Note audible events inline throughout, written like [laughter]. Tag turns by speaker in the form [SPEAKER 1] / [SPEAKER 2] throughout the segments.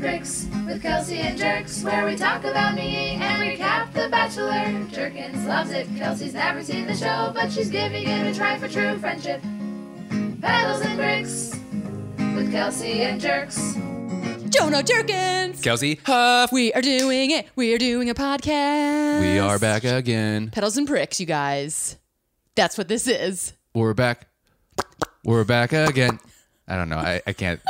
[SPEAKER 1] Bricks with Kelsey and Jerks, where we talk about me and recap The Bachelor. Jerkins loves it. Kelsey's never seen the show, but she's giving it a try for true friendship. Pedals and Bricks with Kelsey and Jerks.
[SPEAKER 2] Jonah Jerkins.
[SPEAKER 3] Kelsey Huff.
[SPEAKER 2] We are doing it. We are doing a podcast.
[SPEAKER 3] We are back again.
[SPEAKER 2] Pedals and pricks, you guys. That's what this is.
[SPEAKER 3] We're back. We're back again. I don't know. I, I can't.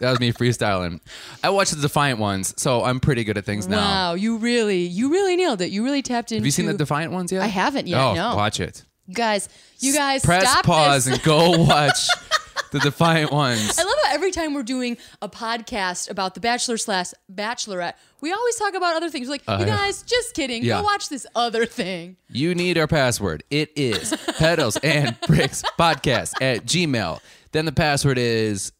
[SPEAKER 3] That was me freestyling. I watched the Defiant ones, so I'm pretty good at things now.
[SPEAKER 2] Wow, you really, you really nailed it. You really tapped into.
[SPEAKER 3] Oh. Have you seen the Defiant ones yet?
[SPEAKER 2] I haven't yet,
[SPEAKER 3] Oh,
[SPEAKER 2] no.
[SPEAKER 3] watch it.
[SPEAKER 2] you guys? You guys,
[SPEAKER 3] Press
[SPEAKER 2] stop
[SPEAKER 3] pause
[SPEAKER 2] this. [laughs]
[SPEAKER 3] and go watch the Defiant ones.
[SPEAKER 2] I love how every time we're doing a podcast about The Bachelor slash Bachelorette, we always talk about other things. We're like, you
[SPEAKER 3] yeah.
[SPEAKER 2] guys, just kidding.
[SPEAKER 3] Uh-huh. Yeah.
[SPEAKER 2] Go watch this other thing.
[SPEAKER 3] You need our password. It
[SPEAKER 2] [laughs]
[SPEAKER 3] is pedals and bricks podcast at Gmail. Then the password is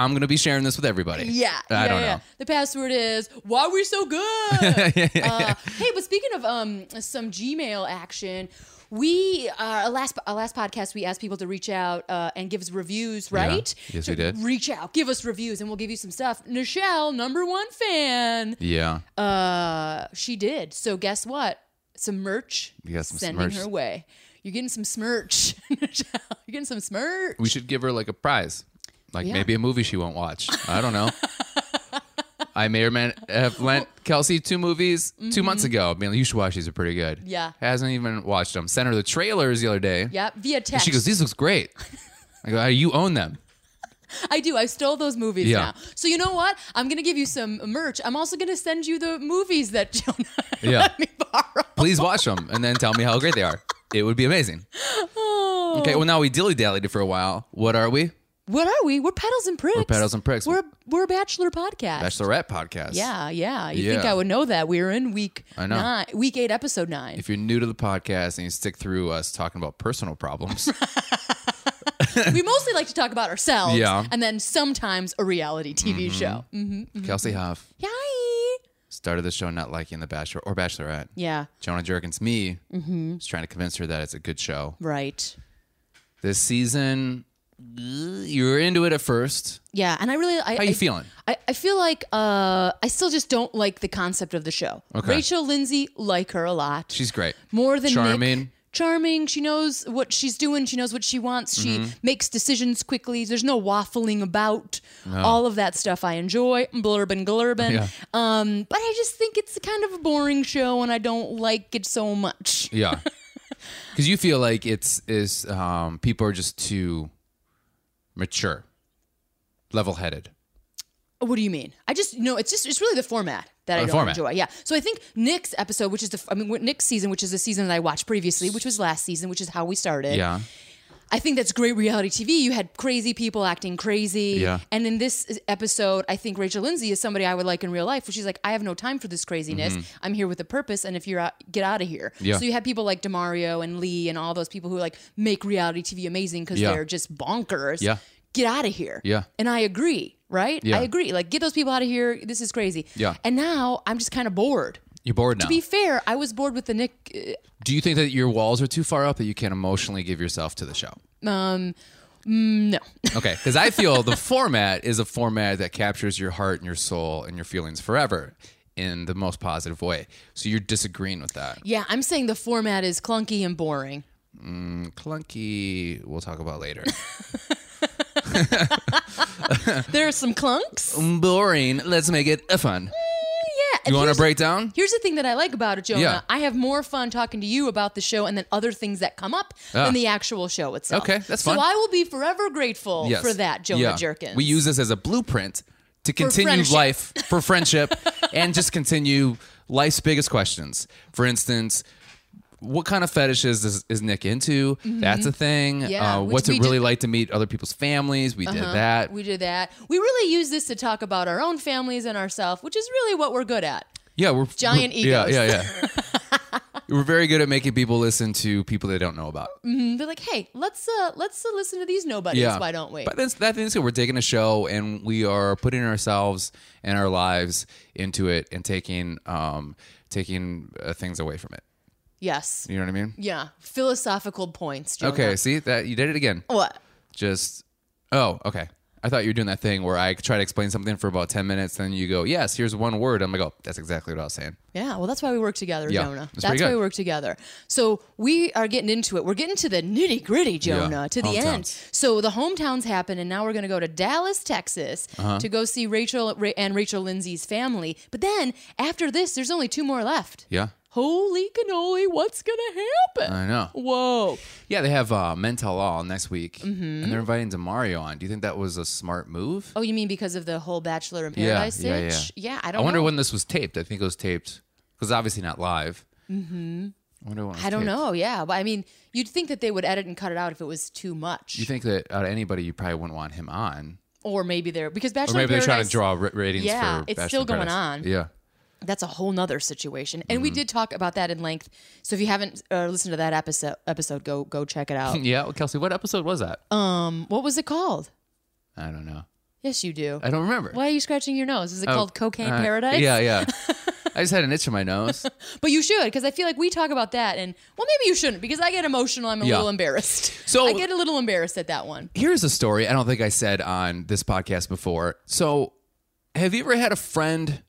[SPEAKER 3] I'm gonna be sharing this with everybody.
[SPEAKER 2] Yeah,
[SPEAKER 3] I
[SPEAKER 2] yeah,
[SPEAKER 3] don't
[SPEAKER 2] yeah.
[SPEAKER 3] know.
[SPEAKER 2] The password is "Why are we so
[SPEAKER 3] [laughs]
[SPEAKER 2] good?" Uh, hey, but speaking of um, some Gmail action, we uh, our last our last podcast we asked people to reach out uh, and give us reviews, right?
[SPEAKER 3] Yes,
[SPEAKER 2] So
[SPEAKER 3] we did.
[SPEAKER 2] Reach out, give us reviews, and we'll give you some stuff. Nichelle, number one fan,
[SPEAKER 3] Yeah.
[SPEAKER 2] uh, she did. So guess what? Some merch.
[SPEAKER 3] We got some
[SPEAKER 2] sending
[SPEAKER 3] smerch.
[SPEAKER 2] her way. You're getting some smirch. [laughs] Nichelle. You're getting some smirch.
[SPEAKER 3] we should give her like a prize. Like
[SPEAKER 2] Yeah.
[SPEAKER 3] maybe a movie she won't watch. I
[SPEAKER 2] [laughs]
[SPEAKER 3] don't know. I may or may not have lent Kelsey two movies two months ago. I mean, you should watch these; are pretty good.
[SPEAKER 2] Mm-hmm. Yeah.
[SPEAKER 3] hasn't even watched them. Sent her the trailers the other day.
[SPEAKER 2] yeah, via
[SPEAKER 3] and
[SPEAKER 2] text.
[SPEAKER 3] she goes, "These looks great." I go, "Ah, "You own them."
[SPEAKER 2] I do. I stole those movies
[SPEAKER 3] Yeah.
[SPEAKER 2] now. So you know what? I'm gonna give you some merch. I'm also gonna send you the movies that Jonah [laughs]
[SPEAKER 3] Yeah.
[SPEAKER 2] let me borrow.
[SPEAKER 3] Please watch them and then tell me how great they are. It would be amazing.
[SPEAKER 2] Oh.
[SPEAKER 3] Okay, well now we dilly dallied for a while. What are we?
[SPEAKER 2] What are we? We're pedals and pricks. We're
[SPEAKER 3] Pedals and Pricks.
[SPEAKER 2] We're we're a bachelor podcast.
[SPEAKER 3] Bachelorette podcast.
[SPEAKER 2] Yeah, yeah. You think
[SPEAKER 3] Yeah.
[SPEAKER 2] I would know that? We're in week
[SPEAKER 3] I know.
[SPEAKER 2] nine, week eight, episode
[SPEAKER 3] [laughs]
[SPEAKER 2] nine.
[SPEAKER 3] If you're new to the podcast and you stick through us talking about
[SPEAKER 2] [laughs]
[SPEAKER 3] personal problems,
[SPEAKER 2] we mostly like to talk about ourselves,
[SPEAKER 3] Yeah. Mm-hmm.
[SPEAKER 2] and then sometimes a reality TV show. Mm.
[SPEAKER 3] Kelsey Huff
[SPEAKER 2] Hi.
[SPEAKER 3] started the show not liking The Bachelor or Bachelorette.
[SPEAKER 2] Yeah. Mm-hmm.
[SPEAKER 3] Jonah Jerkins, me, is trying to convince her that it's a good show.
[SPEAKER 2] Right.
[SPEAKER 3] This season, you were into it at first.
[SPEAKER 2] Yeah, and I really I,
[SPEAKER 3] How you
[SPEAKER 2] I-
[SPEAKER 3] feeling?
[SPEAKER 2] I, I feel like uh, I still just don't like the concept of the show.
[SPEAKER 3] Okay.
[SPEAKER 2] Rachel Lindsay, like her a lot.
[SPEAKER 3] She's great.
[SPEAKER 2] more than Nick.
[SPEAKER 3] charming.
[SPEAKER 2] Charming. She knows what she's doing. She knows what she wants.
[SPEAKER 3] Mm-hmm.
[SPEAKER 2] She makes decisions quickly. There's no waffling about. All of that stuff I enjoy. Blurbin, glurbin.
[SPEAKER 3] Yeah.
[SPEAKER 2] Um, but I just think it's kind of a boring show, and I don't like it so much. [laughs]
[SPEAKER 3] Yeah. Because you feel like it's is um, people are just too mature, level headed.
[SPEAKER 2] What do you mean? I just no. It's just it's really the format that I
[SPEAKER 3] Oh, the
[SPEAKER 2] don't
[SPEAKER 3] format.
[SPEAKER 2] enjoy. Yeah. So I think Nick's episode, which is the I mean what- Nick's season, which is the season that I watched previously, which was last season, which is how we started.
[SPEAKER 3] Yeah.
[SPEAKER 2] I think that's great reality TV. You had crazy people acting crazy.
[SPEAKER 3] Yeah.
[SPEAKER 2] And in this episode, I think Rachel Lindsay is somebody I would like in real life, where she's like, I have no time for this craziness. I'm here with a purpose, and if you're out, get out of here.
[SPEAKER 3] Mm-hmm. Yeah.
[SPEAKER 2] So you had people like Demario and Lee and all those people who like make reality TV amazing because
[SPEAKER 3] Yeah.
[SPEAKER 2] they're just bonkers.
[SPEAKER 3] Yeah.
[SPEAKER 2] Get out of here.
[SPEAKER 3] Yeah.
[SPEAKER 2] And I agree, right?
[SPEAKER 3] Yeah.
[SPEAKER 2] I agree. Like, get those people out of here. This is crazy.
[SPEAKER 3] Yeah. Oh.
[SPEAKER 2] And now I'm just kind of bored.
[SPEAKER 3] You're bored now.
[SPEAKER 2] To be fair, I was bored with the Nick uh,
[SPEAKER 3] Do you think that your walls are too far up that you can't emotionally give yourself to the show?
[SPEAKER 2] Um, no. [laughs]
[SPEAKER 3] Okay, because I feel the format is a format that captures your heart and your soul and your feelings forever in the most positive way. So you're disagreeing with that.
[SPEAKER 2] yeah, I'm saying the format is clunky and boring.
[SPEAKER 3] Clunky, we'll talk
[SPEAKER 2] [laughs]
[SPEAKER 3] about later.
[SPEAKER 2] There are some clunks.
[SPEAKER 3] Boring, let's make it uh, fun.
[SPEAKER 2] Yeah. and
[SPEAKER 3] You want to
[SPEAKER 2] here's-
[SPEAKER 3] break down?
[SPEAKER 2] Here's the thing that I like about it, Jonah.
[SPEAKER 3] Yeah.
[SPEAKER 2] I have more fun talking to you about the show and then other things that come up
[SPEAKER 3] Ah.
[SPEAKER 2] than the actual show itself.
[SPEAKER 3] Okay, that's
[SPEAKER 2] so
[SPEAKER 3] fun.
[SPEAKER 2] So I will be forever grateful for that, Jonah
[SPEAKER 3] Yeah.
[SPEAKER 2] Jerkins.
[SPEAKER 3] We use this as a blueprint to continue
[SPEAKER 2] friendship.
[SPEAKER 3] life
[SPEAKER 2] [laughs]
[SPEAKER 3] for friendship and just continue life's biggest questions. For instance, what kind of fetishes is, is Nick into? That's a thing.
[SPEAKER 2] Mm-hmm. Yeah,
[SPEAKER 3] uh,
[SPEAKER 2] which
[SPEAKER 3] what's it
[SPEAKER 2] we
[SPEAKER 3] really
[SPEAKER 2] did-
[SPEAKER 3] like to meet other people's families? We did that.
[SPEAKER 2] we do that. We really use this to talk about our own families and ourselves, which is really what we're good at.
[SPEAKER 3] yeah, we're
[SPEAKER 2] Giant
[SPEAKER 3] we're- Yeah,
[SPEAKER 2] egos.
[SPEAKER 3] yeah, yeah.
[SPEAKER 2] [laughs]
[SPEAKER 3] we're very good at making people listen to people they don't know about.
[SPEAKER 2] And they're like, hey, let's uh let's uh, listen to these nobodies.
[SPEAKER 3] Yeah.
[SPEAKER 2] Why don't we?
[SPEAKER 3] But that's that thing's good. We're taking a show and we are putting ourselves and our lives into it and taking um taking uh, things away from it.
[SPEAKER 2] yes.
[SPEAKER 3] You know what I mean?
[SPEAKER 2] Yeah. Philosophical points, Jonah.
[SPEAKER 3] Okay, see that you did it again.
[SPEAKER 2] What?
[SPEAKER 3] Just oh, okay. I I thought you were doing that thing where I try to explain something for about ten minutes, and then you go, "Yes, here's one word." I'm like, "Oh, that's exactly what I was saying."
[SPEAKER 2] Yeah, well, that's why we work together,
[SPEAKER 3] Yeah,
[SPEAKER 2] Jonah.
[SPEAKER 3] that's
[SPEAKER 2] That's
[SPEAKER 3] pretty
[SPEAKER 2] why
[SPEAKER 3] good.
[SPEAKER 2] we work together. So we are getting into it. We're getting to the nitty gritty, Jonah, to the end.
[SPEAKER 3] hometowns.
[SPEAKER 2] So the hometowns happen, and now we're going to go to Dallas, Texas,
[SPEAKER 3] Uh-huh.
[SPEAKER 2] to go see Rachel Ra- and Rachel Lindsay's family. But then after this, there's only two more left.
[SPEAKER 3] Yeah,
[SPEAKER 2] Holy cannoli, what's going to happen?
[SPEAKER 3] I know.
[SPEAKER 2] Whoa.
[SPEAKER 3] Yeah, they have uh, Mental Law next week,
[SPEAKER 2] Mm-hmm.
[SPEAKER 3] and they're inviting Demario on. Do you think that was a smart move?
[SPEAKER 2] Oh, you mean because of the whole Bachelor in Paradise
[SPEAKER 3] yeah, yeah.
[SPEAKER 2] itch? Yeah, I
[SPEAKER 3] I,
[SPEAKER 2] don't
[SPEAKER 3] wonder
[SPEAKER 2] know.
[SPEAKER 3] when this was taped. I think it was taped because obviously not live. Mm-hmm. I wonder when. it was
[SPEAKER 2] I don't
[SPEAKER 3] taped.
[SPEAKER 2] know. Yeah, but I mean, you'd think that they would edit and cut it out if it was too much,
[SPEAKER 3] You think that out of anybody, you probably wouldn't want him on,
[SPEAKER 2] or maybe they're because Bachelor in
[SPEAKER 3] or maybe they're trying
[SPEAKER 2] Paradise-
[SPEAKER 3] to draw ra- ratings.
[SPEAKER 2] Yeah,
[SPEAKER 3] for
[SPEAKER 2] it's
[SPEAKER 3] Bachelor
[SPEAKER 2] still
[SPEAKER 3] in
[SPEAKER 2] going on.
[SPEAKER 3] Paradise. Yeah,
[SPEAKER 2] that's a whole nother situation and
[SPEAKER 3] Mm-hmm.
[SPEAKER 2] we did talk about that in length so if you haven't uh, listened to that episode episode go go check it out
[SPEAKER 3] yeah. Well, Kelsey, what episode was that?
[SPEAKER 2] Um,
[SPEAKER 3] Mm-hmm.
[SPEAKER 2] what was it called
[SPEAKER 3] I don't know.
[SPEAKER 2] yes you do
[SPEAKER 3] I don't remember.
[SPEAKER 2] why are you scratching your nose is it
[SPEAKER 3] Oh,
[SPEAKER 2] called cocaine
[SPEAKER 3] uh,
[SPEAKER 2] paradise [laughs]
[SPEAKER 3] Yeah, yeah. I just had an itch in my nose.
[SPEAKER 2] but you should because i feel like we talk about that and well maybe you shouldn't because i get emotional i'm a
[SPEAKER 3] Yeah.
[SPEAKER 2] little embarrassed
[SPEAKER 3] So-
[SPEAKER 2] i get a little embarrassed at that one
[SPEAKER 3] Here's a story I don't think I said on this podcast before. So, have you ever had a friend?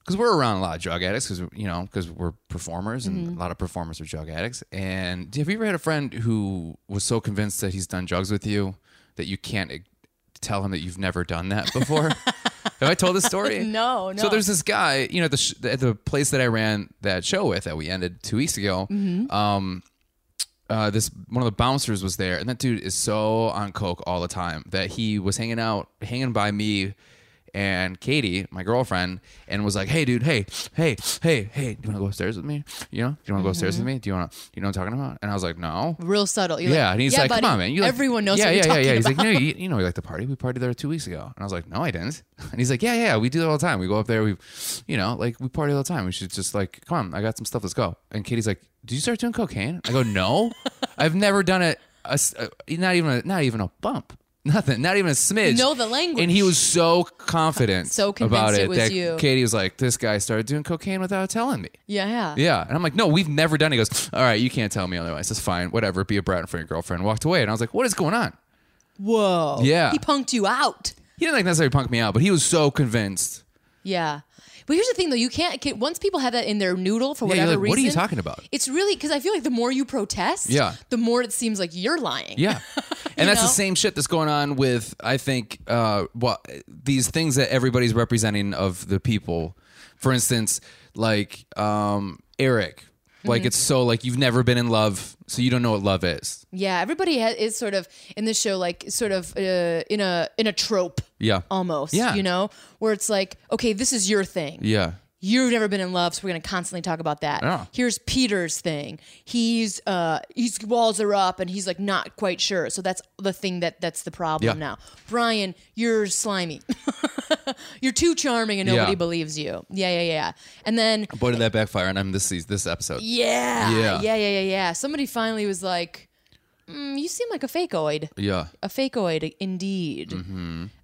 [SPEAKER 3] Because we're around a lot of drug addicts, because you know, because we're performers, and
[SPEAKER 2] Mm-hmm.
[SPEAKER 3] a lot of performers are drug addicts. And have you ever had a friend who was so convinced that he's done drugs with you that you can't eh, tell him that you've never done that
[SPEAKER 2] [laughs]
[SPEAKER 3] before? have I told this story?
[SPEAKER 2] No, no.
[SPEAKER 3] So there's this guy, you know, at the sh- at the place that I ran that show with that we ended two weeks ago. Um, uh, this one of the bouncers was there, and that dude is so on coke all the time that he was hanging out, hanging by me and Katie, my girlfriend, and was like, "Hey, dude, hey, hey, hey, hey, do you want to go upstairs with me? You know, do you want to go upstairs with me? Do you want to? You know what I'm talking about?" And I was like, "No."
[SPEAKER 2] real subtle You're
[SPEAKER 3] yeah,
[SPEAKER 2] like,
[SPEAKER 3] and he's
[SPEAKER 2] yeah,
[SPEAKER 3] like,
[SPEAKER 2] buddy,
[SPEAKER 3] "Come on, man! You like,
[SPEAKER 2] everyone knows
[SPEAKER 3] Yeah,
[SPEAKER 2] what
[SPEAKER 3] yeah,
[SPEAKER 2] you're
[SPEAKER 3] yeah,
[SPEAKER 2] talking
[SPEAKER 3] yeah." He's
[SPEAKER 2] about
[SPEAKER 3] like, "No, you, you know, we like the party. We partied there two weeks ago." And I was like, "No, I didn't." [laughs] And he's like, "Yeah, yeah, we do that all the time. We go up there. We, you know, like we party all the time. We should just like, come on, I got some stuff. Let's go." And Katie's like, "Did you start doing cocaine?" I go,
[SPEAKER 2] [laughs]
[SPEAKER 3] "No, I've never done it. A, s- a- not even a, not even a bump." Nothing, not even a smidge.
[SPEAKER 2] know the language.
[SPEAKER 3] And he was so confident,
[SPEAKER 2] So convinced
[SPEAKER 3] about it,
[SPEAKER 2] it was
[SPEAKER 3] that
[SPEAKER 2] you.
[SPEAKER 3] Katie was like, "This guy started doing cocaine without telling me."
[SPEAKER 2] yeah yeah
[SPEAKER 3] Yeah. And I'm like, no, we've never done it. He goes, all right, you can't tell me otherwise. That's fine. Whatever. Be a brat in front of your girlfriend. Walked away. And I was like, what is going on?
[SPEAKER 2] whoa
[SPEAKER 3] Yeah.
[SPEAKER 2] he punked you out
[SPEAKER 3] He didn't like necessarily punk me out, but he was so convinced.
[SPEAKER 2] Yeah. But here's the thing, though. You can't, can, once people have that in their noodle for
[SPEAKER 3] Yeah, you're
[SPEAKER 2] whatever
[SPEAKER 3] like,
[SPEAKER 2] reason.
[SPEAKER 3] what are you talking about?
[SPEAKER 2] It's really, because I feel like the more you protest,
[SPEAKER 3] Yeah.
[SPEAKER 2] the more it seems like you're lying.
[SPEAKER 3] Yeah. [laughs] And that's the
[SPEAKER 2] know?
[SPEAKER 3] same shit that's going on with, I think, uh, what these things that everybody's representing of the people. For instance, like um, Eric. Like it's so like you've never been in love, so you don't know what love is.
[SPEAKER 2] Yeah. Everybody ha- is sort of in this show, like sort of uh, in a in a trope
[SPEAKER 3] Yeah.
[SPEAKER 2] almost.
[SPEAKER 3] Yeah.
[SPEAKER 2] You know, where it's like, okay, this is your thing.
[SPEAKER 3] Yeah.
[SPEAKER 2] You've never been in love, so we're gonna constantly talk about that.
[SPEAKER 3] Yeah.
[SPEAKER 2] Here's Peter's thing. He's uh his walls are up and he's like not quite sure. So that's the thing that that's the problem
[SPEAKER 3] Yeah.
[SPEAKER 2] now. Brian, you're slimy. [laughs] you're too charming and nobody
[SPEAKER 3] Yeah.
[SPEAKER 2] believes you. Yeah, yeah, yeah. And then
[SPEAKER 3] Boy, did that backfire, and I'm this seas- this episode.
[SPEAKER 2] yeah,
[SPEAKER 3] Yeah.
[SPEAKER 2] yeah, yeah, yeah, yeah. Somebody finally was like, mm, "You seem like a fakeoid."
[SPEAKER 3] Yeah.
[SPEAKER 2] a fakeoid indeed.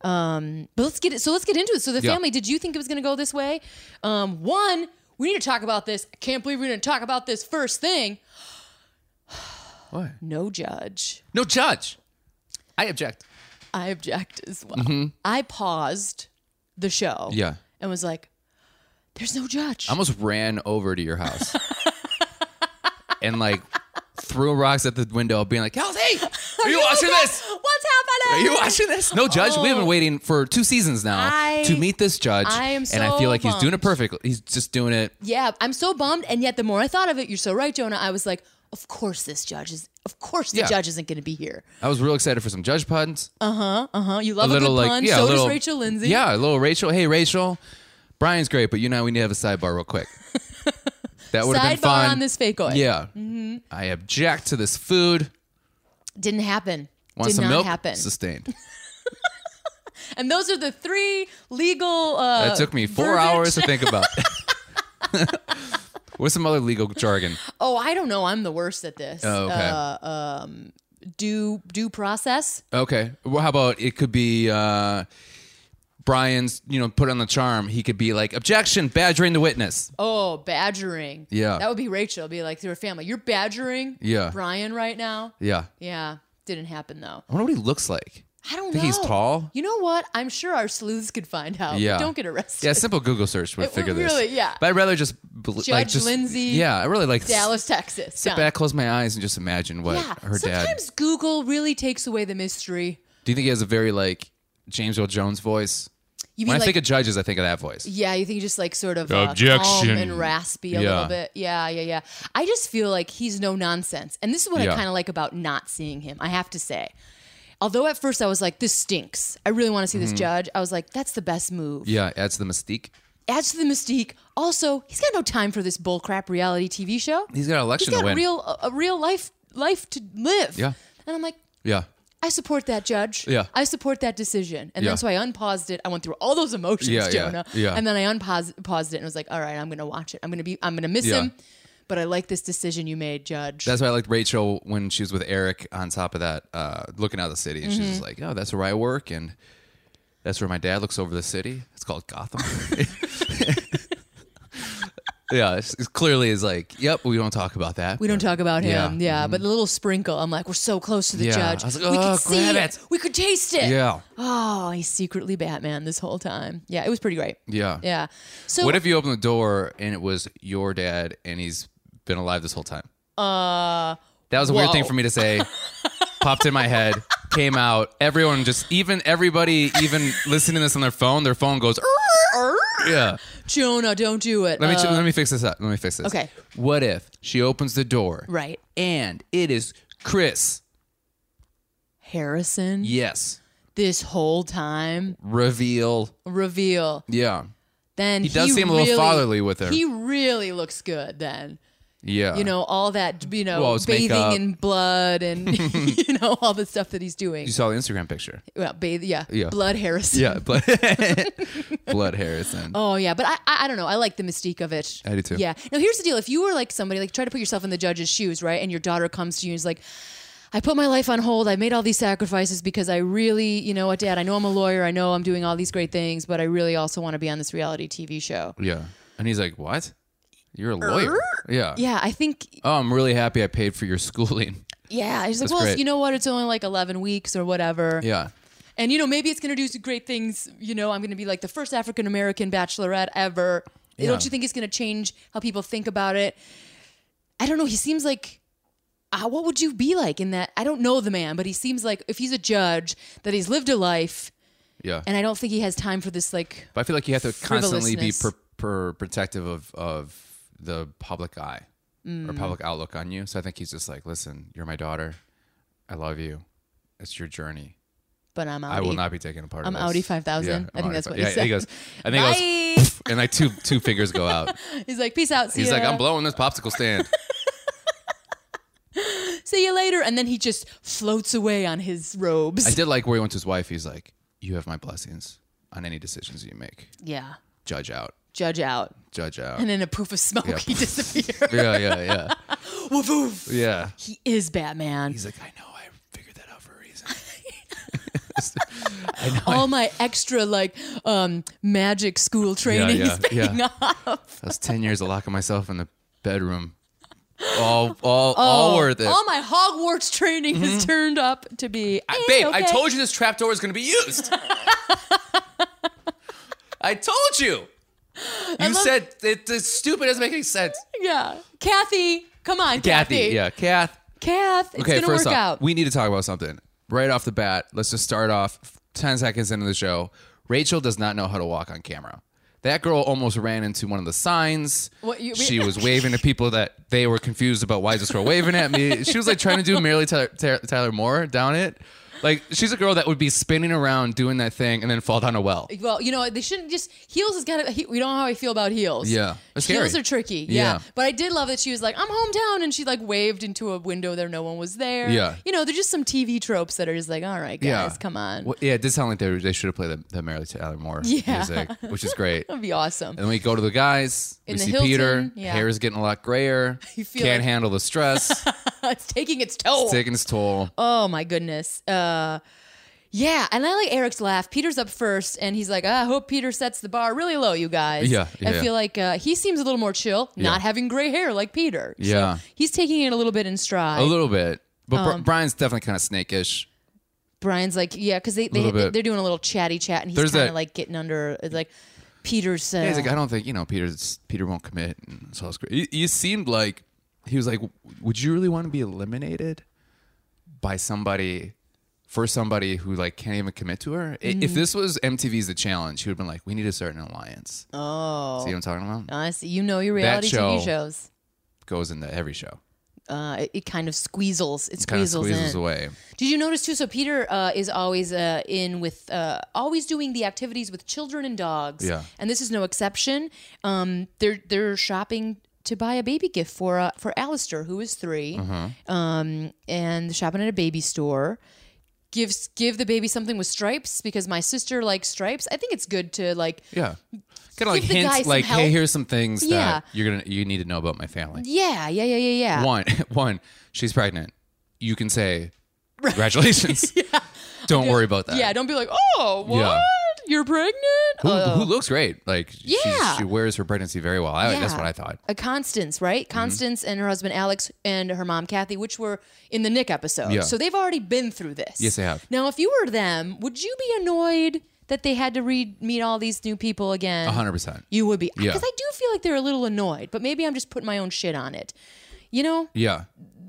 [SPEAKER 2] Um, but let's get it. So let's get into it. So the
[SPEAKER 3] Mm-hmm. Yeah.
[SPEAKER 2] family, did you think it was going to go this way? Um, one, we need to talk about this. I can't believe we didn't talk about this first thing.
[SPEAKER 3] What?
[SPEAKER 2] No judge.
[SPEAKER 3] No judge. I object.
[SPEAKER 2] I object as well. I paused the show.
[SPEAKER 3] Mm-hmm. Yeah.
[SPEAKER 2] And was like, there's no judge.
[SPEAKER 3] I almost ran over to
[SPEAKER 2] [laughs]
[SPEAKER 3] your house and like threw rocks at the window, being like, "Kelsey, are you watching this?
[SPEAKER 2] What's
[SPEAKER 3] Are
[SPEAKER 2] happening?
[SPEAKER 3] you watching this?" No judge. We've been waiting for two seasons now
[SPEAKER 2] Oh. I-
[SPEAKER 3] to meet this judge,
[SPEAKER 2] I am
[SPEAKER 3] and I
[SPEAKER 2] so
[SPEAKER 3] feel like he's doing it
[SPEAKER 2] bummed.
[SPEAKER 3] perfectly. He's just doing it.
[SPEAKER 2] Yeah, I'm so bummed. And yet, the more I thought of it, you're so right, Jonah. I was like, of course, this judge is, of course, the
[SPEAKER 3] Yeah.
[SPEAKER 2] judge isn't going to be here.
[SPEAKER 3] I was real excited for some judge puns.
[SPEAKER 2] Uh-huh. You love a, good pun.
[SPEAKER 3] yeah,
[SPEAKER 2] so
[SPEAKER 3] a little-
[SPEAKER 2] does Rachel Lindsay.
[SPEAKER 3] Yeah, a little Rachel. Hey, Rachel, Brian's great, but you know we need to have a sidebar
[SPEAKER 2] [laughs]
[SPEAKER 3] real quick. That would have
[SPEAKER 2] Sidebar
[SPEAKER 3] been fun.
[SPEAKER 2] on this Mm-hmm. fakeoid.
[SPEAKER 3] Yeah, I object to this food.
[SPEAKER 2] Didn't happen.
[SPEAKER 3] Want
[SPEAKER 2] Did
[SPEAKER 3] some
[SPEAKER 2] not
[SPEAKER 3] milk?
[SPEAKER 2] happen.
[SPEAKER 3] Sustained.
[SPEAKER 2] And those are the three legal. Uh,
[SPEAKER 3] That took me four
[SPEAKER 2] verbiage.
[SPEAKER 3] hours to think
[SPEAKER 2] [laughs]
[SPEAKER 3] about. [laughs] What's some other legal jargon?
[SPEAKER 2] Oh, I don't know. I'm the worst at this.
[SPEAKER 3] Oh, okay.
[SPEAKER 2] Uh, um, due due process.
[SPEAKER 3] Okay. Well, how about it could be uh, Brian's, you know, put on the charm. He could be like, objection, badgering the witness.
[SPEAKER 2] Oh, badgering.
[SPEAKER 3] Yeah.
[SPEAKER 2] That would be Rachel. Be like through her family. You're badgering.
[SPEAKER 3] Yeah.
[SPEAKER 2] Brian right now.
[SPEAKER 3] Yeah.
[SPEAKER 2] Yeah. Didn't happen though.
[SPEAKER 3] I wonder what he looks like.
[SPEAKER 2] I don't
[SPEAKER 3] Think
[SPEAKER 2] know.
[SPEAKER 3] he's tall?
[SPEAKER 2] You know what? I'm sure our sleuths could find out.
[SPEAKER 3] Yeah.
[SPEAKER 2] Don't get arrested. [laughs]
[SPEAKER 3] Yeah, a simple Google search would
[SPEAKER 2] It
[SPEAKER 3] figure
[SPEAKER 2] would really-
[SPEAKER 3] this.
[SPEAKER 2] yeah.
[SPEAKER 3] But I'd rather just bel- like
[SPEAKER 2] Judge
[SPEAKER 3] just
[SPEAKER 2] Lindsay,
[SPEAKER 3] Yeah, I really like s-
[SPEAKER 2] Dallas, Texas.
[SPEAKER 3] Sit
[SPEAKER 2] Done.
[SPEAKER 3] back, close my eyes, and just imagine what
[SPEAKER 2] Yeah.
[SPEAKER 3] her dad.
[SPEAKER 2] Sometimes Google really takes away the mystery.
[SPEAKER 3] Do you think he has a very like James Earl Jones voice?
[SPEAKER 2] You mean
[SPEAKER 3] When I
[SPEAKER 2] like
[SPEAKER 3] think of judges, I think of that voice.
[SPEAKER 2] Yeah, you think just like sort of uh, calm
[SPEAKER 3] Objection.
[SPEAKER 2] and raspy a
[SPEAKER 3] Yeah.
[SPEAKER 2] little bit. Yeah, yeah, yeah. I just feel like he's no nonsense, and this is what I
[SPEAKER 3] Yeah.
[SPEAKER 2] kind of like about not seeing him. I have to say, although at first I was like, "This stinks." I really want to see
[SPEAKER 3] Mm-hmm.
[SPEAKER 2] this judge. I was like, "That's the best move."
[SPEAKER 3] Yeah, adds to the mystique.
[SPEAKER 2] Adds to the mystique. Also, he's got no time for this bullcrap reality TV show.
[SPEAKER 3] He's got an election
[SPEAKER 2] He's got
[SPEAKER 3] to
[SPEAKER 2] a
[SPEAKER 3] win.
[SPEAKER 2] real a, a real life life to live.
[SPEAKER 3] Yeah.
[SPEAKER 2] and I'm like.
[SPEAKER 3] yeah,
[SPEAKER 2] I support that judge.
[SPEAKER 3] Yeah.
[SPEAKER 2] I support that decision. And
[SPEAKER 3] Yeah.
[SPEAKER 2] then so I unpaused it. I went through all those emotions,
[SPEAKER 3] Yeah, yeah,
[SPEAKER 2] Jonah.
[SPEAKER 3] yeah.
[SPEAKER 2] And then I unpaused paused it and was like, all right, I'm gonna watch it. I'm gonna be I'm gonna miss
[SPEAKER 3] Yeah.
[SPEAKER 2] him. But I like this decision you made, Judge.
[SPEAKER 3] that's why I liked Rachel when she was with Eric. On top of that, uh, looking out the city, and
[SPEAKER 2] Mm-hmm.
[SPEAKER 3] she's just like, "Oh, that's where I work, and that's where my dad looks over the city. It's called
[SPEAKER 2] [laughs]
[SPEAKER 3] Gotham." [laughs] yeah, it's, it's clearly is like, "Yep, we don't talk about that.
[SPEAKER 2] we don't talk about
[SPEAKER 3] Yeah. Mm-hmm.
[SPEAKER 2] him. Yeah. But the little sprinkle, I'm like, we're so close to the
[SPEAKER 3] Yeah.
[SPEAKER 2] judge.
[SPEAKER 3] I was like,
[SPEAKER 2] we
[SPEAKER 3] "Oh,
[SPEAKER 2] could see
[SPEAKER 3] grab
[SPEAKER 2] it.
[SPEAKER 3] it."
[SPEAKER 2] We could taste it.
[SPEAKER 3] Yeah,
[SPEAKER 2] Oh, he's secretly Batman this whole time. Yeah, it was pretty great.
[SPEAKER 3] yeah,
[SPEAKER 2] Yeah. So
[SPEAKER 3] What if you open the door and it was your dad and he's been alive this whole time?
[SPEAKER 2] uh
[SPEAKER 3] That was a weird
[SPEAKER 2] Whoa.
[SPEAKER 3] thing for me
[SPEAKER 2] [laughs]
[SPEAKER 3] to say. Popped in my head, came out. Everyone just, even everybody, even listening to this on their phone, their phone goes, "Arr!"
[SPEAKER 2] er,
[SPEAKER 3] yeah.
[SPEAKER 2] Jonah, don't do it.
[SPEAKER 3] Let me,
[SPEAKER 2] Uh,
[SPEAKER 3] let me fix this up. Let me fix this.
[SPEAKER 2] Okay.
[SPEAKER 3] What if she opens the door?
[SPEAKER 2] Right.
[SPEAKER 3] And it is Chris.
[SPEAKER 2] Harrison
[SPEAKER 3] Yes.
[SPEAKER 2] this whole time.
[SPEAKER 3] Reveal.
[SPEAKER 2] reveal.
[SPEAKER 3] Yeah.
[SPEAKER 2] Then he
[SPEAKER 3] does seem a little
[SPEAKER 2] really-
[SPEAKER 3] fatherly with her.
[SPEAKER 2] He really looks good then.
[SPEAKER 3] Yeah.
[SPEAKER 2] You know, all that, you know,
[SPEAKER 3] Well, it's
[SPEAKER 2] bathing
[SPEAKER 3] makeup.
[SPEAKER 2] in blood and,
[SPEAKER 3] [laughs]
[SPEAKER 2] [laughs] you know, all the stuff that he's doing.
[SPEAKER 3] you saw the Instagram
[SPEAKER 2] [laughs]
[SPEAKER 3] picture.
[SPEAKER 2] Well, bathe, yeah.
[SPEAKER 3] Yeah.
[SPEAKER 2] Blood Harrison.
[SPEAKER 3] Yeah. Blood, [laughs] Blood Harrison.
[SPEAKER 2] Oh, yeah. But I, I, I don't know. I like the mystique of it.
[SPEAKER 3] I do too.
[SPEAKER 2] Yeah. Now, here's the deal. If you were like somebody, like, try to put yourself in the judge's shoes, right? And your daughter comes to you and is like, I put my life on hold. I made all these sacrifices because I really, you know what, Dad, I know I'm a lawyer. I know I'm doing all these great things, but I really also want to be on this reality TV show.
[SPEAKER 3] Yeah. And he's like, What? You're a lawyer? Yeah.
[SPEAKER 2] Er? Yeah, I think
[SPEAKER 3] Oh, I'm really happy I paid for your [laughs] schooling.
[SPEAKER 2] Yeah, he's like,
[SPEAKER 3] That's
[SPEAKER 2] well,
[SPEAKER 3] great.
[SPEAKER 2] you know what? It's only like eleven weeks or whatever.
[SPEAKER 3] Yeah.
[SPEAKER 2] And you know, maybe it's gonna do some great things. You know, I'm gonna be like the first African American bachelorette ever. Don't you think it's gonna change how people think about it? I don't know. He seems like. Uh, what would you be like in that? I don't know the man, but he seems like if he's a judge, that he's lived a life,
[SPEAKER 3] Yeah.
[SPEAKER 2] and I don't think he has time for this. Like,
[SPEAKER 3] but I feel like you have to constantly be
[SPEAKER 2] frivolousness.
[SPEAKER 3] per, per protective of, of the public eye or
[SPEAKER 2] Mm.
[SPEAKER 3] public outlook on you. So I think he's just like, Listen, you're my daughter. I love you. It's your journey.
[SPEAKER 2] but I'm out.
[SPEAKER 3] I will not be taking a part
[SPEAKER 2] I'm
[SPEAKER 3] of this.
[SPEAKER 2] Audi 5000.
[SPEAKER 3] Yeah, I'm
[SPEAKER 2] I think
[SPEAKER 3] Audi
[SPEAKER 2] that's what he
[SPEAKER 3] 5000. yeah,
[SPEAKER 2] said.
[SPEAKER 3] He goes, I think he goes,
[SPEAKER 2] Bye.
[SPEAKER 3] and like two two fingers go out.
[SPEAKER 2] He's like, peace out. See
[SPEAKER 3] He's
[SPEAKER 2] ya.
[SPEAKER 3] like, I'm blowing this popsicle stand.
[SPEAKER 2] See you later. And then he just floats away on his robes.
[SPEAKER 3] I did like where he went to his wife. He's like, You have my blessings on any decisions you make.
[SPEAKER 2] yeah,
[SPEAKER 3] Judge out.
[SPEAKER 2] judge out.
[SPEAKER 3] Judge out.
[SPEAKER 2] and in a poof of smoke
[SPEAKER 3] Yeah.
[SPEAKER 2] he disappeared.
[SPEAKER 3] [laughs] yeah, yeah, yeah.
[SPEAKER 2] woof, woof.
[SPEAKER 3] Yeah.
[SPEAKER 2] He is Batman.
[SPEAKER 3] He's like, I know I figured that out for
[SPEAKER 2] [laughs]
[SPEAKER 3] a reason.
[SPEAKER 2] All my extra like um, magic school training
[SPEAKER 3] yeah,
[SPEAKER 2] is [laughs] paying
[SPEAKER 3] yeah.
[SPEAKER 2] off.
[SPEAKER 3] I was ten years of locking myself in the bedroom. All all all worth it.
[SPEAKER 2] All my Hogwarts training has turned up to be.
[SPEAKER 3] Mm-hmm. I-
[SPEAKER 2] eh,
[SPEAKER 3] babe, I
[SPEAKER 2] okay.
[SPEAKER 3] told you this trapdoor is gonna be
[SPEAKER 2] [laughs]
[SPEAKER 3] used. I told you. You
[SPEAKER 2] love-
[SPEAKER 3] said it, it's stupid. It doesn't make any sense.
[SPEAKER 2] Yeah, Kathy, come on, Kathy.
[SPEAKER 3] Kathy, yeah, Kath.
[SPEAKER 2] Kath, it's
[SPEAKER 3] Okay,
[SPEAKER 2] gonna
[SPEAKER 3] first
[SPEAKER 2] work
[SPEAKER 3] off,
[SPEAKER 2] out.
[SPEAKER 3] we need to talk about something right off the bat. Let's just start off ten seconds into the show. Rachel does not know how to walk on camera. That girl almost ran into one of the signs.
[SPEAKER 2] What, you-
[SPEAKER 3] she was waving to people that they were confused about why is this girl waving
[SPEAKER 2] [laughs]
[SPEAKER 3] at me. She was like trying to do Mary Tyler, Tyler, Tyler Moore down it. Like she's a girl that would be spinning around doing that thing and then fall down a well.
[SPEAKER 2] well, you know what, they shouldn't just heels has got to. He, we don't know how I feel about heels.
[SPEAKER 3] Yeah, that's
[SPEAKER 2] heels
[SPEAKER 3] scary.
[SPEAKER 2] are tricky. Yeah.
[SPEAKER 3] Yeah.
[SPEAKER 2] but I did love that she was like, "I'm hometown," and she like waved into a window there, no one was there.
[SPEAKER 3] Yeah.
[SPEAKER 2] you know, there's just some TV tropes that are just like, "All right, guys,
[SPEAKER 3] Yeah,
[SPEAKER 2] come on."
[SPEAKER 3] Well, yeah, it did sound like they, they should have played the, the Mary Tyler Moore
[SPEAKER 2] [laughs] Yeah.
[SPEAKER 3] music, which is great.
[SPEAKER 2] That'd be awesome. [laughs]
[SPEAKER 3] And then we go to the guys.
[SPEAKER 2] In
[SPEAKER 3] we
[SPEAKER 2] the
[SPEAKER 3] see
[SPEAKER 2] Hilton,
[SPEAKER 3] Peter.
[SPEAKER 2] yeah.
[SPEAKER 3] Hair is getting a lot grayer.
[SPEAKER 2] [laughs] You feel
[SPEAKER 3] Can't
[SPEAKER 2] like-
[SPEAKER 3] handle the stress.
[SPEAKER 2] [laughs] it's taking its toll.
[SPEAKER 3] taking his toll.
[SPEAKER 2] oh my goodness. Uh yeah, and I like Eric's laugh. Peter's up first, and he's like, "Ah, "I hope Peter sets the bar really low, you guys."
[SPEAKER 3] Yeah,
[SPEAKER 2] I
[SPEAKER 3] yeah.
[SPEAKER 2] feel like uh, he seems a little more chill, not having gray hair like Peter. So
[SPEAKER 3] Yeah.
[SPEAKER 2] he's taking it a little bit in stride. um,
[SPEAKER 3] a little bit. But Bri- Brian's definitely kind of snakish.
[SPEAKER 2] Brian's like, yeah, because they, they,
[SPEAKER 3] Little
[SPEAKER 2] they
[SPEAKER 3] bit.
[SPEAKER 2] they're doing a little chatty chat, and he's
[SPEAKER 3] There's
[SPEAKER 2] kind of
[SPEAKER 3] that-
[SPEAKER 2] like getting under it's like Peter's. Uh,
[SPEAKER 3] Yeah, he's like, I don't think you know Peter's Peter won't commit. And so it's great. You, you seemed like he was like, would you really want to be eliminated by somebody for somebody who like can't even commit to her? I
[SPEAKER 2] Mm-hmm.
[SPEAKER 3] If this was MTV's The Challenge, he would have been like, we need a certain alliance.
[SPEAKER 2] oh,
[SPEAKER 3] See what I'm talking about?
[SPEAKER 2] honestly, you know your reality
[SPEAKER 3] "Ah." show-
[SPEAKER 2] TV shows.
[SPEAKER 3] Goes into every show,
[SPEAKER 2] Uh, it, it kind of squeezles. It
[SPEAKER 3] kind of
[SPEAKER 2] squeezles,
[SPEAKER 3] squeezes
[SPEAKER 2] in.
[SPEAKER 3] away.
[SPEAKER 2] Did you notice too? So Peter uh, is always uh, in with, uh, always doing the activities with children and dogs.
[SPEAKER 3] Yeah.
[SPEAKER 2] and this is no exception. Um, they're they're shopping to buy a baby gift for uh, for Alistair, who is 3
[SPEAKER 3] Mm-hmm.
[SPEAKER 2] um, and shopping at a baby store. Gives give the baby something with stripes because my sister likes stripes. I think it's good to like
[SPEAKER 3] Yeah, kind of like
[SPEAKER 2] Give the guy
[SPEAKER 3] hints,
[SPEAKER 2] some
[SPEAKER 3] like, hey,
[SPEAKER 2] help.
[SPEAKER 3] here's some things
[SPEAKER 2] Yeah.
[SPEAKER 3] that you're gonna you need to know about my family.
[SPEAKER 2] yeah yeah yeah yeah yeah.
[SPEAKER 3] One, [laughs] one, she's pregnant. You can
[SPEAKER 2] [laughs]
[SPEAKER 3] say, congratulations. Don't worry about that.
[SPEAKER 2] Yeah, don't be like, oh, what?
[SPEAKER 3] Yeah.
[SPEAKER 2] You're pregnant?
[SPEAKER 3] who,
[SPEAKER 2] Uh,
[SPEAKER 3] who looks great. Like she's-
[SPEAKER 2] Yeah.
[SPEAKER 3] she wears her pregnancy very well. I, Oh, That's
[SPEAKER 2] Yeah.
[SPEAKER 3] what I thought. Mm-hmm.
[SPEAKER 2] a Constance, right? Constance and her husband Alex and her mom Kathy, which were in the Nick episode.
[SPEAKER 3] Yeah.
[SPEAKER 2] So they've already been through this.
[SPEAKER 3] Yes, they have.
[SPEAKER 2] Now, if you were them, would you be annoyed that they had to read meet all these new people again?
[SPEAKER 3] A hundred percent.
[SPEAKER 2] You would be. Because
[SPEAKER 3] Yeah.
[SPEAKER 2] I do feel like they're a little annoyed, but maybe I'm just putting my own shit on it. You know?
[SPEAKER 3] Yeah.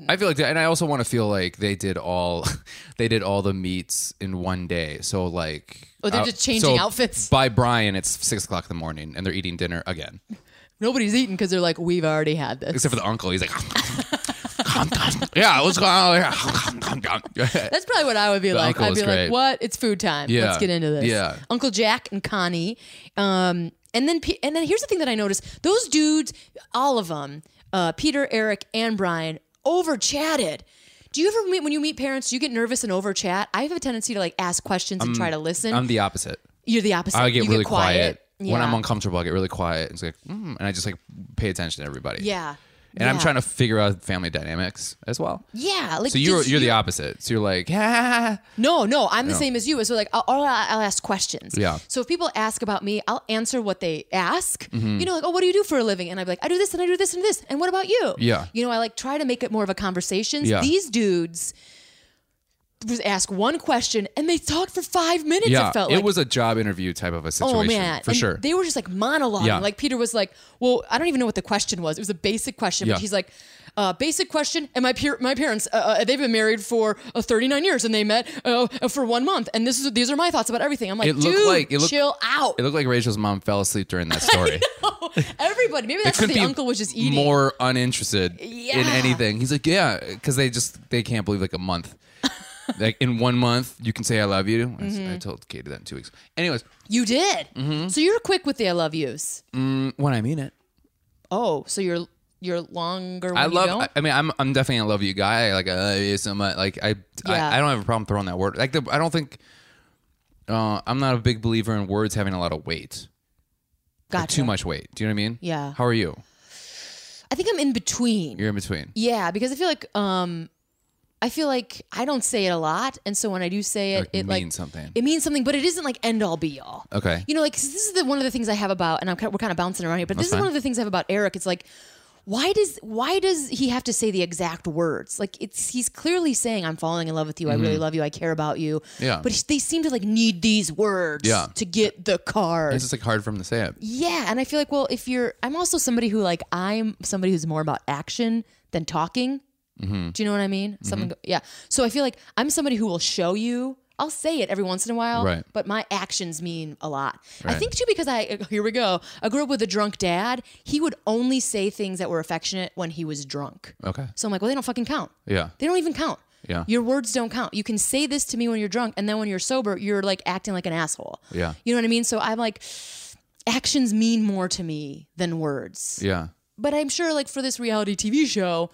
[SPEAKER 3] I feel like that, and I also want to feel like they did all, [laughs] they did all the meets in one day. So like,
[SPEAKER 2] Oh, they're
[SPEAKER 3] out-
[SPEAKER 2] just changing outfits?
[SPEAKER 3] By Brian, it's six o'clock in the morning, and they're eating dinner again.
[SPEAKER 2] Nobody's eating because they're like, we've already had this.
[SPEAKER 3] Except for the uncle, he's like, yeah, what's going on? here?"
[SPEAKER 2] That's probably what I would be like.
[SPEAKER 3] uncle
[SPEAKER 2] I'd
[SPEAKER 3] was
[SPEAKER 2] be like,
[SPEAKER 3] great.
[SPEAKER 2] "What? It's food time.
[SPEAKER 3] Yeah.
[SPEAKER 2] Let's get into this."
[SPEAKER 3] Yeah.
[SPEAKER 2] Uncle Jack and Connie, um, and then P- and then here's the thing that I noticed: those dudes, all of them, uh, Peter, Eric, and Brian, over chatted. Do you ever meet when you meet parents? Do you get nervous and over chat? I have a tendency to like ask questions and try to listen.
[SPEAKER 3] I'm the opposite.
[SPEAKER 2] You're the opposite.
[SPEAKER 3] Um, I get
[SPEAKER 2] you
[SPEAKER 3] really
[SPEAKER 2] get quiet.
[SPEAKER 3] When I'm
[SPEAKER 2] Yeah.
[SPEAKER 3] uncomfortable, I get really quiet. It's like, mm, and I just like pay attention to everybody.
[SPEAKER 2] Yeah.
[SPEAKER 3] And I'm trying to figure out family dynamics as well.
[SPEAKER 2] Yeah, like
[SPEAKER 3] So you're
[SPEAKER 2] did
[SPEAKER 3] you're
[SPEAKER 2] you-
[SPEAKER 3] the opposite. So you're like, ah.
[SPEAKER 2] No, no, I'm the same as you. So like, I'll, I'll, I'll ask questions.
[SPEAKER 3] Yeah.
[SPEAKER 2] So if people ask about me, I'll answer what they ask.
[SPEAKER 3] Mm-hmm.
[SPEAKER 2] You know, like, oh, what do you do for a living? And I'm like, I do this and I do this and this. And what about you?
[SPEAKER 3] Yeah.
[SPEAKER 2] You know, I like try to make it more of a conversation.
[SPEAKER 3] Yeah.
[SPEAKER 2] These dudes just ask one question and they talk for five minutes.
[SPEAKER 3] yeah.
[SPEAKER 2] It felt
[SPEAKER 3] it
[SPEAKER 2] like.
[SPEAKER 3] was a job interview type of a situation
[SPEAKER 2] Oh man,
[SPEAKER 3] for
[SPEAKER 2] And
[SPEAKER 3] sure.
[SPEAKER 2] They were just like monologuing.
[SPEAKER 3] Yeah.
[SPEAKER 2] Like Peter was like, "Well, I don't even know what the question was. It was a basic question."
[SPEAKER 3] Yeah.
[SPEAKER 2] But he's like, uh, "Basic question." And my peer, my parents, uh, uh, they've been married for uh, 39 years, and they met uh, uh, for one month. And this is these are my thoughts about everything. I'm like,
[SPEAKER 3] It looked
[SPEAKER 2] "Dude,
[SPEAKER 3] like- it looked-
[SPEAKER 2] chill out."
[SPEAKER 3] it looked like Rachel's mom fell asleep during that story.
[SPEAKER 2] [laughs] Everybody, maybe that's what
[SPEAKER 3] Couldn't
[SPEAKER 2] the uncle was just eating.
[SPEAKER 3] more uninterested
[SPEAKER 2] Yeah.
[SPEAKER 3] in anything. He's like, yeah, because they just they can't believe like
[SPEAKER 2] [laughs]
[SPEAKER 3] a month. like in one month, you can say I love you. I s-
[SPEAKER 2] Mm-hmm.
[SPEAKER 3] I told Katie that in two weeks. Anyways,
[SPEAKER 2] you did.
[SPEAKER 3] Mm-hmm.
[SPEAKER 2] So you're quick with the I love yous.
[SPEAKER 3] when I mean it.
[SPEAKER 2] Oh, so you're you're longer. When
[SPEAKER 3] I love.
[SPEAKER 2] You don't?
[SPEAKER 3] I, I mean, I'm I'm definitely a love you guy. Like I love you so much. Like I
[SPEAKER 2] Yeah.
[SPEAKER 3] I, I don't have a problem throwing that word. Like the, I don't think. Uh, I'm not a big believer in words having a lot of weight, Like,
[SPEAKER 2] gotcha.
[SPEAKER 3] too much weight. Do you know what I mean?
[SPEAKER 2] Yeah.
[SPEAKER 3] How are you?
[SPEAKER 2] I think I'm in between.
[SPEAKER 3] You're in between.
[SPEAKER 2] Yeah, because I feel like um I feel like I don't say it a lot, and so when I do say it,
[SPEAKER 3] Like,
[SPEAKER 2] it
[SPEAKER 3] means
[SPEAKER 2] like
[SPEAKER 3] something.
[SPEAKER 2] It means something, but it isn't like end all be all.
[SPEAKER 3] Okay.
[SPEAKER 2] You know, like 'cause this is the one of the things I have about, and I'm kind of, we're kind of bouncing around here, but this is
[SPEAKER 3] fine.
[SPEAKER 2] one of the things I have about Eric. It's like, why does why does he have to say the exact words? Like it's he's clearly saying, "I'm falling in love with you. I really love you. I care about you."
[SPEAKER 3] Mm-hmm. Yeah.
[SPEAKER 2] But they seem to like need these words
[SPEAKER 3] Yeah.
[SPEAKER 2] to get the card.
[SPEAKER 3] It's just like hard for him to say it.
[SPEAKER 2] Yeah, and I feel like well, if you're, I'm also somebody who like I'm somebody who's more about action than talking.
[SPEAKER 3] Mm-hmm.
[SPEAKER 2] Do you know what I mean? Something, yeah. So I feel like I'm somebody who will show you. I'll say it every once in a while,
[SPEAKER 3] Right.
[SPEAKER 2] but my actions mean a lot. I
[SPEAKER 3] Right.
[SPEAKER 2] think too because I [laughs] here we go. I grew up with a drunk dad. He would only say things that were affectionate when he was drunk.
[SPEAKER 3] Okay.
[SPEAKER 2] So I'm like, well, they don't fucking count.
[SPEAKER 3] Yeah.
[SPEAKER 2] They don't even count.
[SPEAKER 3] Yeah.
[SPEAKER 2] Your words don't count. You can say this to me when you're drunk, and then when you're sober, you're like acting like an asshole.
[SPEAKER 3] Yeah.
[SPEAKER 2] You know what I mean? So I'm like, actions mean more to me than words.
[SPEAKER 3] Yeah.
[SPEAKER 2] But I'm sure, like, for this reality TV show,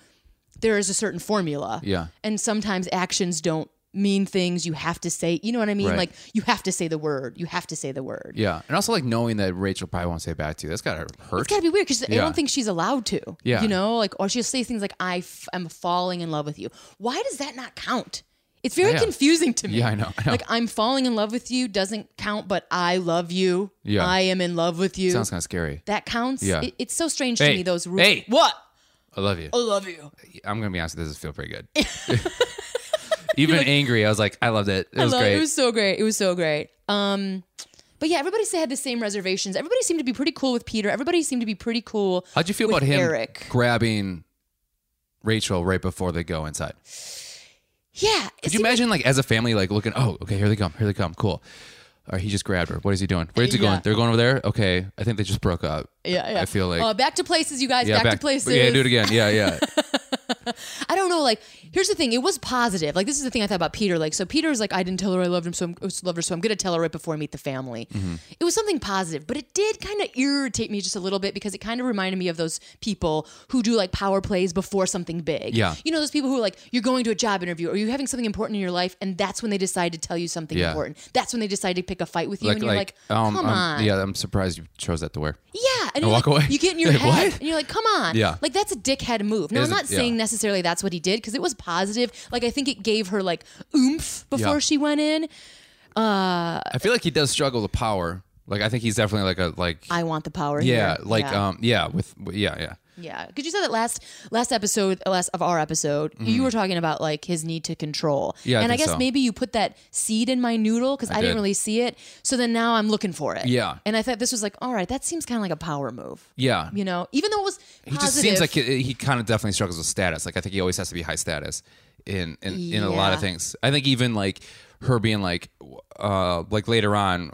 [SPEAKER 2] there is a certain formula.
[SPEAKER 3] Yeah.
[SPEAKER 2] And sometimes actions don't mean things. You have to say, you know what I mean?
[SPEAKER 3] Right.
[SPEAKER 2] Like, you have to say the word. You have to say the word.
[SPEAKER 3] Yeah. And also like knowing that Rachel probably won't say it back to you. That's gotta hurt.
[SPEAKER 2] It's got to be weird because I
[SPEAKER 3] Yeah.
[SPEAKER 2] don't think she's allowed to.
[SPEAKER 3] Yeah.
[SPEAKER 2] You know, like, or she'll say things like, I f- am falling in love with you. Why does that not count? It's very
[SPEAKER 3] Yeah.
[SPEAKER 2] confusing to me.
[SPEAKER 3] Yeah, I know, I know.
[SPEAKER 2] Like, I'm falling in love with you doesn't count, but I love you.
[SPEAKER 3] Yeah.
[SPEAKER 2] I am in love with you.
[SPEAKER 3] Sounds kind of scary.
[SPEAKER 2] that counts.
[SPEAKER 3] Yeah.
[SPEAKER 2] It- it's so strange to
[SPEAKER 3] Hey.
[SPEAKER 2] me, those rules.
[SPEAKER 3] Hey.
[SPEAKER 2] What?
[SPEAKER 3] I love you.
[SPEAKER 2] Oh. I love you. [laughs]
[SPEAKER 3] I'm gonna be honest. This is feel pretty good. Even angry, I was like, I loved it. It
[SPEAKER 2] I
[SPEAKER 3] was
[SPEAKER 2] love-
[SPEAKER 3] great.
[SPEAKER 2] It was so great. It was so great. Um, but yeah, everybody had the same reservations. Everybody seemed to be pretty cool with Peter. Everybody seemed to be pretty cool.
[SPEAKER 3] How'd you feel
[SPEAKER 2] with
[SPEAKER 3] about him
[SPEAKER 2] Eric.
[SPEAKER 3] grabbing Rachel right before they go inside?
[SPEAKER 2] Yeah.
[SPEAKER 3] Could you imagine, like, as a family, like looking, oh, okay, here they come, here they come, cool. All right, he just grabbed her. What is he doing? Where's he
[SPEAKER 2] Yeah.
[SPEAKER 3] going? They're going over there. Okay, I think they just broke up.
[SPEAKER 2] Yeah, yeah.
[SPEAKER 3] I feel like-
[SPEAKER 2] Uh, back to places, you guys.
[SPEAKER 3] Yeah,
[SPEAKER 2] back, to places.
[SPEAKER 3] Yeah, do it again.
[SPEAKER 2] [laughs]
[SPEAKER 3] Yeah, yeah.
[SPEAKER 2] I don't know. Like, here's the thing. It was positive. Like, this is the thing I thought about Peter. Like, so Peter's like, I didn't tell her I loved him, so I'm oh, loved her, so I'm gonna tell her right before I meet the family.
[SPEAKER 3] Mm-hmm.
[SPEAKER 2] It was something positive, but it did kind of irritate me just a little bit because it kind of reminded me of those people who do like power plays before something big.
[SPEAKER 3] Yeah.
[SPEAKER 2] You know, those people who are like, you're going to a job interview or you're having something important in your life, and that's when they decide to tell you something
[SPEAKER 3] Yeah.
[SPEAKER 2] important. That's when they decide to pick a fight with you, and you're like,
[SPEAKER 3] um,
[SPEAKER 2] come
[SPEAKER 3] um,
[SPEAKER 2] on.
[SPEAKER 3] Yeah, I'm surprised you chose that to wear.
[SPEAKER 2] Yeah, and, you
[SPEAKER 3] walk away?
[SPEAKER 2] You get in your
[SPEAKER 3] Like,
[SPEAKER 2] head,
[SPEAKER 3] what?
[SPEAKER 2] and you're like, "Come on!"
[SPEAKER 3] Yeah.
[SPEAKER 2] like that's a dickhead move. Now
[SPEAKER 3] It
[SPEAKER 2] I'm
[SPEAKER 3] is a-
[SPEAKER 2] not saying
[SPEAKER 3] yeah.
[SPEAKER 2] necessarily that's what he did because it was positive. Like I think it gave her like oomph before
[SPEAKER 3] Yeah.
[SPEAKER 2] she went in.
[SPEAKER 3] I feel like he does struggle with power. Like, I think he's definitely like a like.
[SPEAKER 2] I want the power. here.
[SPEAKER 3] yeah, like
[SPEAKER 2] yeah.
[SPEAKER 3] um, yeah, with yeah, yeah.
[SPEAKER 2] yeah. Because you said that last last episode, uh, last of our episode, you were talking about like his need to control.
[SPEAKER 3] Mm-hmm. Yeah, I
[SPEAKER 2] and I,
[SPEAKER 3] think
[SPEAKER 2] guess
[SPEAKER 3] so.
[SPEAKER 2] maybe you put that seed in my noodle because I, didn't
[SPEAKER 3] did.
[SPEAKER 2] really see it. So then now I'm looking for it.
[SPEAKER 3] Yeah.
[SPEAKER 2] and I thought this was like, all right, that seems kind of like a power move.
[SPEAKER 3] Yeah.
[SPEAKER 2] You know, even though it was positive,
[SPEAKER 3] He just seems like he, he kind of definitely struggles with status. Like I think he always has to be high status in in, in a lot
[SPEAKER 2] Yeah.
[SPEAKER 3] of things. I think even like her being like uh like later on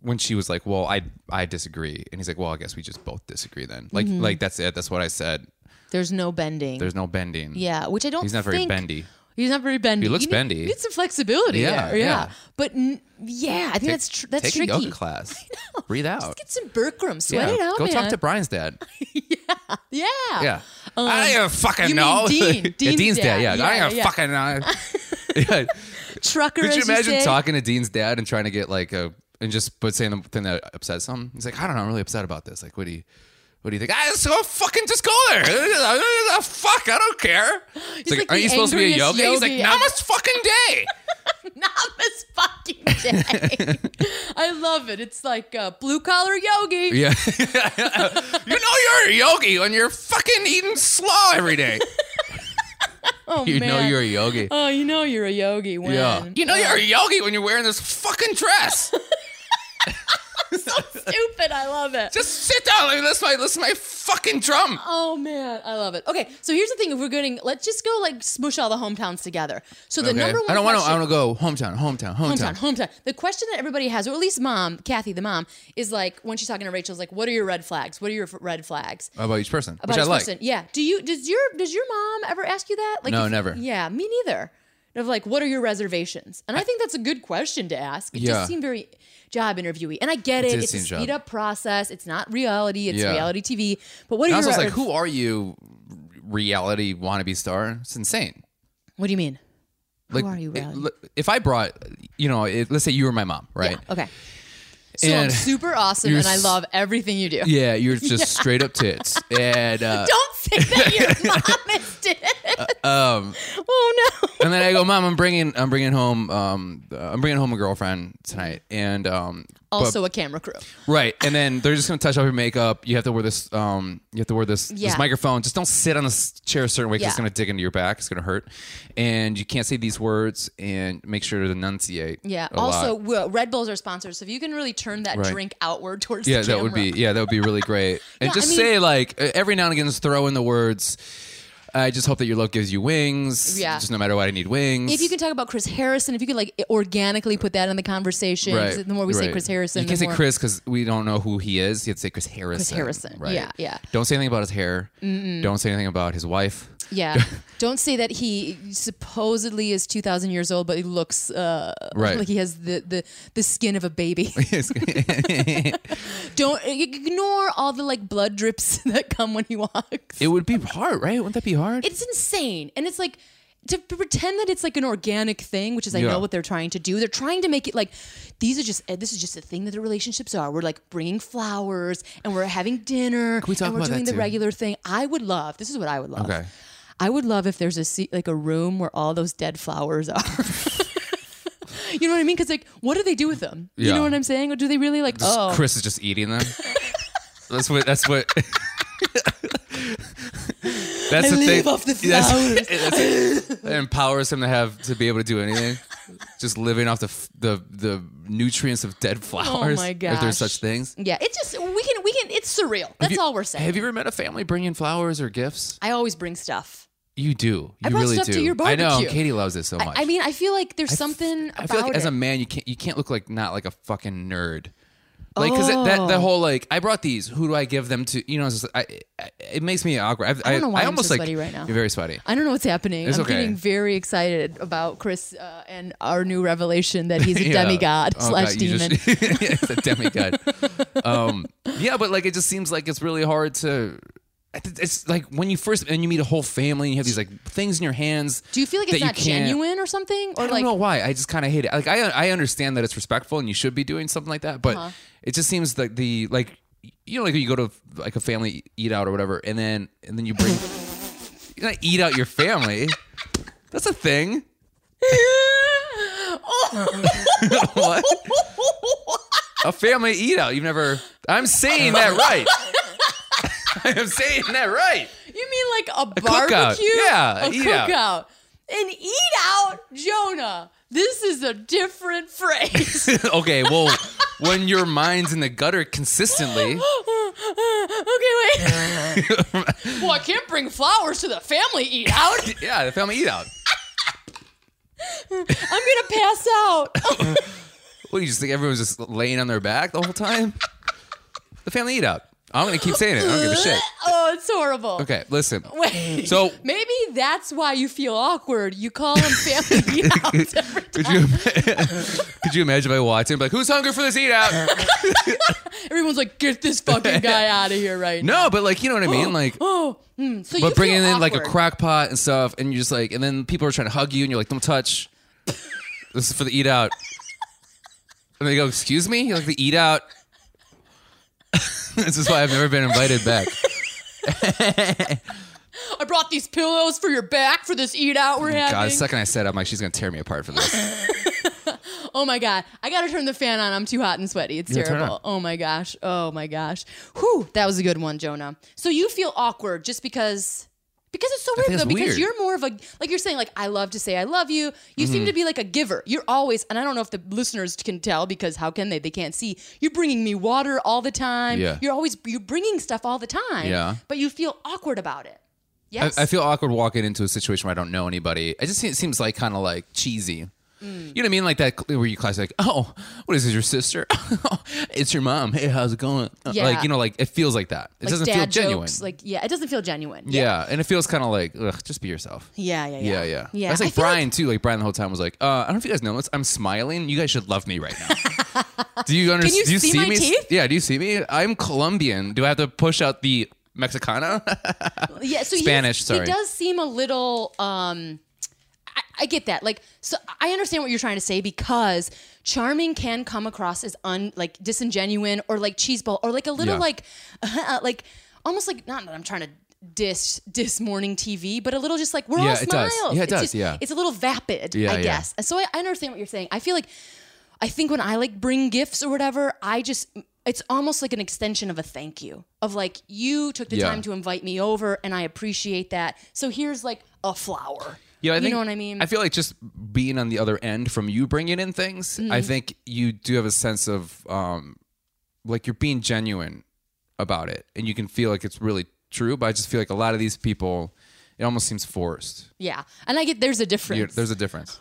[SPEAKER 3] when she was like, "Well, I I disagree." And he's like, "Well, I guess we just both disagree then." Like
[SPEAKER 2] Mm-hmm.
[SPEAKER 3] like that's it. That's what I said.
[SPEAKER 2] there's no bending.
[SPEAKER 3] There's no bending.
[SPEAKER 2] Yeah, which I don't.
[SPEAKER 3] He's not very
[SPEAKER 2] think,
[SPEAKER 3] bendy.
[SPEAKER 2] He's not very bendy.
[SPEAKER 3] He looks
[SPEAKER 2] You need-
[SPEAKER 3] bendy.
[SPEAKER 2] you Need some flexibility.
[SPEAKER 3] Yeah,
[SPEAKER 2] there. yeah.
[SPEAKER 3] yeah.
[SPEAKER 2] But n- yeah, I think that's tr- that's
[SPEAKER 3] Take
[SPEAKER 2] tricky.
[SPEAKER 3] a
[SPEAKER 2] [laughs]
[SPEAKER 3] yoga class. Breathe out.
[SPEAKER 2] Get some Berkram, sweat
[SPEAKER 3] Yeah.
[SPEAKER 2] it out,
[SPEAKER 3] Go
[SPEAKER 2] man.
[SPEAKER 3] talk to Brian's dad.
[SPEAKER 2] yeah, [laughs]
[SPEAKER 3] Yeah. I don't even fucking
[SPEAKER 2] Um, you mean
[SPEAKER 3] know.
[SPEAKER 2] Dean.
[SPEAKER 3] [laughs] Yeah,
[SPEAKER 2] Dean's
[SPEAKER 3] Dean's
[SPEAKER 2] dad.
[SPEAKER 3] dad. Yeah. I
[SPEAKER 2] Yeah,
[SPEAKER 3] don't even
[SPEAKER 2] yeah. [laughs]
[SPEAKER 3] fucking know. [laughs] yeah.
[SPEAKER 2] Trucker.
[SPEAKER 3] Could you
[SPEAKER 2] as you
[SPEAKER 3] imagine
[SPEAKER 2] [laughs] say.
[SPEAKER 3] talking to Dean's dad and trying to get like a and just but saying the thing that upsets him? He's like, I don't know, I'm really upset about this. Like, what do you, what do you think? I just go fucking just go there. [laughs] Fuck, I don't care. He's like,
[SPEAKER 2] like the
[SPEAKER 3] aren't you supposed to be a
[SPEAKER 2] angriest
[SPEAKER 3] yogi? He's like,
[SPEAKER 2] yogi.
[SPEAKER 3] namaste fucking
[SPEAKER 2] [laughs]
[SPEAKER 3] day.
[SPEAKER 2] Nama's fucking day. [laughs] I love it. It's like uh, blue collar yogi.
[SPEAKER 3] yeah, [laughs] you know you're a yogi when you're fucking eating slaw
[SPEAKER 2] [laughs]
[SPEAKER 3] every day.
[SPEAKER 2] Oh
[SPEAKER 3] You
[SPEAKER 2] man.
[SPEAKER 3] know you're a yogi.
[SPEAKER 2] Oh, Uh, you know you're a yogi when
[SPEAKER 3] yeah, you know you're a yogi when you're wearing this fucking dress.
[SPEAKER 2] Oh, stupid. I love it.
[SPEAKER 3] Just sit down. Like, that's my that's my fucking drum.
[SPEAKER 2] Oh man, I love it. Okay, so here's the thing: if we're going, let's just go like smush all the hometowns together. So the
[SPEAKER 3] Okay.
[SPEAKER 2] number one
[SPEAKER 3] I don't want to.
[SPEAKER 2] question-
[SPEAKER 3] I want to go hometown, hometown,
[SPEAKER 2] hometown,
[SPEAKER 3] hometown.
[SPEAKER 2] hometown. The question that everybody has, or at least mom, Kathy, the mom, is like when she's talking to Rachel, is like, "What are your red flags? What are your f- red flags?"
[SPEAKER 3] about each person,
[SPEAKER 2] About
[SPEAKER 3] which I
[SPEAKER 2] each
[SPEAKER 3] like.
[SPEAKER 2] person. Yeah. Do you does your does your mom ever ask you that? Like,
[SPEAKER 3] No,
[SPEAKER 2] if-
[SPEAKER 3] never.
[SPEAKER 2] Yeah, me neither. Of like, what are your reservations? And I, think that's a good question to ask. It
[SPEAKER 3] Yeah.
[SPEAKER 2] just seemed very job interviewee, and I get it.
[SPEAKER 3] did
[SPEAKER 2] It's a
[SPEAKER 3] seem job.
[SPEAKER 2] speed up process. It's not reality. It's
[SPEAKER 3] Yeah.
[SPEAKER 2] reality TV. But what are
[SPEAKER 3] And I
[SPEAKER 2] your
[SPEAKER 3] was like,
[SPEAKER 2] red-
[SPEAKER 3] who are you, reality wannabe star? It's insane.
[SPEAKER 2] What do you mean?
[SPEAKER 3] Like,
[SPEAKER 2] are you,
[SPEAKER 3] it-
[SPEAKER 2] reality?
[SPEAKER 3] li- if I brought, you know, it, let's say you were my mom, right?
[SPEAKER 2] Okay. So I'm
[SPEAKER 3] And-
[SPEAKER 2] super awesome
[SPEAKER 3] You're
[SPEAKER 2] and I
[SPEAKER 3] s-
[SPEAKER 2] love everything you do. [laughs]
[SPEAKER 3] Yeah, you're just straight up tits, and uh,
[SPEAKER 2] Don't say that your
[SPEAKER 3] [laughs]
[SPEAKER 2] mom is dead. Um, oh no.
[SPEAKER 3] and then I go, mom, I'm bringing, I'm bringing home, um, uh, I'm bringing home a girlfriend tonight, and um, but-
[SPEAKER 2] Also a camera crew.
[SPEAKER 3] right, and then they're just gonna touch up your makeup. You have to wear this, um, you have to wear this,
[SPEAKER 2] Yeah.
[SPEAKER 3] this microphone. Just don't sit on this chair a certain way because
[SPEAKER 2] Yeah.
[SPEAKER 3] it's gonna dig into your back. It's gonna hurt, and you can't say these words, and make sure to enunciate.
[SPEAKER 2] Yeah.
[SPEAKER 3] a lot.
[SPEAKER 2] Also, well, Red Bulls are sponsors, so if you can really turn that
[SPEAKER 3] Right.
[SPEAKER 2] drink outward towards the
[SPEAKER 3] Yeah, that
[SPEAKER 2] camera.
[SPEAKER 3] would be yeah, that would be really
[SPEAKER 2] [laughs]
[SPEAKER 3] great. And
[SPEAKER 2] Yeah, I
[SPEAKER 3] just
[SPEAKER 2] mean-
[SPEAKER 3] say like uh, every now and again, just throw in the words. I just hope that your love gives you wings.
[SPEAKER 2] Yeah.
[SPEAKER 3] Just no matter what, I need wings.
[SPEAKER 2] If you can talk about Chris Harrison, if you could like organically put that in the conversation, 'cause the more we say
[SPEAKER 3] right.
[SPEAKER 2] Chris Harrison,
[SPEAKER 3] you can't
[SPEAKER 2] the
[SPEAKER 3] say
[SPEAKER 2] more-
[SPEAKER 3] Chris because we don't know who he is. You have to say Chris Harrison.
[SPEAKER 2] Harrison.
[SPEAKER 3] Right.
[SPEAKER 2] Yeah, yeah.
[SPEAKER 3] Don't say anything about his hair. Don't say anything about his wife. [laughs]
[SPEAKER 2] Yeah. Don't say that he supposedly is 2,000 years old, but he looks uh,
[SPEAKER 3] Right.
[SPEAKER 2] like he has the, the, the skin of a
[SPEAKER 3] [laughs]
[SPEAKER 2] baby. Don't ignore all the like blood drips [laughs] that come when he walks.
[SPEAKER 3] It would be hard, right? Wouldn't that be hard?
[SPEAKER 2] it's insane. And it's like to pretend that it's like an organic thing, which is I
[SPEAKER 3] Yeah.
[SPEAKER 2] know what they're trying to do. They're trying to make it like these are just eh, this is just a thing that the relationships are. We're like bringing flowers and we're having dinner
[SPEAKER 3] we talk
[SPEAKER 2] and we're
[SPEAKER 3] about that
[SPEAKER 2] doing the
[SPEAKER 3] too?
[SPEAKER 2] regular thing. I would love. This is what I would love.
[SPEAKER 3] Okay.
[SPEAKER 2] I would love if there's a se- like a room where all those dead flowers are. [laughs] you know what I mean? Because like, what do they do with them? You
[SPEAKER 3] Yeah.
[SPEAKER 2] know what I'm saying? Or do they really like?
[SPEAKER 3] Just-
[SPEAKER 2] oh,
[SPEAKER 3] Chris
[SPEAKER 2] [laughs]
[SPEAKER 3] is just eating them. that's what. That's what. [laughs] That's
[SPEAKER 2] I
[SPEAKER 3] the
[SPEAKER 2] live
[SPEAKER 3] thing.
[SPEAKER 2] off the
[SPEAKER 3] Yes.
[SPEAKER 2] flowers. [laughs]
[SPEAKER 3] That's- it empowers him to have to be able to do anything. Just living off the f- the the nutrients of dead flowers.
[SPEAKER 2] Oh my
[SPEAKER 3] If there's
[SPEAKER 2] gosh.
[SPEAKER 3] such things.
[SPEAKER 2] yeah, it just we can we can. It's surreal. That's
[SPEAKER 3] you-
[SPEAKER 2] all we're saying.
[SPEAKER 3] Have you ever met a family bringing flowers or gifts?
[SPEAKER 2] I always bring stuff.
[SPEAKER 3] You do. You
[SPEAKER 2] brought
[SPEAKER 3] really
[SPEAKER 2] stuff
[SPEAKER 3] do.
[SPEAKER 2] to your
[SPEAKER 3] I know.
[SPEAKER 2] barbecue.
[SPEAKER 3] Katie loves it so
[SPEAKER 2] I-
[SPEAKER 3] much.
[SPEAKER 2] I, mean, I feel like there's something
[SPEAKER 3] I
[SPEAKER 2] about
[SPEAKER 3] feel like
[SPEAKER 2] it.
[SPEAKER 3] as a man, you can't you can't look like not like a fucking nerd. Like, cause that, that
[SPEAKER 2] Oh.
[SPEAKER 3] the whole like I brought these. Who do I give them to? You know, it's just, I, I, it makes me awkward. I've- I,
[SPEAKER 2] I don't know why I'm so
[SPEAKER 3] almost like
[SPEAKER 2] sweaty right now.
[SPEAKER 3] You're very sweaty.
[SPEAKER 2] I don't know what's happening.
[SPEAKER 3] It's
[SPEAKER 2] I'm
[SPEAKER 3] okay.
[SPEAKER 2] getting very excited about Chris uh, and our new revelation that he's a
[SPEAKER 3] [laughs] Yeah.
[SPEAKER 2] demigod
[SPEAKER 3] Oh,
[SPEAKER 2] slash
[SPEAKER 3] God, you
[SPEAKER 2] demon.
[SPEAKER 3] [laughs] just-
[SPEAKER 2] [laughs]
[SPEAKER 3] it's a demigod. um, yeah, but like it just seems like it's really hard to. It's like when you first and you meet a whole family and you have these like things in your hands.
[SPEAKER 2] Do you feel like
[SPEAKER 3] that
[SPEAKER 2] it's not
[SPEAKER 3] can't-
[SPEAKER 2] genuine or something? Or
[SPEAKER 3] I don't
[SPEAKER 2] like,
[SPEAKER 3] know [laughs] why. I just kind of hate it. Like I I understand that it's respectful and you should be doing something like that, but
[SPEAKER 2] Uh-huh.
[SPEAKER 3] it just seems like the like you know like you go to like a family eat out or whatever, and then and then you bring [laughs] you not eat out your family. That's a thing. [laughs] what? A family eat out. You've never. I'm saying that right. [laughs] I am saying that right.
[SPEAKER 2] [laughs]
[SPEAKER 3] [laughs]
[SPEAKER 2] you mean like a,
[SPEAKER 3] cookout.
[SPEAKER 2] barbecue?
[SPEAKER 3] Yeah,
[SPEAKER 2] a
[SPEAKER 3] eat out.
[SPEAKER 2] cookout. An eat out, Jonah. This is a different [laughs] phrase.
[SPEAKER 3] okay, well, when your mind's in the gutter
[SPEAKER 2] [laughs]
[SPEAKER 3] consistently, [laughs]
[SPEAKER 2] okay, wait. well, I can't bring flowers to the family eat out.
[SPEAKER 3] [laughs] yeah, the family eat out.
[SPEAKER 2] I'm gonna pass
[SPEAKER 3] [laughs]
[SPEAKER 2] out.
[SPEAKER 3] What you just think everyone's just laying on their back the whole time? The family eat out. I'm gonna keep saying it. I don't give a shit.
[SPEAKER 2] [laughs] oh, it's horrible.
[SPEAKER 3] Okay, listen.
[SPEAKER 2] [laughs] Wait.
[SPEAKER 3] So-
[SPEAKER 2] maybe that's why you feel awkward. You call them family
[SPEAKER 3] [laughs]
[SPEAKER 2] eat outs every
[SPEAKER 3] Could
[SPEAKER 2] time.
[SPEAKER 3] you [laughs] could you imagine if I walked in and be like, who's hungry for this eat out?
[SPEAKER 2] Everyone's like, get this
[SPEAKER 3] [laughs]
[SPEAKER 2] fucking guy out of here right now.
[SPEAKER 3] No, but like you know what I mean? Like
[SPEAKER 2] Oh, mm, so you
[SPEAKER 3] but bringing
[SPEAKER 2] feel
[SPEAKER 3] in like a
[SPEAKER 2] awkward.
[SPEAKER 3] crock pot and stuff, and you're just like, and then people are trying to hug you, and you're like, don't touch. this is for the eat out. And they go, excuse me? You're like, the eat out. [laughs] this is why I've never been invited back.
[SPEAKER 2] I brought these pillows for your back for this eat out we're
[SPEAKER 3] Oh God, the
[SPEAKER 2] having.
[SPEAKER 3] second I said, it, I'm like, she's gonna tear me apart for this.
[SPEAKER 2] oh my god, I gotta turn the fan on. I'm too hot and sweaty. It's
[SPEAKER 3] Yeah, turn it
[SPEAKER 2] terrible.
[SPEAKER 3] on.
[SPEAKER 2] Oh my gosh. Oh my gosh. Whew, that was a good one, Jonah. So you feel awkward just because. Because it's so
[SPEAKER 3] think
[SPEAKER 2] weird though,
[SPEAKER 3] it's
[SPEAKER 2] because
[SPEAKER 3] weird.
[SPEAKER 2] you're more of a like you're saying, like, I love to say I love you. You
[SPEAKER 3] Mm-hmm.
[SPEAKER 2] seem to be like a giver. You're always and I don't know if the listeners can tell because how can they? They can't see. You're bringing me water all the time.
[SPEAKER 3] Yeah.
[SPEAKER 2] You're always you're bringing stuff all the time.
[SPEAKER 3] Yeah.
[SPEAKER 2] But you feel awkward about it.
[SPEAKER 3] I,
[SPEAKER 2] Yes.
[SPEAKER 3] I feel awkward walking into a situation where I don't know anybody. I just it seems like kind of like cheesy.
[SPEAKER 2] Mm.
[SPEAKER 3] You know what I mean? Like that cl- where you class like, oh, what is this? Your sister? [laughs] it's your mom. Hey, how's it going? Uh,
[SPEAKER 2] Yeah.
[SPEAKER 3] Like you know, like it feels like that. It
[SPEAKER 2] like
[SPEAKER 3] doesn't
[SPEAKER 2] dad
[SPEAKER 3] feel
[SPEAKER 2] jokes,
[SPEAKER 3] genuine.
[SPEAKER 2] Like yeah, it doesn't feel genuine.
[SPEAKER 3] Yeah. and it feels kind of like, ugh, just be yourself.
[SPEAKER 2] Yeah, yeah, yeah.
[SPEAKER 3] Yeah, yeah.
[SPEAKER 2] Yeah.
[SPEAKER 3] That's
[SPEAKER 2] I
[SPEAKER 3] like
[SPEAKER 2] feel
[SPEAKER 3] Brian too. Like Brian the whole time was like, uh, I don't know if you guys know this. I'm smiling. You guys should love me right now.
[SPEAKER 2] [laughs]
[SPEAKER 3] do you understand?
[SPEAKER 2] you
[SPEAKER 3] do you
[SPEAKER 2] see my
[SPEAKER 3] me?
[SPEAKER 2] teeth?
[SPEAKER 3] Yeah. Do you see me? I'm Colombian. Do I have to push out the Mexicana?
[SPEAKER 2] yeah, so he-
[SPEAKER 3] Spanish, sorry.
[SPEAKER 2] He does seem a little. Um, I, I get that. Like, so I understand what you're trying to say because charming can come across as un like disingenuine or like cheeseball or like a little
[SPEAKER 3] Yeah.
[SPEAKER 2] like [laughs] like almost like not that I'm trying to diss diss morning TV, but a little just like we're
[SPEAKER 3] Yeah,
[SPEAKER 2] all
[SPEAKER 3] it
[SPEAKER 2] smiles.
[SPEAKER 3] does. Yeah, it
[SPEAKER 2] it's
[SPEAKER 3] does,
[SPEAKER 2] just-
[SPEAKER 3] yeah.
[SPEAKER 2] it's a little vapid,
[SPEAKER 3] Yeah,
[SPEAKER 2] I
[SPEAKER 3] yeah.
[SPEAKER 2] guess. And so I, I understand what you're saying. I feel like I think when I like bring gifts or whatever, I just it's almost like an extension of a thank you of like you took the
[SPEAKER 3] Yeah.
[SPEAKER 2] time to invite me over and I appreciate that. So here's like a flower.
[SPEAKER 3] Yeah, I
[SPEAKER 2] you
[SPEAKER 3] think,
[SPEAKER 2] know what I mean.
[SPEAKER 3] I feel like just being on the other end from you bringing in things, I
[SPEAKER 2] Mm-hmm.
[SPEAKER 3] think you do have a sense of um, like you're being genuine about it, and you can feel like it's really true. But I just feel like a lot of these people, it almost seems forced.
[SPEAKER 2] yeah, and I get there's a difference.
[SPEAKER 3] You- there's
[SPEAKER 2] [laughs]
[SPEAKER 3] a difference.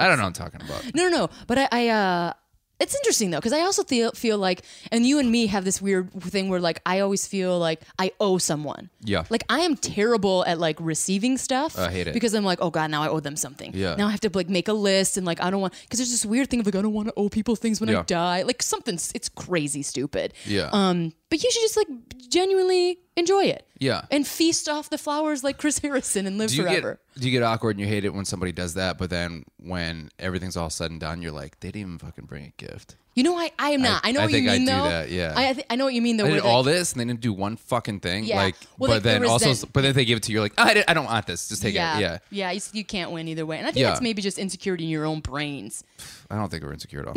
[SPEAKER 3] I don't know what I'm talking about.
[SPEAKER 2] No, no, no. But I, I uh, it's interesting though, because I also feel feel like, and you and me have this weird thing where like I always feel like I owe someone.
[SPEAKER 3] Yeah.
[SPEAKER 2] Like I am terrible at like receiving stuff.
[SPEAKER 3] I hate it.
[SPEAKER 2] because I'm like, oh god, now I owe them something.
[SPEAKER 3] Yeah.
[SPEAKER 2] Now I have to like make a list and like I don't want because there's this weird thing of like I don't want to owe people things when
[SPEAKER 3] Yeah.
[SPEAKER 2] I die. Like something's it's crazy stupid.
[SPEAKER 3] Yeah.
[SPEAKER 2] Um, but you should just like genuinely enjoy it.
[SPEAKER 3] Yeah.
[SPEAKER 2] And feast off the flowers like Chris Harrison and live
[SPEAKER 3] do you
[SPEAKER 2] forever.
[SPEAKER 3] get do you get awkward and you hate it when somebody does that, but then when everything's all said and done, you're like, they didn't even fucking bring a gift.
[SPEAKER 2] You know, I, I am not. I, know
[SPEAKER 3] I
[SPEAKER 2] what
[SPEAKER 3] think
[SPEAKER 2] you
[SPEAKER 3] I
[SPEAKER 2] mean,
[SPEAKER 3] do
[SPEAKER 2] though.
[SPEAKER 3] that, yeah.
[SPEAKER 2] I, I, th- I know what you mean, though.
[SPEAKER 3] They
[SPEAKER 2] where,
[SPEAKER 3] did all
[SPEAKER 2] like,
[SPEAKER 3] this and they didn't do one fucking thing.
[SPEAKER 2] Yeah.
[SPEAKER 3] Like,
[SPEAKER 2] Well,
[SPEAKER 3] but
[SPEAKER 2] like,
[SPEAKER 3] then
[SPEAKER 2] the
[SPEAKER 3] also,
[SPEAKER 2] resent-
[SPEAKER 3] but then they give it to you. You're like, "Oh, I, di- I don't want this. Just take
[SPEAKER 2] yeah,
[SPEAKER 3] it. Yeah.
[SPEAKER 2] yeah. You, s- you can't win either way, and I think
[SPEAKER 3] Yeah.
[SPEAKER 2] that's maybe just insecurity in your own brains. [laughs]
[SPEAKER 3] [laughs] I don't think we're insecure at all.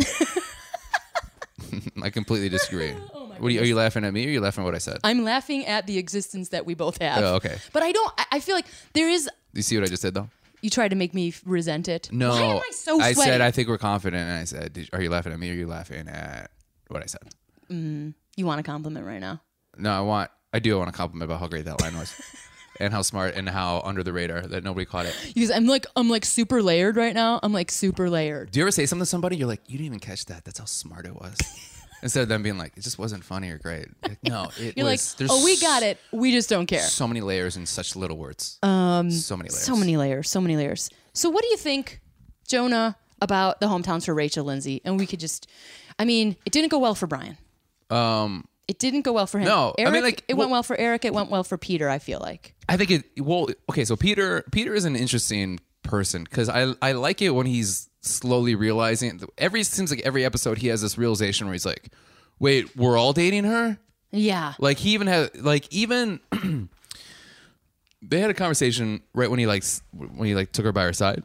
[SPEAKER 3] I completely disagree.
[SPEAKER 2] Oh my
[SPEAKER 3] What are you, are you laughing at me or are you laughing at what I said?
[SPEAKER 2] I'm laughing at the existence that we both have.
[SPEAKER 3] Oh, okay.
[SPEAKER 2] But I don't. I- I feel like there is.
[SPEAKER 3] you see what I just did though?
[SPEAKER 2] You try to make me f- resent it.
[SPEAKER 3] No.
[SPEAKER 2] Why am I so sweaty?
[SPEAKER 3] said I think we're confident, and I said, Did, "Are you laughing at me or are you laughing at what I said?"
[SPEAKER 2] you want a compliment right now?
[SPEAKER 3] No, I want. I do want to compliment about how great that
[SPEAKER 2] [laughs]
[SPEAKER 3] line was, and how smart and how under the radar that nobody caught it.
[SPEAKER 2] Because I'm like I'm like super layered right now. I'm like super layered.
[SPEAKER 3] Do you ever say something to somebody? You're like, you didn't even catch that. That's how smart
[SPEAKER 2] [laughs]
[SPEAKER 3] it was. Instead of them being like, it just wasn't funny or great. Like, no,
[SPEAKER 2] [laughs]
[SPEAKER 3] it
[SPEAKER 2] You're
[SPEAKER 3] was.
[SPEAKER 2] like, oh, we got it. We just don't care.
[SPEAKER 3] So many layers in such little words. Um, so many layers.
[SPEAKER 2] So many layers. So many layers. So what do you think, Jonah, about the hometowns for Rachel Lindsay? And we could just, I mean, it didn't go well for Brian. Um, it didn't go well for him.
[SPEAKER 3] Um, No, I
[SPEAKER 2] Eric,
[SPEAKER 3] mean, like,
[SPEAKER 2] it
[SPEAKER 3] well-
[SPEAKER 2] went well for Eric. It went well for Peter. I feel like
[SPEAKER 3] I think it. Well, okay. So Peter, Peter is an interesting person because I I like it when he's slowly realizing. Every seems like every episode he has this realization where he's like, wait, we're all dating her.
[SPEAKER 2] yeah,
[SPEAKER 3] Like he even had like even [clears throat] they had a conversation right when he like s- when he like took her by her side.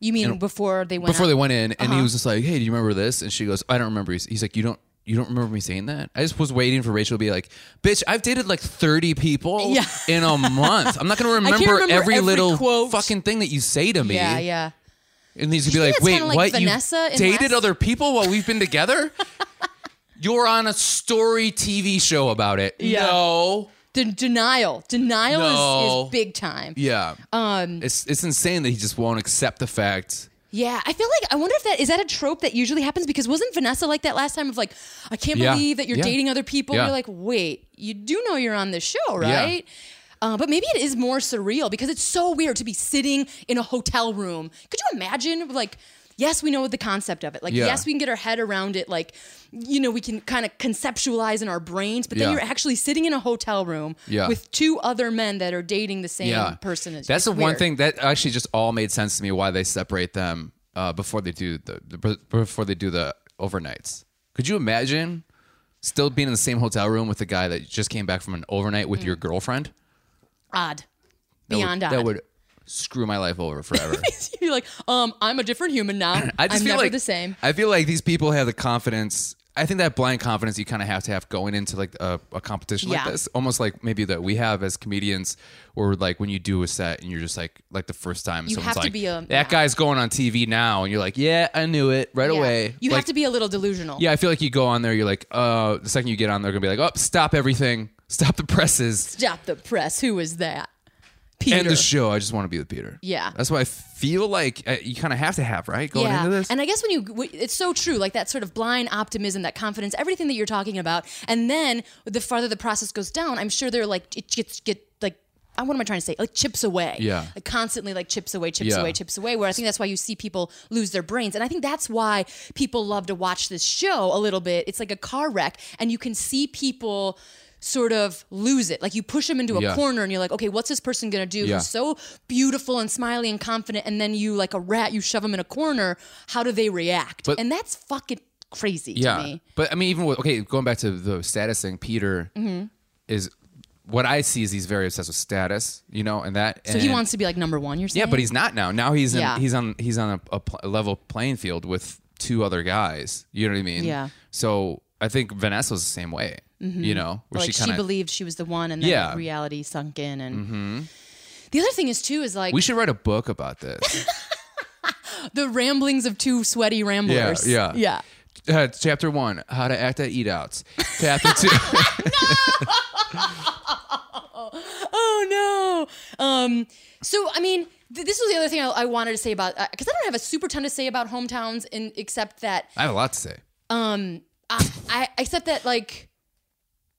[SPEAKER 2] you mean before they went
[SPEAKER 3] before
[SPEAKER 2] out?
[SPEAKER 3] they went in, and
[SPEAKER 2] Uh-huh.
[SPEAKER 3] he was just like, "Hey, do you remember this?" And she goes, "I don't remember." He's, he's like, "You don't." You don't remember me saying that? I just was waiting for Rachel to be like, "Bitch, I've dated like thirty people
[SPEAKER 2] Yeah.
[SPEAKER 3] in a month. I'm
[SPEAKER 2] [laughs]
[SPEAKER 3] not gonna remember,
[SPEAKER 2] remember
[SPEAKER 3] every,
[SPEAKER 2] every
[SPEAKER 3] little
[SPEAKER 2] quote."
[SPEAKER 3] Fucking thing that you say to me."
[SPEAKER 2] yeah, yeah.
[SPEAKER 3] And he's gonna
[SPEAKER 2] think
[SPEAKER 3] be like,
[SPEAKER 2] that's
[SPEAKER 3] "Wait,
[SPEAKER 2] kinda like
[SPEAKER 3] what?
[SPEAKER 2] Vanessa
[SPEAKER 3] you
[SPEAKER 2] in
[SPEAKER 3] dated
[SPEAKER 2] Last-
[SPEAKER 3] other people while we've been together?
[SPEAKER 2] [laughs]
[SPEAKER 3] You're on a story TV show about it?
[SPEAKER 2] Yeah.
[SPEAKER 3] No,
[SPEAKER 2] The denial, denial is,
[SPEAKER 3] No.
[SPEAKER 2] is big time.
[SPEAKER 3] yeah. Um, it's it's insane that he just won't accept the fact."
[SPEAKER 2] Yeah, I feel like I wonder if that is that a trope that usually happens because wasn't Vanessa like that last time of like I can't
[SPEAKER 3] Yeah.
[SPEAKER 2] believe that you're
[SPEAKER 3] Yeah.
[SPEAKER 2] dating other people.
[SPEAKER 3] Yeah.
[SPEAKER 2] You're like, wait, you do know you're on this show, right? Uh, but maybe it is more surreal because it's so weird to be sitting in a hotel room. Could you imagine like? Yes, we know the concept of it. Like,
[SPEAKER 3] Yeah.
[SPEAKER 2] yes, we can get our head around it. Like, you know, we can kind of conceptualize in our brains. But then
[SPEAKER 3] Yeah.
[SPEAKER 2] you're actually sitting in a hotel room
[SPEAKER 3] Yeah.
[SPEAKER 2] with two other men that are dating the same person. It's-
[SPEAKER 3] That's
[SPEAKER 2] it's
[SPEAKER 3] the one
[SPEAKER 2] weird.
[SPEAKER 3] thing that actually just all made sense to me why they separate them uh, before they do the, the before they do the overnights. Could you imagine still being in the same hotel room with the guy that just came back from an overnight
[SPEAKER 2] Mm.
[SPEAKER 3] with your girlfriend?
[SPEAKER 2] odd,
[SPEAKER 3] That would-
[SPEAKER 2] beyond odd.
[SPEAKER 3] That would screw my life over forever.
[SPEAKER 2] [laughs] You're like, um, I'm a different human now.
[SPEAKER 3] [clears throat] I just
[SPEAKER 2] am
[SPEAKER 3] feel
[SPEAKER 2] never
[SPEAKER 3] like
[SPEAKER 2] the same.
[SPEAKER 3] I feel like these people have the confidence. I think that blind confidence you kind of have to have going into like a, a competition
[SPEAKER 2] Yeah.
[SPEAKER 3] like this, almost like maybe that we have as comedians, where like when you do a set and you're just like like the first time someone's
[SPEAKER 2] have to
[SPEAKER 3] like,
[SPEAKER 2] be a-
[SPEAKER 3] that
[SPEAKER 2] yeah.
[SPEAKER 3] guy's going on TV now, and you're like, yeah, I knew it right
[SPEAKER 2] Yeah.
[SPEAKER 3] away.
[SPEAKER 2] You
[SPEAKER 3] Like,
[SPEAKER 2] have to be a little delusional.
[SPEAKER 3] Yeah, I feel like you go on there, you're like, uh, the second you get on, they're gonna be like, oh, stop everything, stop the presses,
[SPEAKER 2] Stop the press. Who is that? Peter.
[SPEAKER 3] end the show. I just want to be with Peter.
[SPEAKER 2] Yeah.
[SPEAKER 3] that's what I feel like uh, you kind of have to have right going
[SPEAKER 2] yeah.
[SPEAKER 3] into this.
[SPEAKER 2] And I guess when you, w- it's so true, like that sort of blind optimism, that confidence, everything that you're talking about. And then the farther the process goes down, I'm sure they're like, it gets, get like, uh, what am I trying to say? Like chips away.
[SPEAKER 3] Yeah.
[SPEAKER 2] Like constantly like chips away, chips
[SPEAKER 3] Yeah.
[SPEAKER 2] away, chips away. Where I think that's why you see people lose their brains. And I think that's why people love to watch this show a little bit. It's like a car wreck and you can see people sort of lose it. Like you push them into a
[SPEAKER 3] Yeah.
[SPEAKER 2] corner and you're like, okay, what's this person going to do?
[SPEAKER 3] Yeah.
[SPEAKER 2] Who's so beautiful and smiley and confident, and then you like a rat, you shove them in a corner. How do they react?
[SPEAKER 3] But-
[SPEAKER 2] and that's fucking crazy to me.
[SPEAKER 3] But I mean, even with, okay, going back to the status thing, Peter
[SPEAKER 2] Mm-hmm.
[SPEAKER 3] is what I see is he's very obsessed with status, you know, and that.
[SPEAKER 2] So he wants to be like number one. You're saying,
[SPEAKER 3] Yeah, but he's not now. Now he's in,
[SPEAKER 2] Yeah.
[SPEAKER 3] he's on he's on a, a pl- a level playing field with two other guys. You know what I mean?
[SPEAKER 2] Yeah. Mm-hmm.
[SPEAKER 3] So I think Vanessa was the same way. You know, where
[SPEAKER 2] like she,
[SPEAKER 3] she kind of.
[SPEAKER 2] believed she was the one, and then
[SPEAKER 3] Yeah. Mm-hmm.
[SPEAKER 2] reality sunk in. And the other thing is too is like
[SPEAKER 3] we should write a book about
[SPEAKER 2] [laughs]
[SPEAKER 3] this.
[SPEAKER 2] the ramblings of two sweaty
[SPEAKER 3] yeah,
[SPEAKER 2] ramblers.
[SPEAKER 3] yeah,
[SPEAKER 2] yeah.
[SPEAKER 3] Uh, chapter one: How to act at eat outs. Chapter two. [laughs]
[SPEAKER 2] Oh no. Um. So I mean, th- this was the other thing I, I wanted to say about because I don't have a super ton to say about hometowns, in, except that
[SPEAKER 3] I have a lot to say.
[SPEAKER 2] I, Ah, I except that like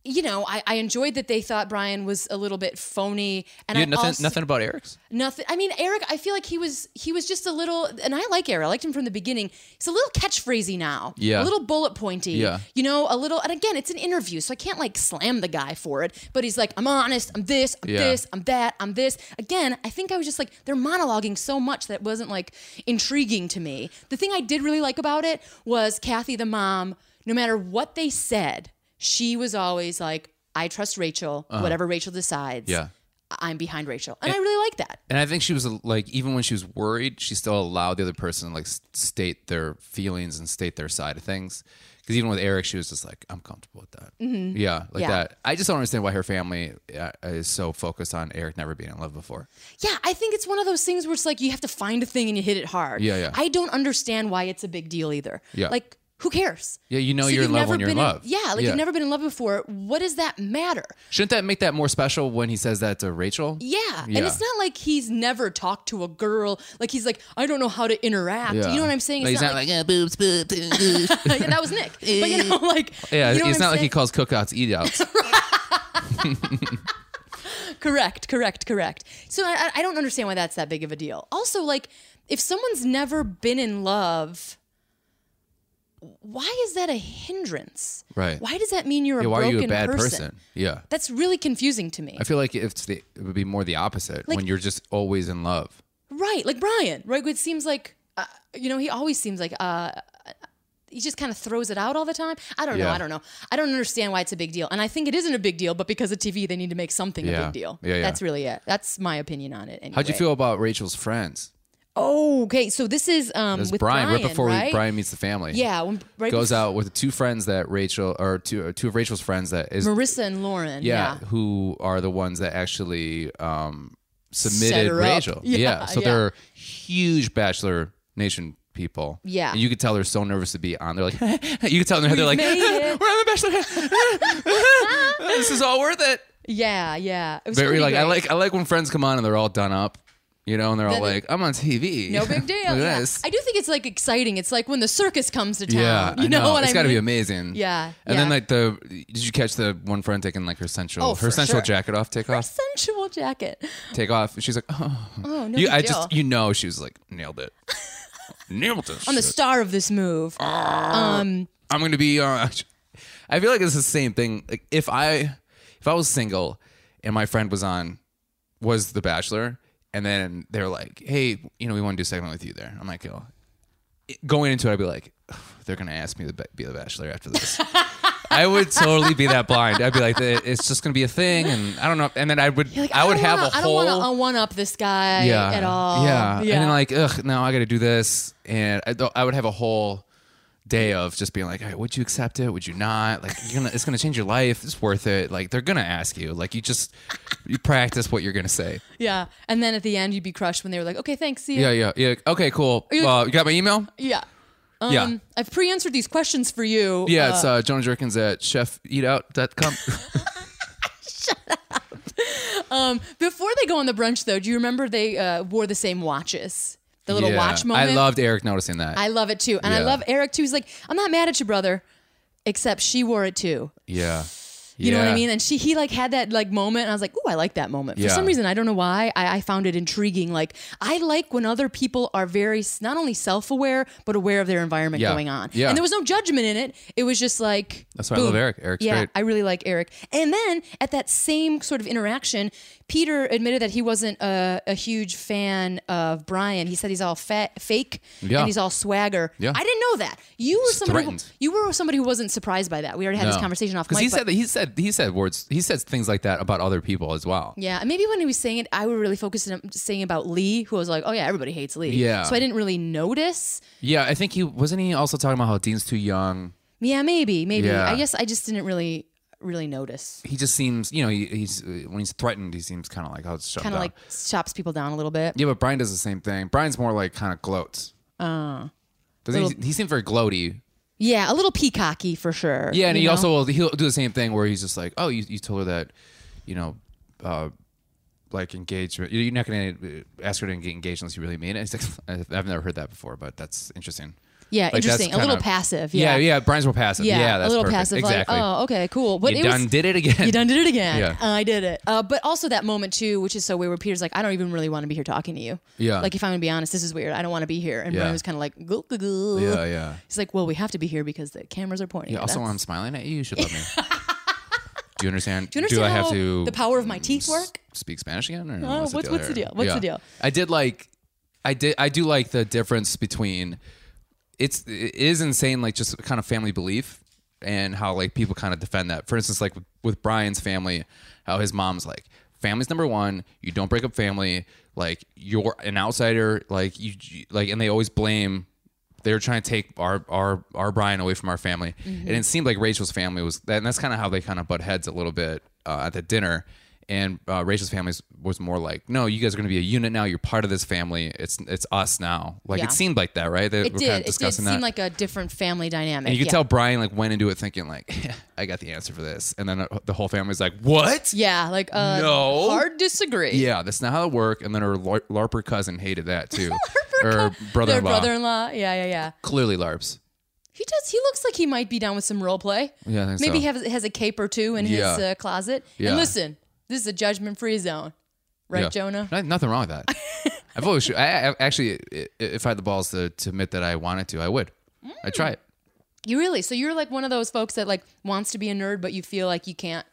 [SPEAKER 2] you know I, I enjoyed that they thought brian was a little bit phony and I
[SPEAKER 3] You had nothing,
[SPEAKER 2] also-
[SPEAKER 3] nothing about Eric's.
[SPEAKER 2] nothing i mean eric i feel like he was he was just a little and i like eric i liked him from the beginning he's a little catchphrasy now a
[SPEAKER 3] Yeah.
[SPEAKER 2] little bullet pointy
[SPEAKER 3] Yeah.
[SPEAKER 2] you know a little and again it's an interview so i can't like slam the guy for it but he's like i'm honest i'm this i'm
[SPEAKER 3] Yeah.
[SPEAKER 2] this i'm that i'm this again i think i was just like they're monologuing so much that wasn't like intriguing to me the thing i did really like about it was kathy the mom no matter what they said she was always like i trust rachel whatever rachel decides
[SPEAKER 3] Uh-huh. Yeah.
[SPEAKER 2] i'm behind rachel and i really like that
[SPEAKER 3] And I think she was uh, like, even when she was worried, she still allowed the other person to like s- state their feelings and state their side of things. Because even with Eric, she was just like, I'm comfortable with that. Yeah, like
[SPEAKER 2] Mm-hmm. Yeah.
[SPEAKER 3] that. I just don't understand why her family uh, is so focused on Eric never being in love before.
[SPEAKER 2] Yeah, I think it's one of those things where it's like you have to find a thing and you hit it hard.
[SPEAKER 3] Yeah, yeah.
[SPEAKER 2] I don't understand why it's a big deal either.
[SPEAKER 3] Yeah.
[SPEAKER 2] Like, who cares?
[SPEAKER 3] Yeah, you know
[SPEAKER 2] So
[SPEAKER 3] you're
[SPEAKER 2] you've
[SPEAKER 3] in love
[SPEAKER 2] never
[SPEAKER 3] when you're in
[SPEAKER 2] been
[SPEAKER 3] love.
[SPEAKER 2] yeah, like you've never been in love before. What does that matter?
[SPEAKER 3] Shouldn't that make that more special when he says that to Rachel?
[SPEAKER 2] Yeah. And
[SPEAKER 3] Yeah.
[SPEAKER 2] it's not like he's never talked to a girl. Like he's like, I don't know how to interact.
[SPEAKER 3] Yeah.
[SPEAKER 2] You know what I'm saying?
[SPEAKER 3] Like, he's not like, "Yeah, boobs, boobs, boobs."
[SPEAKER 2] [laughs] yeah, that was Nick. But you
[SPEAKER 3] [laughs]
[SPEAKER 2] know, like,
[SPEAKER 3] yeah,
[SPEAKER 2] you know what
[SPEAKER 3] it's not
[SPEAKER 2] I'm
[SPEAKER 3] like he
[SPEAKER 2] saying?
[SPEAKER 3] calls cookouts
[SPEAKER 2] [laughs]
[SPEAKER 3] eatouts.
[SPEAKER 2] Correct, correct, correct. So I, I don't understand why that's that big of a deal. Also, like, if someone's never been in love, why is that a hindrance?
[SPEAKER 3] Right.
[SPEAKER 2] Why does that mean you're a
[SPEAKER 3] Yeah, why are
[SPEAKER 2] broken
[SPEAKER 3] you a bad
[SPEAKER 2] person?
[SPEAKER 3] person? Yeah.
[SPEAKER 2] That's really confusing to me.
[SPEAKER 3] I feel like it's the, it would be more the opposite
[SPEAKER 2] Like-
[SPEAKER 3] when you're just always in love.
[SPEAKER 2] right, like Brian, right? It seems like, uh, you know, he always seems like uh, he just kind of throws it out all the time. I don't know.
[SPEAKER 3] Yeah.
[SPEAKER 2] I don't know. I don't understand why it's a big deal. And I think it isn't a big deal, but because of TV, they need to make something a
[SPEAKER 3] Yeah.
[SPEAKER 2] big deal.
[SPEAKER 3] Yeah, yeah.
[SPEAKER 2] That's really it. That's my opinion on it. Anyway.
[SPEAKER 3] How'd you feel about Rachel's friends?
[SPEAKER 2] Oh, okay. So this is um
[SPEAKER 3] It was
[SPEAKER 2] with
[SPEAKER 3] Brian,
[SPEAKER 2] Brian,
[SPEAKER 3] right before we-
[SPEAKER 2] right?
[SPEAKER 3] Brian meets the family.
[SPEAKER 2] Yeah, when, right.
[SPEAKER 3] goes
[SPEAKER 2] before-
[SPEAKER 3] out with two friends that Rachel or two uh, two of Rachel's friends that is
[SPEAKER 2] Marissa and Lauren.
[SPEAKER 3] yeah,
[SPEAKER 2] Yeah.
[SPEAKER 3] who are the ones that actually um, submitted
[SPEAKER 2] her up.
[SPEAKER 3] Rachel.
[SPEAKER 2] [laughs] Yeah,
[SPEAKER 3] so
[SPEAKER 2] yeah.
[SPEAKER 3] they're huge Bachelor Nation people.
[SPEAKER 2] Yeah.
[SPEAKER 3] and you could tell they're so nervous to be on. They're like, [laughs] you could tell them they're like, [laughs]
[SPEAKER 2] made it.
[SPEAKER 3] we're on the Bachelor. [laughs] this is all worth it.
[SPEAKER 2] Yeah, yeah. It was
[SPEAKER 3] Very
[SPEAKER 2] pretty
[SPEAKER 3] like I
[SPEAKER 2] great.
[SPEAKER 3] like I like when friends come on and they're all done up, you know, and they're all
[SPEAKER 2] Then-
[SPEAKER 3] like, I'm on TV.
[SPEAKER 2] No big deal.
[SPEAKER 3] [laughs] Look at
[SPEAKER 2] yeah.
[SPEAKER 3] this.
[SPEAKER 2] I do think it's like exciting. It's like when the circus comes to town.
[SPEAKER 3] Yeah,
[SPEAKER 2] you know,
[SPEAKER 3] I know.
[SPEAKER 2] what
[SPEAKER 3] It's
[SPEAKER 2] I
[SPEAKER 3] gotta be
[SPEAKER 2] mean?
[SPEAKER 3] amazing.
[SPEAKER 2] Yeah,
[SPEAKER 3] And then
[SPEAKER 2] yeah.
[SPEAKER 3] like the did you catch the one friend taking like her sensual
[SPEAKER 2] Oh,
[SPEAKER 3] her
[SPEAKER 2] for
[SPEAKER 3] sensual
[SPEAKER 2] sure.
[SPEAKER 3] jacket off take off
[SPEAKER 2] [laughs] sensual jacket.
[SPEAKER 3] take off and she's like oh,
[SPEAKER 2] Oh no!
[SPEAKER 3] you,
[SPEAKER 2] big
[SPEAKER 3] I
[SPEAKER 2] deal.
[SPEAKER 3] just you know she was like
[SPEAKER 2] [laughs]
[SPEAKER 3] nailed it nailed it
[SPEAKER 2] I'm the star of this move. Um,
[SPEAKER 3] I'm gonna be uh, [laughs] I feel like it's the same thing like if I if I was single and my friend was on was The Bachelor and then they're like hey you know we want to do a segment with you there I'm like oh going into it I'd be like "Ugh, they're gonna ask me to be- be The Bachelor after [laughs] this. I would totally be that blind. I'd be like, it's just gonna be a thing, and I don't know. And then I would,
[SPEAKER 2] like,
[SPEAKER 3] I would
[SPEAKER 2] don't
[SPEAKER 3] have
[SPEAKER 2] wanna-
[SPEAKER 3] a
[SPEAKER 2] I
[SPEAKER 3] whole.
[SPEAKER 2] don't want to one up this guy at all.
[SPEAKER 3] Yeah. And then like, ugh, now I got to do this, and I, th- I would have a whole day of just being like, all right, would you accept it? Would you not? Like, you're gonna, it's gonna change your life. It's worth it. Like, they're gonna ask you. Like, you just you practice what you're gonna say.
[SPEAKER 2] yeah. And then at the end, you'd be crushed when they were like, "Okay, thanks, see ya."
[SPEAKER 3] Yeah, yeah, yeah. Okay, cool.
[SPEAKER 2] you-
[SPEAKER 3] Uh, you got my email?
[SPEAKER 2] yeah.
[SPEAKER 3] yeah,
[SPEAKER 2] Um, I've pre-answered these questions for you.
[SPEAKER 3] yeah.
[SPEAKER 2] Uh,
[SPEAKER 3] it's uh, Jonah Jerkins
[SPEAKER 2] [laughs]
[SPEAKER 3] at chefeatout.com.
[SPEAKER 2] Before they go on the brunch, though, do you remember they uh, wore the same watches? The little
[SPEAKER 3] [laughs] Yeah.
[SPEAKER 2] watch moment.
[SPEAKER 3] I loved Eric noticing that.
[SPEAKER 2] I love it too, and I
[SPEAKER 3] Yeah.
[SPEAKER 2] love Eric too. He's like, I'm not mad at you, brother, except she wore it too.
[SPEAKER 3] yeah.
[SPEAKER 2] You know what I mean? And she, he like had that like moment, and I was like, "Ooh, I like that moment." For
[SPEAKER 3] Yeah.
[SPEAKER 2] some reason, I don't know why, I, I found it intriguing. Like, I like when other people are very s- not only self-aware but aware of their environment
[SPEAKER 3] Yeah.
[SPEAKER 2] going on.
[SPEAKER 3] Yeah.
[SPEAKER 2] And there was no judgment in it. It was just like
[SPEAKER 3] That's why I love Eric. Eric's
[SPEAKER 2] yeah,
[SPEAKER 3] great.
[SPEAKER 2] I really like Eric. And then at that same sort of interaction, Peter admitted that he wasn't a, a huge fan of Brian. He said he's all fa- fake
[SPEAKER 3] Yeah.
[SPEAKER 2] and he's all swagger.
[SPEAKER 3] Yeah.
[SPEAKER 2] I didn't know that. You were somebody. Who,
[SPEAKER 3] threatened.
[SPEAKER 2] you were somebody who wasn't surprised by that. We already had this
[SPEAKER 3] No.
[SPEAKER 2] conversation off mic.
[SPEAKER 3] he
[SPEAKER 2] but-
[SPEAKER 3] said that he said he said words he said things like that about other people as well.
[SPEAKER 2] Yeah, and maybe when he was saying it, I was really focused on saying about Lee, who I was like, oh yeah, everybody hates Lee.
[SPEAKER 3] Yeah.
[SPEAKER 2] So I didn't really notice.
[SPEAKER 3] Yeah, I think he wasn't he also talking about how Dean's too young.
[SPEAKER 2] Yeah, maybe, maybe.
[SPEAKER 3] Yeah.
[SPEAKER 2] I guess I just didn't really, really notice.
[SPEAKER 3] He just seems, you know, he, he's uh, when he's threatened, he seems kind of like oh, it's shut
[SPEAKER 2] Kind of
[SPEAKER 3] down.
[SPEAKER 2] like chops people down a little bit.
[SPEAKER 3] yeah, but Brian does the same thing. Brian's more like kind of gloats. Uh,
[SPEAKER 2] little-
[SPEAKER 3] he, he seems very gloaty.
[SPEAKER 2] Yeah, a little peacocky for sure.
[SPEAKER 3] Yeah, and
[SPEAKER 2] you
[SPEAKER 3] he
[SPEAKER 2] know?
[SPEAKER 3] also will he'll do the same thing where he's just like, oh, you, you told her that, you know, uh, like engagement. You're not gonna uh, ask her to get engaged unless you really mean it. It's like, [laughs] I've never heard that before, but that's interesting.
[SPEAKER 2] Yeah,
[SPEAKER 3] that's
[SPEAKER 2] interesting. A little
[SPEAKER 3] kinda-
[SPEAKER 2] passive.
[SPEAKER 3] Yeah,
[SPEAKER 2] Yeah.
[SPEAKER 3] yeah. Brian's more passive. Yeah,
[SPEAKER 2] Yeah,
[SPEAKER 3] that's
[SPEAKER 2] a little
[SPEAKER 3] perfect.
[SPEAKER 2] passive.
[SPEAKER 3] Exactly.
[SPEAKER 2] Like, oh, okay, cool. But
[SPEAKER 3] you
[SPEAKER 2] it was-
[SPEAKER 3] done did it again.
[SPEAKER 2] You done did it again.
[SPEAKER 3] Yeah.
[SPEAKER 2] I did it. Uh, but also that moment too, which is so weird. Where Peter's like, I don't even really want to be here talking to you.
[SPEAKER 3] Yeah.
[SPEAKER 2] Like if I'm gonna be honest, this is weird. I don't want to be here. And
[SPEAKER 3] Yeah.
[SPEAKER 2] Brian was kind of like, "Goo, goo, goo."
[SPEAKER 3] [laughs] Yeah, yeah.
[SPEAKER 2] He's like, well, we have to be here because the cameras are pointing.
[SPEAKER 3] Yeah,
[SPEAKER 2] at
[SPEAKER 3] also,
[SPEAKER 2] us.
[SPEAKER 3] when I'm smiling at you, you should love me. Do you
[SPEAKER 2] [laughs]
[SPEAKER 3] understand?
[SPEAKER 2] Do you understand
[SPEAKER 3] I have
[SPEAKER 2] how
[SPEAKER 3] to
[SPEAKER 2] the power of my teeth
[SPEAKER 3] s-
[SPEAKER 2] work?
[SPEAKER 3] Speak Spanish again? Or
[SPEAKER 2] Oh,
[SPEAKER 3] what's the
[SPEAKER 2] what's-
[SPEAKER 3] deal?
[SPEAKER 2] what's the
[SPEAKER 3] here?
[SPEAKER 2] deal? What's the deal?
[SPEAKER 3] I did like, I did, I do like the difference between. It's it is insane, like just kind of family belief and how like people kind of defend that. For instance, like with Brian's family, how his mom's like, family's number one. You don't break up family. Like you're an outsider. Like you, you- like, and they always blame They were trying to take our our our Brian away from our family, and it seemed like Rachel's family was. And that's kind of how they kind of butt heads a little bit uh, at the dinner. And uh, Rachel's family was- was more like, "No, you guys are going to be a unit now. You're part of this family. It's it's us now." Like
[SPEAKER 2] Yeah.
[SPEAKER 3] it seemed like that, right? They
[SPEAKER 2] It
[SPEAKER 3] were
[SPEAKER 2] did.
[SPEAKER 3] kind of
[SPEAKER 2] It did
[SPEAKER 3] discussing
[SPEAKER 2] seem
[SPEAKER 3] that.
[SPEAKER 2] like a different family dynamic.
[SPEAKER 3] and you could
[SPEAKER 2] yeah.
[SPEAKER 3] tell Brian like went into it thinking like, [laughs] "I got the answer for this," and then uh, the whole family's like, "What?"
[SPEAKER 2] Yeah, like uh,
[SPEAKER 3] No.
[SPEAKER 2] hard disagree.
[SPEAKER 3] Yeah, that's not how it work. And then her lar- LARPer cousin
[SPEAKER 2] [laughs]
[SPEAKER 3] hated that too. her brother
[SPEAKER 2] Their
[SPEAKER 3] in law.
[SPEAKER 2] brother-in-law. Yeah, yeah, yeah.
[SPEAKER 3] Clearly LARPs.
[SPEAKER 2] He does. He looks like he might be down with some role play.
[SPEAKER 3] Yeah, I think
[SPEAKER 2] Maybe
[SPEAKER 3] so.
[SPEAKER 2] has has a cape or two in
[SPEAKER 3] Yeah.
[SPEAKER 2] his uh, closet.
[SPEAKER 3] Yeah.
[SPEAKER 2] And listen, this is a judgment-free zone, right,
[SPEAKER 3] Yeah.
[SPEAKER 2] Jonah?
[SPEAKER 3] No- nothing wrong with that.
[SPEAKER 2] [laughs]
[SPEAKER 3] I've always, I, I, actually, i- if I had the balls to, to admit that I wanted to, I would. I'd try it.
[SPEAKER 2] Mm. You really? So you're like one of those folks that like wants to be a nerd, but you feel like you can't.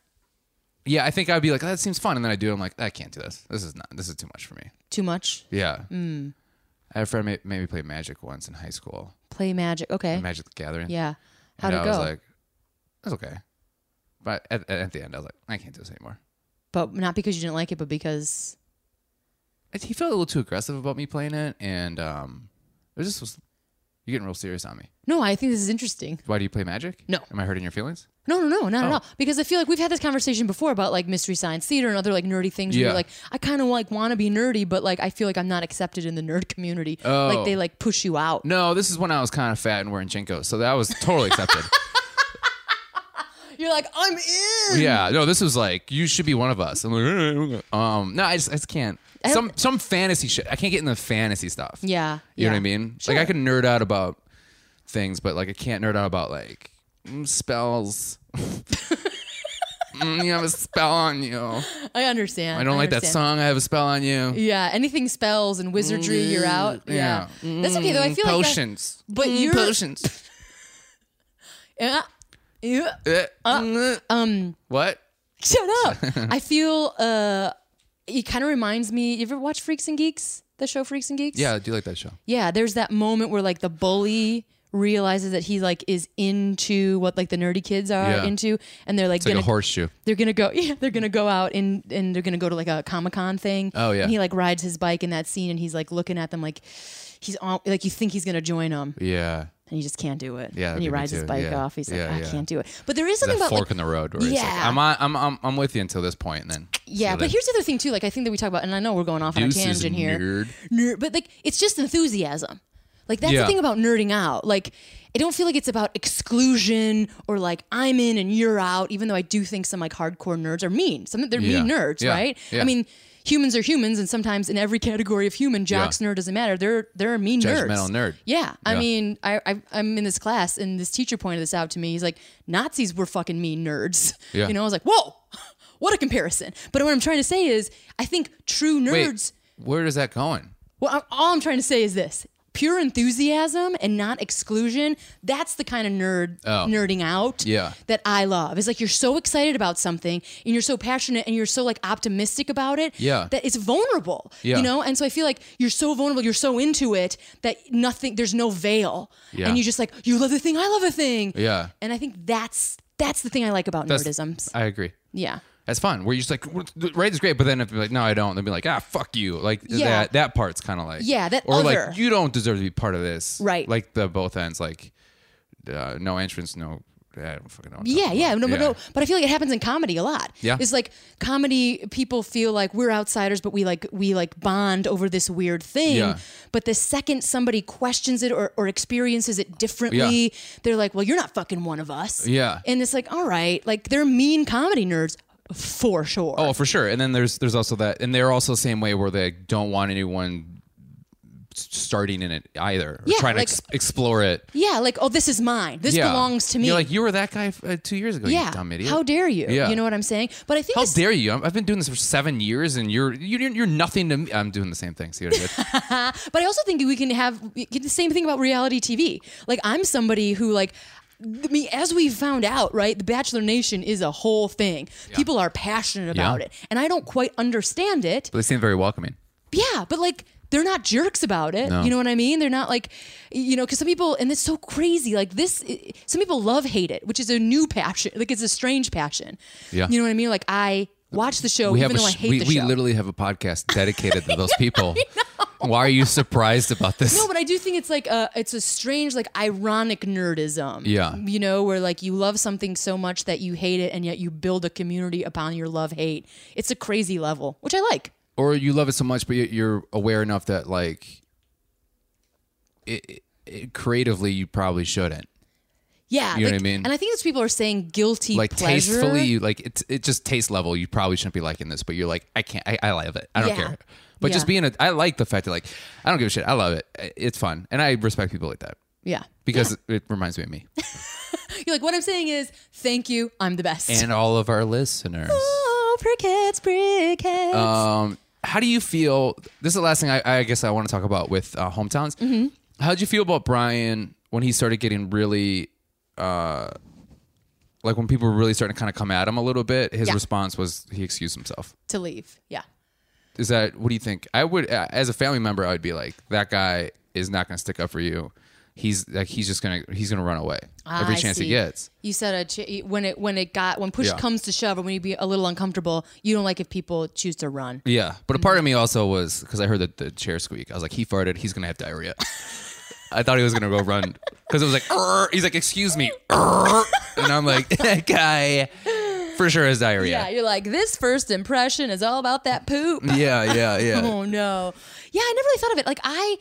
[SPEAKER 3] Yeah, I think I'd be like, "Oh, that seems fun. And then I do it. I'm like, I can't do this. This is not, this is too much for me.
[SPEAKER 2] Too much.
[SPEAKER 3] Yeah.
[SPEAKER 2] Mm.
[SPEAKER 3] I had a friend ma- made me play Magic once in high school,
[SPEAKER 2] Play magic. Okay.
[SPEAKER 3] Magic the Gathering.
[SPEAKER 2] Yeah. How'd
[SPEAKER 3] and
[SPEAKER 2] it
[SPEAKER 3] I
[SPEAKER 2] go?
[SPEAKER 3] was like, that's okay. But at, at- at the end, I was like, I can't do this anymore.
[SPEAKER 2] but not because you didn't like it, but because
[SPEAKER 3] he felt a little too aggressive about me playing it, and um, it just was. You're getting real serious on me.
[SPEAKER 2] no, I think this is interesting.
[SPEAKER 3] Why do you play Magic?
[SPEAKER 2] No.
[SPEAKER 3] Am I hurting your feelings?
[SPEAKER 2] No, no, no, not at
[SPEAKER 3] Oh.
[SPEAKER 2] all. Because I feel like we've had this conversation before about like mystery science theater and other like nerdy things. Where
[SPEAKER 3] Yeah.
[SPEAKER 2] you're like, I kind of like want to be nerdy, but like I feel like I'm not accepted in the nerd community.
[SPEAKER 3] Oh.
[SPEAKER 2] Like they like push you out.
[SPEAKER 3] No, this is when I was kind of fat and wearing jinkos, so that was
[SPEAKER 2] [laughs]
[SPEAKER 3] totally accepted.
[SPEAKER 2] You're like, I'm in.
[SPEAKER 3] yeah. No, this was like you should be one of us. I'm like, um, no, I just I just can't. Some some fantasy shit. I can't get in the fantasy stuff.
[SPEAKER 2] Yeah.
[SPEAKER 3] You know what
[SPEAKER 2] yeah.
[SPEAKER 3] I mean?
[SPEAKER 2] Sure.
[SPEAKER 3] Like I can nerd out about things, but like I can't nerd out about like mm, spells. mm, you have a spell on you. I
[SPEAKER 2] I understand.
[SPEAKER 3] don't like that
[SPEAKER 2] understand.
[SPEAKER 3] song. I have a spell on you.
[SPEAKER 2] Yeah, anything spells and wizardry, you're out.
[SPEAKER 3] Mm,
[SPEAKER 2] Yeah, that's okay though. I feel
[SPEAKER 3] potions. Mm,
[SPEAKER 2] but you're- Uh,
[SPEAKER 3] potions.
[SPEAKER 2] like that, yeah, yeah.
[SPEAKER 3] Uh, um, what?
[SPEAKER 2] Shut
[SPEAKER 3] [laughs]
[SPEAKER 2] up. I feel uh it kind of reminds me. You ever watch Freaks and Geeks? The show Freaks and Geeks?
[SPEAKER 3] Yeah, I do like that show.
[SPEAKER 2] Yeah, there's that moment where like the bully realizes that he like is into what like the nerdy kids are
[SPEAKER 3] Yeah.
[SPEAKER 2] into and they're like
[SPEAKER 3] It's like
[SPEAKER 2] gonna
[SPEAKER 3] a horseshoe.
[SPEAKER 2] they're gonna go [laughs] yeah they're gonna go out and and they're gonna go to like a comic-con thing
[SPEAKER 3] Oh, yeah.
[SPEAKER 2] and he like rides his bike in that scene and he's like looking at them like he's all like you think he's gonna join them
[SPEAKER 3] Yeah,
[SPEAKER 2] and he just can't do it
[SPEAKER 3] Yeah,
[SPEAKER 2] and he
[SPEAKER 3] me
[SPEAKER 2] rides his
[SPEAKER 3] too.
[SPEAKER 2] bike
[SPEAKER 3] Yeah.
[SPEAKER 2] off he's like
[SPEAKER 3] Yeah,
[SPEAKER 2] i
[SPEAKER 3] yeah.
[SPEAKER 2] can't do it but there is
[SPEAKER 3] that
[SPEAKER 2] something about
[SPEAKER 3] fork
[SPEAKER 2] like,
[SPEAKER 3] in the road. Where it's like,
[SPEAKER 2] Yeah.
[SPEAKER 3] I'm, on, I'm I'm I'm with you until this point, and then
[SPEAKER 2] yeah but here's the other thing too like i think that we talk about and i know we're going off on a
[SPEAKER 3] Deuces,
[SPEAKER 2] tangent here
[SPEAKER 3] nerd.
[SPEAKER 2] nerd, but like it's just enthusiasm. Like that's the
[SPEAKER 3] Yeah.
[SPEAKER 2] thing about nerding out. Like I don't feel like it's about exclusion or like I'm in and you're out. Even though I do think some like hardcore nerds are mean. Some they're mean
[SPEAKER 3] Yeah.
[SPEAKER 2] nerds,
[SPEAKER 3] Yeah.
[SPEAKER 2] right?
[SPEAKER 3] Yeah.
[SPEAKER 2] I mean, humans are humans, and sometimes in every category of human, jocks nerd doesn't matter. They're they're mean
[SPEAKER 3] Judgmental
[SPEAKER 2] nerds.
[SPEAKER 3] nerd.
[SPEAKER 2] Yeah, I
[SPEAKER 3] Yeah.
[SPEAKER 2] mean, I, I I'm in this class, and this teacher pointed this out to me. He's like, Nazis were fucking mean nerds.
[SPEAKER 3] Yeah.
[SPEAKER 2] You know, I was like, whoa. [laughs] What a comparison! But what I'm trying to say is, I think true
[SPEAKER 3] Wait,
[SPEAKER 2] nerds.
[SPEAKER 3] where is that going?
[SPEAKER 2] Well, I- all I'm trying to say is this: pure enthusiasm and not exclusion. That's the kind of nerd
[SPEAKER 3] Oh.
[SPEAKER 2] nerding out
[SPEAKER 3] Yeah.
[SPEAKER 2] that I love. It's like you're so excited about something and you're so passionate and you're so like optimistic about it.
[SPEAKER 3] Yeah.
[SPEAKER 2] that it's vulnerable.
[SPEAKER 3] Yeah.
[SPEAKER 2] you know. And so I feel like you're so vulnerable, you're so into it that nothing, there's no veil,
[SPEAKER 3] Yeah.
[SPEAKER 2] and you just like you love the thing, I love the thing.
[SPEAKER 3] Yeah.
[SPEAKER 2] and I think that's that's the thing I like about
[SPEAKER 3] That's-
[SPEAKER 2] nerdisms.
[SPEAKER 3] I agree.
[SPEAKER 2] yeah.
[SPEAKER 3] That's fun. Where you're just like, right is great, but then if you're like, no, I don't, they'll be like, ah, fuck you. Like
[SPEAKER 2] Yeah.
[SPEAKER 3] that that part's kind of like,
[SPEAKER 2] Yeah, that
[SPEAKER 3] or
[SPEAKER 2] other.
[SPEAKER 3] like you don't deserve to be part of this,
[SPEAKER 2] Right.
[SPEAKER 3] Like the both ends, like uh, no entrance, no. I don't fucking know. what I'm
[SPEAKER 2] Yeah,
[SPEAKER 3] talking
[SPEAKER 2] yeah,
[SPEAKER 3] about.
[SPEAKER 2] no, but no, but I feel like it happens in comedy a lot.
[SPEAKER 3] Yeah.
[SPEAKER 2] it's like comedy people feel like we're outsiders, but we like we like bond over this weird thing.
[SPEAKER 3] Yeah.
[SPEAKER 2] But the second somebody questions it or, or experiences it differently, they're like, "Well, you're not fucking one of us."
[SPEAKER 3] Yeah.
[SPEAKER 2] and it's like, all right, like they're mean comedy nerds for sure.
[SPEAKER 3] Oh, for sure. And then there's there's also that, and they're also the same way where they don't want anyone s- starting in it either, or
[SPEAKER 2] Yeah,
[SPEAKER 3] trying
[SPEAKER 2] like-
[SPEAKER 3] to ex- explore it.
[SPEAKER 2] Yeah, like oh, this is mine. This
[SPEAKER 3] Yeah.
[SPEAKER 2] belongs to me.
[SPEAKER 3] You're like you were that guy f- uh, two years ago.
[SPEAKER 2] yeah,
[SPEAKER 3] you dumb idiot.
[SPEAKER 2] how dare you?
[SPEAKER 3] Yeah.
[SPEAKER 2] You know what I'm saying? But I think
[SPEAKER 3] How
[SPEAKER 2] it's-
[SPEAKER 3] dare you? I'm- I've been doing this for seven years, and you're you're, you're nothing to me. I'm doing the same thing. See what I
[SPEAKER 2] [laughs]
[SPEAKER 3] did?
[SPEAKER 2] But I also think we can have we get the same thing about reality TV. Like I'm somebody who like I mean, as we found out, right, the Bachelor Nation is a whole thing. People are passionate
[SPEAKER 3] Yeah.
[SPEAKER 2] about it, and I don't quite understand it.
[SPEAKER 3] but they seem very welcoming.
[SPEAKER 2] Yeah, but like they're not jerks about it.
[SPEAKER 3] No.
[SPEAKER 2] You know what I mean? They're not like, you know, because some people, and it's so crazy. Like this, some people love hate it, which is a new passion. Like it's a strange passion.
[SPEAKER 3] Yeah.
[SPEAKER 2] You know what I mean? Like I watch the show,
[SPEAKER 3] We
[SPEAKER 2] even
[SPEAKER 3] have a
[SPEAKER 2] though I
[SPEAKER 3] sh-
[SPEAKER 2] hate
[SPEAKER 3] we,
[SPEAKER 2] the
[SPEAKER 3] we
[SPEAKER 2] show. [laughs]
[SPEAKER 3] literally have a podcast dedicated to those people. Why are you surprised about this?
[SPEAKER 2] No, but I do think it's like a it's a strange like ironic nerdism.
[SPEAKER 3] Yeah.
[SPEAKER 2] you know where like you love something so much that you hate it, and yet you build a community upon your love hate. It's a crazy level, which I like.
[SPEAKER 3] or you love it so much, but you- you're aware enough that like, it, it- it, creatively you probably shouldn't.
[SPEAKER 2] Yeah,
[SPEAKER 3] You know
[SPEAKER 2] like-
[SPEAKER 3] what I mean?
[SPEAKER 2] And I think that's people are saying guilty
[SPEAKER 3] Like
[SPEAKER 2] pleasure.
[SPEAKER 3] tastefully, you like it's it just taste level. You probably shouldn't be liking this, but you're like, I can't. I, I love it. I don't
[SPEAKER 2] Yeah.
[SPEAKER 3] care. But just
[SPEAKER 2] Yeah.
[SPEAKER 3] being a, I like the fact that like, I don't give a shit. I love it. I- It's fun, and I respect people like that
[SPEAKER 2] yeah,
[SPEAKER 3] because it, it reminds me of
[SPEAKER 2] [laughs]
[SPEAKER 3] me
[SPEAKER 2] you're like what I'm saying is thank you. I'm the best.
[SPEAKER 3] and all of our listeners.
[SPEAKER 2] [laughs] oh, briquettes, briquettes.
[SPEAKER 3] Um, how do you feel? This is the last thing I, I guess I want to talk about with uh, hometowns.
[SPEAKER 2] Mm-hmm.
[SPEAKER 3] How did you feel about Brian when he started getting really, uh, like when people were really starting to kind of come at him a little bit? His
[SPEAKER 2] Yeah.
[SPEAKER 3] response was he excused himself.
[SPEAKER 2] to leave. Yeah.
[SPEAKER 3] Is that what do you think? I would, uh, as a family member, I would be like, that guy is not going to stick up for you. He's like he's just gonna he's gonna run away
[SPEAKER 2] Ah, I
[SPEAKER 3] every chance
[SPEAKER 2] see.
[SPEAKER 3] he gets.
[SPEAKER 2] You said a ch- when it when it got when push
[SPEAKER 3] Yeah.
[SPEAKER 2] comes to shove, or when you be a little uncomfortable, you don't like if people choose to run.
[SPEAKER 3] Yeah, but a part
[SPEAKER 2] Mm-hmm.
[SPEAKER 3] of me also was because I heard the, the chair squeak. I was like, he farted. He's gonna have diarrhea. [laughs] I thought he was gonna go run because it was like, "Arr." he's like, excuse me, Arr. and I'm like, [laughs] that guy for sure has
[SPEAKER 2] Yeah,
[SPEAKER 3] diarrhea.
[SPEAKER 2] you're like this first impression is all about that poop.
[SPEAKER 3] Yeah, yeah, yeah, yeah.
[SPEAKER 2] [laughs]
[SPEAKER 3] [laughs]
[SPEAKER 2] Oh no. Yeah, I never really thought of it. Like I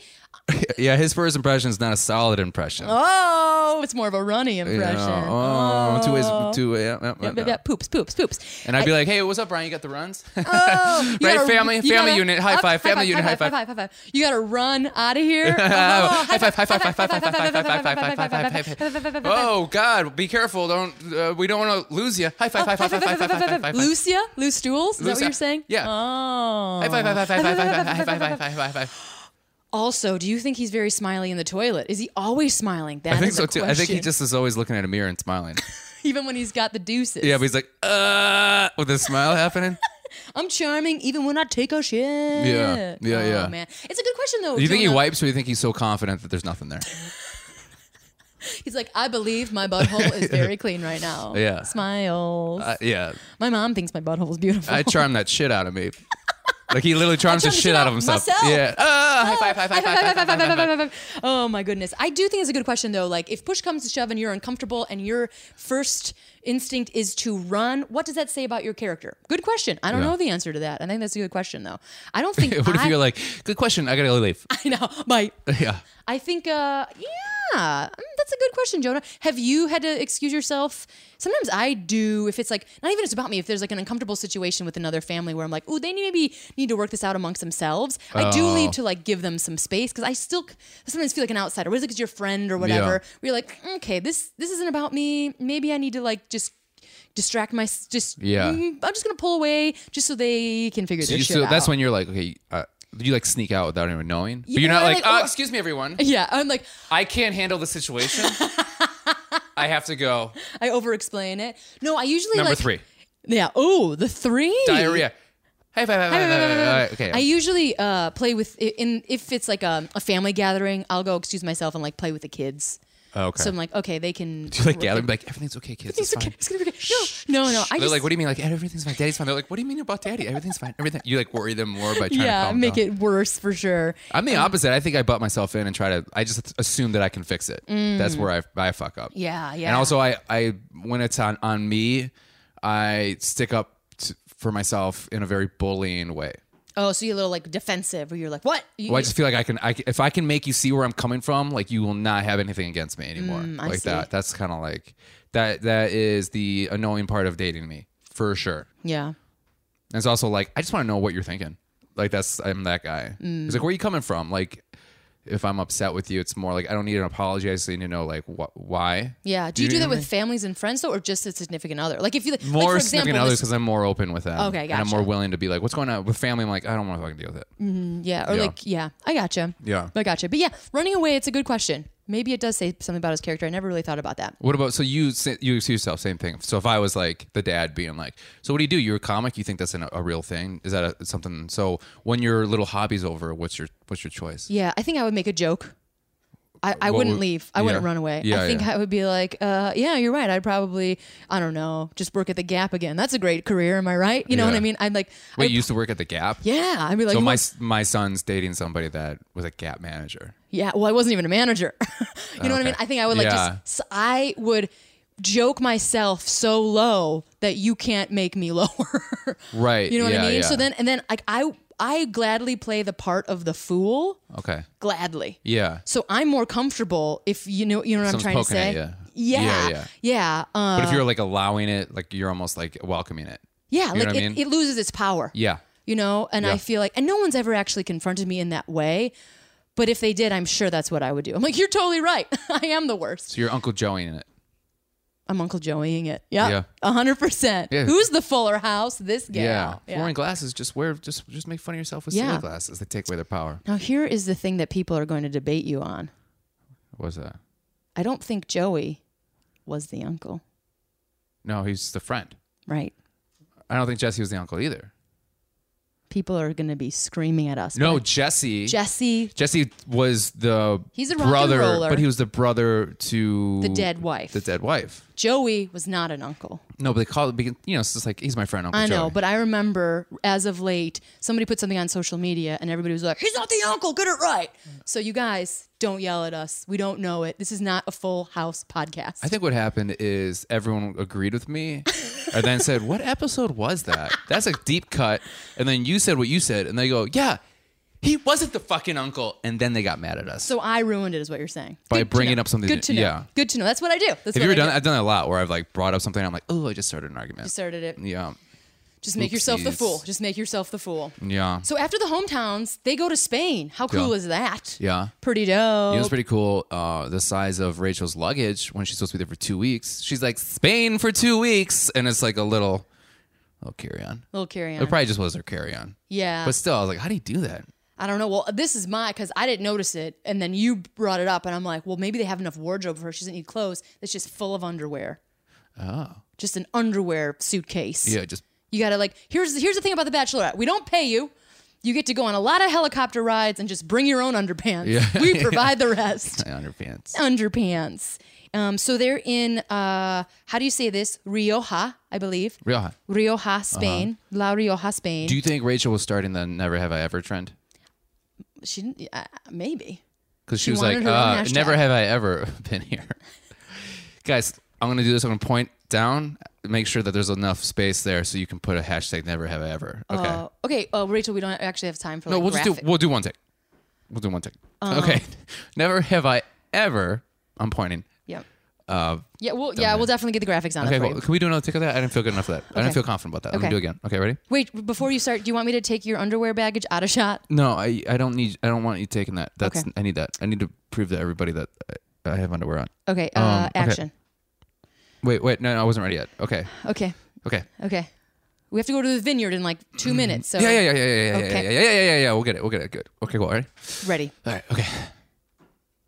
[SPEAKER 3] his first impression is not a solid impression.
[SPEAKER 2] oh, it's more of a runny
[SPEAKER 3] You know,
[SPEAKER 2] impression.
[SPEAKER 3] oh, two ways, two ways.
[SPEAKER 2] Yeah, yeah, poops, poops, poops.
[SPEAKER 3] And I'd be like, hey, what's up, Brian? You got the runs?
[SPEAKER 2] Oh, you
[SPEAKER 3] [laughs] Right,
[SPEAKER 2] gotta-
[SPEAKER 3] family-
[SPEAKER 2] you
[SPEAKER 3] family
[SPEAKER 2] gotta-
[SPEAKER 3] unit, high
[SPEAKER 2] up,
[SPEAKER 3] five, family unit,
[SPEAKER 2] high five, high five, high five. You gotta run out of
[SPEAKER 3] [laughs]
[SPEAKER 2] here. Oh, high five, high five, high five, high five, high five, high five, high five, high five.
[SPEAKER 3] oh God, be careful! Don't uh, we don't want to lose you. High five! High five! High five! High five! High five! High five!
[SPEAKER 2] Lucia, loose stools. Is that what
[SPEAKER 3] Lucia,
[SPEAKER 2] you're saying?
[SPEAKER 3] yeah.
[SPEAKER 2] Oh. Also, do you think he's very smiley in the toilet? Is he always smiling? That
[SPEAKER 3] I think
[SPEAKER 2] is
[SPEAKER 3] so
[SPEAKER 2] a
[SPEAKER 3] too. I think he
[SPEAKER 2] question.
[SPEAKER 3] just is always looking at a mirror and smiling.
[SPEAKER 2] [laughs] even when he's got the deuces.
[SPEAKER 3] Yeah, but he's like, uh, with a smile happening.
[SPEAKER 2] I'm charming even when I take a shit.
[SPEAKER 3] Yeah, yeah,
[SPEAKER 2] oh,
[SPEAKER 3] yeah.
[SPEAKER 2] Man, it's a good question though.
[SPEAKER 3] Do you think he
[SPEAKER 2] Jonah.
[SPEAKER 3] wipes, or you think he's so confident that there's nothing there?
[SPEAKER 2] He's like, I believe my butthole is very clean right now.
[SPEAKER 3] [laughs] Yeah.
[SPEAKER 2] Smiles.
[SPEAKER 3] Uh, yeah,
[SPEAKER 2] my mom thinks my butthole is beautiful.
[SPEAKER 3] I charm that shit out of me. Like he literally charms the
[SPEAKER 2] charm the
[SPEAKER 3] shit
[SPEAKER 2] shit
[SPEAKER 3] out of
[SPEAKER 2] out
[SPEAKER 3] himself.
[SPEAKER 2] myself.
[SPEAKER 3] Yeah. Uh, high five! High five! High five! High five! High five!
[SPEAKER 2] [laughs] Oh my goodness. I do think it's a good question though. Like if push comes to shove and you're uncomfortable and your first instinct is to run, what does that say about your character? Good question. I don't
[SPEAKER 3] Yeah.
[SPEAKER 2] know the answer to that. I think that's a good question though. I don't think
[SPEAKER 3] [laughs] What if
[SPEAKER 2] I, [laughs]
[SPEAKER 3] you're like, good question. I gotta go leave.
[SPEAKER 2] I know. Bye.
[SPEAKER 3] Yeah.
[SPEAKER 2] I think uh yeah. Mm, That's a good question, Jonah. Have you had to excuse yourself? Sometimes I do if it's like not even it's about me, if there's like an uncomfortable situation with another family where I'm like, "Ooh, they need- maybe need to work this out amongst themselves." I do
[SPEAKER 3] Oh.
[SPEAKER 2] leave to like give them some space cuz I still c- sometimes feel like an outsider. What is it cuz your friend or whatever? Where you're like, "Okay, this this isn't about me. Maybe I need to like just distract my just
[SPEAKER 3] Yeah.
[SPEAKER 2] mm, I'm just going to pull away just so they can figure
[SPEAKER 3] So
[SPEAKER 2] this
[SPEAKER 3] you
[SPEAKER 2] shit
[SPEAKER 3] still,
[SPEAKER 2] out."
[SPEAKER 3] that's when you're like, okay, uh, you like sneak out without anyone knowing. but you're
[SPEAKER 2] Yeah,
[SPEAKER 3] not like,
[SPEAKER 2] like,
[SPEAKER 3] oh,
[SPEAKER 2] or-
[SPEAKER 3] excuse me, everyone.
[SPEAKER 2] [laughs] [laughs] yeah, I'm like
[SPEAKER 3] I can't handle the
[SPEAKER 2] [laughs]
[SPEAKER 3] situation. I have to go.
[SPEAKER 2] I over explain it. No, I usually
[SPEAKER 3] Number
[SPEAKER 2] like
[SPEAKER 3] three,
[SPEAKER 2] Yeah. Oh, the three [laughs]
[SPEAKER 3] diarrhea. Hey, hey, hey, hey, hey, hey,
[SPEAKER 2] I
[SPEAKER 3] hey. Okay.
[SPEAKER 2] usually uh, play with in if it's like a, a family gathering, I'll go excuse myself and like play with the kids.
[SPEAKER 3] Oh, okay.
[SPEAKER 2] So I'm like, okay, they can.
[SPEAKER 3] Do you [laughs] like gather? Like everything's okay, kids. It's
[SPEAKER 2] [laughs] It's okay.
[SPEAKER 3] fine.
[SPEAKER 2] It's gonna be okay. No, no, no. I
[SPEAKER 3] They're
[SPEAKER 2] just
[SPEAKER 3] like, what do you mean? Like everything's fine. Daddy's fine. They're like, what do you mean about daddy? Everything's fine. Everything. You like worry them more by trying to
[SPEAKER 2] yeah,
[SPEAKER 3] calm
[SPEAKER 2] make
[SPEAKER 3] down.
[SPEAKER 2] it worse for sure.
[SPEAKER 3] I'm the opposite. I think I butt myself in and try to. I just assume that I can fix it. That's where I, I fuck up.
[SPEAKER 2] Mm. Yeah, yeah.
[SPEAKER 3] And also, I, I when it's on on me, I stick up t- for myself in a very bullying way.
[SPEAKER 2] Oh, so you're a little like defensive, where you're like, what? You,
[SPEAKER 3] Well, I just feel like I can. I, c- if I can make you see where I'm coming from, like you will not have anything against me anymore.
[SPEAKER 2] Mm, I
[SPEAKER 3] like
[SPEAKER 2] see.
[SPEAKER 3] that. That's kind of like that. That is the annoying part of dating me for sure.
[SPEAKER 2] yeah.
[SPEAKER 3] And it's also like I just want to know what you're thinking. Like that's I'm that guy.
[SPEAKER 2] Mm.
[SPEAKER 3] It's like where are you coming from? Like if I'm upset with you, it's more like I don't need an apology. I just need to know like wh- why.
[SPEAKER 2] Yeah. Do you
[SPEAKER 3] You
[SPEAKER 2] do
[SPEAKER 3] know
[SPEAKER 2] that
[SPEAKER 3] what I
[SPEAKER 2] with families and friends though, or just a significant other? Like if you like,
[SPEAKER 3] More
[SPEAKER 2] like for
[SPEAKER 3] significant
[SPEAKER 2] example,
[SPEAKER 3] others
[SPEAKER 2] this-
[SPEAKER 3] because I'm more open with them.
[SPEAKER 2] Okay,
[SPEAKER 3] And I'm
[SPEAKER 2] gotcha. Mm.
[SPEAKER 3] more willing to be like, what's going on with family? I'm like, I don't want to fucking deal with it.
[SPEAKER 2] yeah, or
[SPEAKER 3] Yeah.
[SPEAKER 2] like, yeah, I gotcha.
[SPEAKER 3] Yeah.
[SPEAKER 2] I gotcha. But yeah, running away, it's a good question. Maybe it does say something about his character. I never really thought about that.
[SPEAKER 3] What about so you say- you excuse yourself? Same thing. So if I was like the dad being like, so what do you do? You're a comic. You think that's an, a real thing? Is that a, something? So when your little hobby's over, what's your what's your choice?
[SPEAKER 2] Yeah, I think I would make a joke. I, I
[SPEAKER 3] What
[SPEAKER 2] wouldn't
[SPEAKER 3] would-
[SPEAKER 2] leave. I
[SPEAKER 3] yeah.
[SPEAKER 2] wouldn't run away.
[SPEAKER 3] Yeah,
[SPEAKER 2] I think
[SPEAKER 3] yeah.
[SPEAKER 2] I would be like, uh, yeah, you're right. I'd probably, I don't know, just work at the Gap again. That's a great career. Am I right? You know what
[SPEAKER 3] Yeah.
[SPEAKER 2] I mean? I'd like,
[SPEAKER 3] Wait,
[SPEAKER 2] I'd-
[SPEAKER 3] you used to work at the Gap?
[SPEAKER 2] yeah. I'd be like,
[SPEAKER 3] So
[SPEAKER 2] "You
[SPEAKER 3] my
[SPEAKER 2] want-
[SPEAKER 3] s- my son's dating somebody that was a Gap manager.
[SPEAKER 2] Yeah, well, I wasn't even a manager. [laughs] you know what I
[SPEAKER 3] Okay.
[SPEAKER 2] mean? I think I would like
[SPEAKER 3] Yeah.
[SPEAKER 2] just, s- I would joke myself so low that you can't make me [laughs] lower.
[SPEAKER 3] Right,
[SPEAKER 2] You know what
[SPEAKER 3] yeah,
[SPEAKER 2] I mean?
[SPEAKER 3] yeah.
[SPEAKER 2] So then, and then like I, I gladly play the part of the fool,
[SPEAKER 3] Okay.
[SPEAKER 2] gladly.
[SPEAKER 3] Yeah.
[SPEAKER 2] So I'm more comfortable if you know, you know what
[SPEAKER 3] Someone's
[SPEAKER 2] I'm trying to
[SPEAKER 3] poking at
[SPEAKER 2] say.
[SPEAKER 3] you.
[SPEAKER 2] Yeah, yeah,
[SPEAKER 3] Yeah, yeah.
[SPEAKER 2] yeah. Uh,
[SPEAKER 3] But if you're like allowing it, like you're almost like welcoming it.
[SPEAKER 2] yeah,
[SPEAKER 3] you know
[SPEAKER 2] like
[SPEAKER 3] what I
[SPEAKER 2] it,
[SPEAKER 3] mean?
[SPEAKER 2] it loses its power.
[SPEAKER 3] Yeah.
[SPEAKER 2] you know and i
[SPEAKER 3] Yeah.
[SPEAKER 2] feel like and no one's ever actually confronted me in that way but if they did i'm sure that's what i would do i'm like you're totally right [laughs] i am the worst
[SPEAKER 3] So you're Uncle Joey in it.
[SPEAKER 2] i'm uncle joeying it yeah
[SPEAKER 3] Yeah.
[SPEAKER 2] a 100%
[SPEAKER 3] Yeah.
[SPEAKER 2] who's the fuller house this gal
[SPEAKER 3] If Wearing glasses, just wear just just make fun of yourself with
[SPEAKER 2] Yeah.
[SPEAKER 3] silly glasses. They take away their power.
[SPEAKER 2] now here is the thing that people are going to debate you on
[SPEAKER 3] What was that?
[SPEAKER 2] i don't think joey was the uncle
[SPEAKER 3] No, he's the friend.
[SPEAKER 2] right
[SPEAKER 3] I don't think Jesse was the uncle either.
[SPEAKER 2] people are going to be screaming at us
[SPEAKER 3] No,
[SPEAKER 2] but
[SPEAKER 3] Jesse.
[SPEAKER 2] jesse
[SPEAKER 3] Jesse was the
[SPEAKER 2] He's a rock and
[SPEAKER 3] brother,
[SPEAKER 2] roller.
[SPEAKER 3] but he was the brother to
[SPEAKER 2] The dead wife.
[SPEAKER 3] The dead wife.
[SPEAKER 2] joey was not an uncle
[SPEAKER 3] No, but they call it. You know, it's just like he's my friend, Uncle
[SPEAKER 2] I know,
[SPEAKER 3] Joey.
[SPEAKER 2] but I remember as of late, somebody put something on social media and everybody was like, he's not the uncle, get it right. So you guys don't yell at us. We don't know it. This is not a full house podcast.
[SPEAKER 3] I think what happened is everyone agreed with me and then said, What episode was that? That's a deep cut. And then you said what you said, and they go, Yeah, he wasn't the fucking uncle. And then they got mad at us.
[SPEAKER 2] so I ruined it, is what you're saying.
[SPEAKER 3] By
[SPEAKER 2] Good to
[SPEAKER 3] bringing
[SPEAKER 2] know.
[SPEAKER 3] up something
[SPEAKER 2] Good
[SPEAKER 3] that-
[SPEAKER 2] to know.
[SPEAKER 3] yeah.
[SPEAKER 2] Good to know. That's what I do. That's what
[SPEAKER 3] Have you
[SPEAKER 2] I
[SPEAKER 3] ever done
[SPEAKER 2] do.
[SPEAKER 3] that? I've done that a lot where I've like brought up something, and I'm like, Oh, I just started an
[SPEAKER 2] I
[SPEAKER 3] argument.
[SPEAKER 2] started it.
[SPEAKER 3] Yeah.
[SPEAKER 2] Just make yourself the
[SPEAKER 3] Oopsies.
[SPEAKER 2] fool. Just make yourself the fool.
[SPEAKER 3] Yeah.
[SPEAKER 2] So after the hometowns, they go to Spain. How cool
[SPEAKER 3] Yeah.
[SPEAKER 2] is that?
[SPEAKER 3] Yeah.
[SPEAKER 2] Pretty dope.
[SPEAKER 3] It was pretty cool. Uh, the size of Rachel's luggage when she's supposed to be there for two weeks. She's like, Spain for two weeks. And it's like a little, little carry on.
[SPEAKER 2] Little carry on.
[SPEAKER 3] It probably just was her carry on.
[SPEAKER 2] yeah.
[SPEAKER 3] But still, I was like, How do you do that?
[SPEAKER 2] I don't know. Well, this is my because I didn't notice it, and then you brought it up, and I'm like, well, maybe they have enough wardrobe for her. She doesn't need clothes. That's just full of underwear. Oh. Just an underwear suitcase.
[SPEAKER 3] Yeah, just
[SPEAKER 2] You gotta like here's here's the thing about the Bachelorette. We don't pay you. You get to go on a lot of helicopter rides and just bring your own underpants.
[SPEAKER 3] Yeah. [laughs]
[SPEAKER 2] We provide the rest.
[SPEAKER 3] underpants.
[SPEAKER 2] Underpants. Um, so they're in uh, how do you say this? Rioja, I believe.
[SPEAKER 3] Real hot.
[SPEAKER 2] Rioja, Spain. La Rioja, Spain.
[SPEAKER 3] Uh-huh. Do you think Rachel was starting the never have I ever trend?
[SPEAKER 2] she didn't, uh, maybe.
[SPEAKER 3] Because she,
[SPEAKER 2] She
[SPEAKER 3] was like,
[SPEAKER 2] wanted her own
[SPEAKER 3] uh,
[SPEAKER 2] hashtag.
[SPEAKER 3] never have I ever [laughs] been here. Guys, I'm going to do this. I'm going to point down, make sure that there's enough space there so you can put a hashtag never have I ever. Okay.
[SPEAKER 2] Uh, okay, uh, Rachel, we don't actually have time for
[SPEAKER 3] no,
[SPEAKER 2] like,
[SPEAKER 3] we'll
[SPEAKER 2] graphic. Uh-huh.
[SPEAKER 3] just do, we'll do one take. We'll do one take. okay. [laughs] never have I ever, I'm pointing.
[SPEAKER 2] yeah,
[SPEAKER 3] Uh,
[SPEAKER 2] yeah, we'll yeah, we'll definitely get the graphics on
[SPEAKER 3] okay,
[SPEAKER 2] it for
[SPEAKER 3] well,
[SPEAKER 2] you.
[SPEAKER 3] can we do another take of that? I didn't feel good enough for that. I
[SPEAKER 2] Okay.
[SPEAKER 3] didn't feel confident about that. I'm
[SPEAKER 2] Okay. Mm-hmm.
[SPEAKER 3] going to do it again. Okay, ready?
[SPEAKER 2] Wait, before you start, do you want me to take your underwear baggage out of shot?
[SPEAKER 3] No, I, I don't need I don't want you taking that. That's
[SPEAKER 2] Okay.
[SPEAKER 3] I need that. I need to prove to everybody that I, I have underwear on.
[SPEAKER 2] Okay,
[SPEAKER 3] Um,
[SPEAKER 2] uh,
[SPEAKER 3] okay.
[SPEAKER 2] action.
[SPEAKER 3] Wait, wait, no, no, I wasn't ready yet. Okay,
[SPEAKER 2] Okay.
[SPEAKER 3] okay.
[SPEAKER 2] okay, We have to go to the vineyard in like two minutes. So
[SPEAKER 3] Mm-hmm. Yeah, yeah, yeah, yeah, yeah, yeah,
[SPEAKER 2] Okay.
[SPEAKER 3] yeah, yeah, yeah, yeah, yeah, yeah. We'll get it. We'll get it. Good. Okay, cool. All right.
[SPEAKER 2] ready,
[SPEAKER 3] All right. Okay.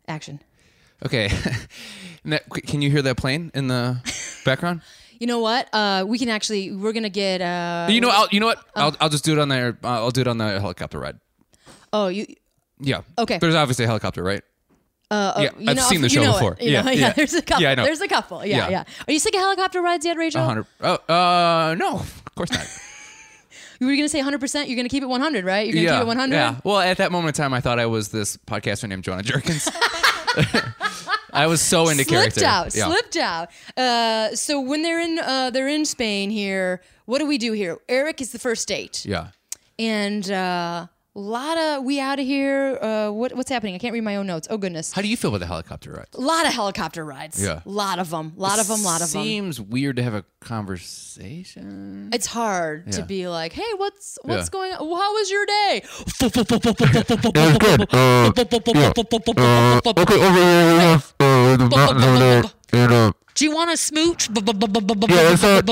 [SPEAKER 2] action.
[SPEAKER 3] Okay. [laughs] And that- can you hear that plane in
[SPEAKER 2] [laughs]
[SPEAKER 3] the background?
[SPEAKER 2] You know what? Uh, we can actually we're gonna get. Uh,
[SPEAKER 3] you know, I'll, you know what? I'll, I'll just do it on there. Uh, I'll do it on the helicopter ride.
[SPEAKER 2] oh, you.
[SPEAKER 3] Yeah.
[SPEAKER 2] Okay.
[SPEAKER 3] There's obviously a helicopter, right?
[SPEAKER 2] Uh,
[SPEAKER 3] Yeah,
[SPEAKER 2] oh, you
[SPEAKER 3] I've
[SPEAKER 2] know,
[SPEAKER 3] seen the
[SPEAKER 2] you
[SPEAKER 3] show
[SPEAKER 2] know it,
[SPEAKER 3] before.
[SPEAKER 2] you
[SPEAKER 3] Yeah,
[SPEAKER 2] know, [laughs] yeah,
[SPEAKER 3] yeah.
[SPEAKER 2] There's a couple.
[SPEAKER 3] Yeah, I know.
[SPEAKER 2] There's a couple. Yeah, yeah,
[SPEAKER 3] Yeah.
[SPEAKER 2] Are you sick of helicopter rides yet, Rachel?
[SPEAKER 3] A hundred. Oh, uh, no. Of course
[SPEAKER 2] [laughs]
[SPEAKER 3] not.
[SPEAKER 2] You were gonna say 100. percent You're gonna keep it 100, right? You're gonna
[SPEAKER 3] yeah.
[SPEAKER 2] keep it 100.
[SPEAKER 3] Yeah. Well, at that moment in time, I thought I was this podcaster named Jonah
[SPEAKER 2] [laughs]
[SPEAKER 3] Jerkins. [laughs] I was so into
[SPEAKER 2] slipped
[SPEAKER 3] character.
[SPEAKER 2] out,
[SPEAKER 3] Yeah.
[SPEAKER 2] slipped out. Uh, so when they're in, uh, they're in Spain here. What do we do here? Eric is the first date,
[SPEAKER 3] Yeah.
[SPEAKER 2] and uh, Lotta, we out of here. Uh, what, what's happening? I can't read my own notes. Oh goodness,
[SPEAKER 3] How do you feel about the helicopter ride?
[SPEAKER 2] a lot of helicopter rides.
[SPEAKER 3] Yeah.
[SPEAKER 2] lot of them, lot of them, lot of them.
[SPEAKER 3] Seems weird to have a conversation.
[SPEAKER 2] It's hard to
[SPEAKER 3] Yeah.
[SPEAKER 2] be like, hey, what's what's
[SPEAKER 3] Yeah.
[SPEAKER 2] going on? How was your day?
[SPEAKER 4] It was good. Uh, yeah. Uh, okay, over here, yeah, uh, the mountain over there, and, uh,
[SPEAKER 2] Do you want a smooch?
[SPEAKER 4] yeah, it's a,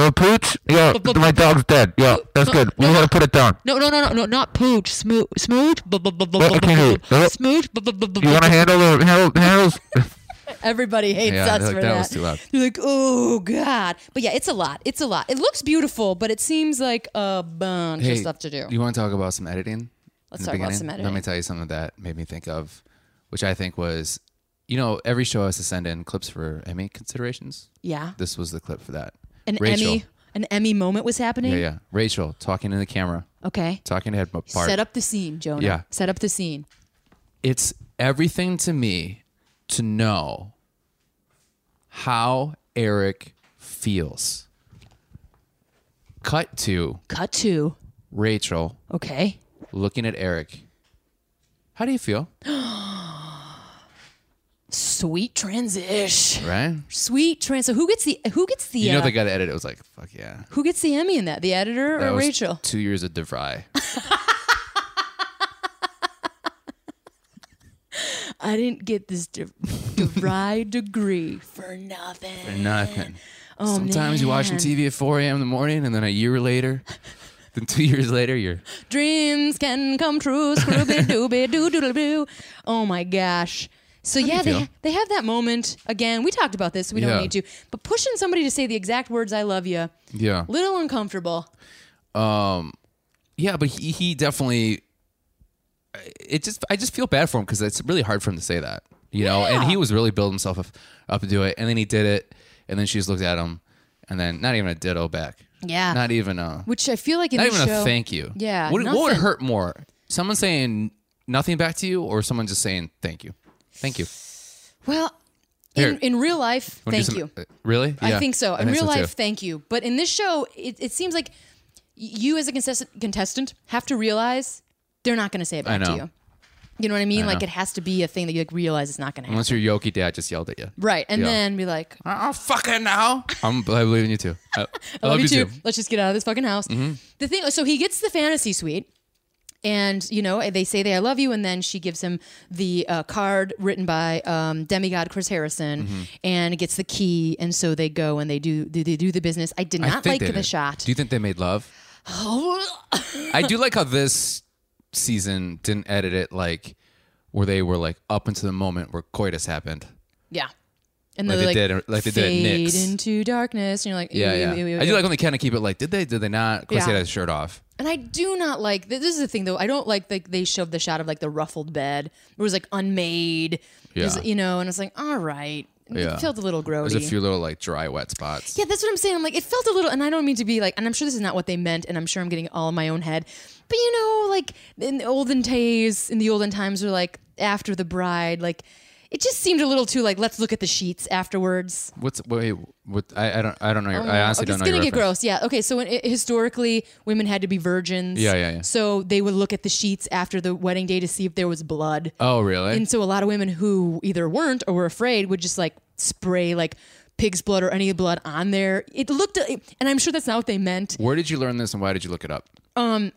[SPEAKER 4] a pooch. uh, Yeah, my dog's dead. Yeah, that's good. We gotta put it down.
[SPEAKER 2] No, no, no, no, no, not pooch. Smooch, smooch,
[SPEAKER 4] I can't hear you. Uh,
[SPEAKER 2] smooch.
[SPEAKER 4] You wanna handle the handle, handles?
[SPEAKER 2] Everybody hates
[SPEAKER 3] Yeah,
[SPEAKER 2] us
[SPEAKER 3] they're like,
[SPEAKER 2] for that.
[SPEAKER 3] "That was too loud."
[SPEAKER 2] They're like, oh god. But yeah, it's a lot. It's a lot. It looks beautiful, but it seems like a bunch of stuff to do.
[SPEAKER 3] You want to talk about some editing?
[SPEAKER 2] Let's
[SPEAKER 3] in the
[SPEAKER 2] talk about some
[SPEAKER 3] Let me
[SPEAKER 2] editing.
[SPEAKER 3] tell you something that made me think of, which I think was you know, every show has to send in clips for Emmy considerations.
[SPEAKER 2] Yeah.
[SPEAKER 3] This was the clip for that.
[SPEAKER 2] An
[SPEAKER 3] Rachel.
[SPEAKER 2] Emmy an Emmy moment was happening.
[SPEAKER 3] Yeah, yeah. Rachel talking to the camera,
[SPEAKER 2] Okay.
[SPEAKER 3] talking to Headbutt Park.
[SPEAKER 2] Set up the scene, Jonah.
[SPEAKER 3] Yeah.
[SPEAKER 2] Set up the scene.
[SPEAKER 3] It's everything to me to know how Eric feels. Cut to
[SPEAKER 2] Cut to.
[SPEAKER 3] Rachel
[SPEAKER 2] Okay.
[SPEAKER 3] looking at Eric. How do
[SPEAKER 2] [gasps]
[SPEAKER 3] you feel?
[SPEAKER 2] Sweet transition.
[SPEAKER 3] Right?
[SPEAKER 2] Sweet trans. So who gets the who gets the
[SPEAKER 3] You know
[SPEAKER 2] uh,
[SPEAKER 3] they got to edit. It was like, fuck yeah.
[SPEAKER 2] who gets the Emmy in that? The editor
[SPEAKER 3] That
[SPEAKER 2] or
[SPEAKER 3] was
[SPEAKER 2] Rachel?
[SPEAKER 3] Two years of
[SPEAKER 2] [laughs]
[SPEAKER 3] DeVry.
[SPEAKER 2] I didn't get this [laughs] de- DeVry degree for nothing.
[SPEAKER 3] Nothing.
[SPEAKER 2] Oh,
[SPEAKER 3] Sometimes you watch on TV at 4 a.m. in the morning, and then a year later, [laughs] then two years later, you're
[SPEAKER 2] Dreams can come true.
[SPEAKER 3] [laughs]
[SPEAKER 2] Scrooby dooby doo doodle doo. Oh my gosh. So yeah, they
[SPEAKER 3] feel?
[SPEAKER 2] ha- they have that moment again. We talked about this. We don't
[SPEAKER 3] Yeah.
[SPEAKER 2] need to. But pushing somebody to say the exact words "I love you,"
[SPEAKER 3] yeah,
[SPEAKER 2] little uncomfortable.
[SPEAKER 3] yeah. But he he definitely. It just I just feel bad for him because it's really hard for him to say that, you know. And he was really building himself up, up to do it, and then he did it, and then she just looked at him, and then not even a ditto back.
[SPEAKER 2] Yeah.
[SPEAKER 3] Not even a.
[SPEAKER 2] Which I feel like in
[SPEAKER 3] not
[SPEAKER 2] the
[SPEAKER 3] even
[SPEAKER 2] show,
[SPEAKER 3] a thank you.
[SPEAKER 2] Yeah,
[SPEAKER 3] What, what would
[SPEAKER 2] nothing.
[SPEAKER 3] hurt more? Someone saying nothing back to you, or someone just saying thank you, thank you.
[SPEAKER 2] Well,
[SPEAKER 3] Here.
[SPEAKER 2] in, in real life,
[SPEAKER 3] Wanna do
[SPEAKER 2] thank
[SPEAKER 3] some-
[SPEAKER 2] you.
[SPEAKER 3] uh, Really?
[SPEAKER 2] I
[SPEAKER 3] Yeah,
[SPEAKER 2] think so.
[SPEAKER 3] I
[SPEAKER 2] In real
[SPEAKER 3] too.
[SPEAKER 2] life, thank you. But in this show, it, it seems like y- you as a contestant, contestant have to realize they're not going to say it back to
[SPEAKER 3] know.
[SPEAKER 2] you. You know what I mean? like
[SPEAKER 3] know.
[SPEAKER 2] it has to be a thing that you like, realize it's not going to happen.
[SPEAKER 3] Unless your Yoki dad just yelled at you.
[SPEAKER 2] Right. And
[SPEAKER 3] Yeah.
[SPEAKER 2] then be like, I,
[SPEAKER 3] I'm fucking now. I'm, I believe in you too.
[SPEAKER 2] [laughs]
[SPEAKER 3] I, I
[SPEAKER 2] love you too. Let's just get out of this fucking house.
[SPEAKER 3] Mm-hmm.
[SPEAKER 2] The thing, so he gets the fantasy suite. And you know they say they I love you, and then she gives him the uh, card written by um, demigod Chris Harrison,
[SPEAKER 3] Mm-hmm.
[SPEAKER 2] and gets the key, and so they go and they do they, they do the business. I did
[SPEAKER 3] I
[SPEAKER 2] not
[SPEAKER 3] think
[SPEAKER 2] like
[SPEAKER 3] they
[SPEAKER 2] the
[SPEAKER 3] did.
[SPEAKER 2] shot.
[SPEAKER 3] Do you think they made love? I do like how this season didn't edit it like where they were like up into the moment where coitus happened.
[SPEAKER 2] [laughs] Yeah. And
[SPEAKER 3] Like
[SPEAKER 2] then
[SPEAKER 3] they
[SPEAKER 2] they
[SPEAKER 3] did- like they did at
[SPEAKER 2] fade
[SPEAKER 3] Nick's.
[SPEAKER 2] into darkness, and you're like,
[SPEAKER 3] Yeah,
[SPEAKER 2] ew,
[SPEAKER 3] yeah.
[SPEAKER 2] ew, ew,
[SPEAKER 3] I do
[SPEAKER 2] ew.
[SPEAKER 3] like when they kind of keep it like, did they? Did they not? Chris
[SPEAKER 2] Yeah.
[SPEAKER 3] had his shirt off.
[SPEAKER 2] and I do not like this is the thing though. I don't like like they showed the shot of like the ruffled bed. It was like unmade. It was,
[SPEAKER 3] Yeah.
[SPEAKER 2] you know, and it's like, all right,
[SPEAKER 3] Yeah.
[SPEAKER 2] it felt a little grody.
[SPEAKER 3] There's a few little like dry, wet spots.
[SPEAKER 2] Yeah, that's what I'm saying. I'm like, it felt a little, and I don't mean to be like, and I'm sure this is not what they meant, and I'm sure I'm getting all in my own head. But you know, like in the olden days, in the olden times, were like after the bride, like it just seemed a little too like let's look at the sheets afterwards.
[SPEAKER 3] What's wait? What I, I don't I don't know. Your, I honestly
[SPEAKER 2] Oh, okay,
[SPEAKER 3] don't know.
[SPEAKER 2] It's
[SPEAKER 3] your
[SPEAKER 2] gonna get
[SPEAKER 3] reference.
[SPEAKER 2] gross. Yeah. Okay. So when, i historically, women had to be virgins.
[SPEAKER 3] Yeah, yeah, yeah.
[SPEAKER 2] So they would look at the sheets after the wedding day to see if there was blood.
[SPEAKER 3] Oh really?
[SPEAKER 2] And so a lot of women who either weren't or were afraid would just like spray like pig's blood or any blood on there. It looked, and I'm sure that's not what they meant.
[SPEAKER 3] where did you learn this and why did you look it up?
[SPEAKER 2] I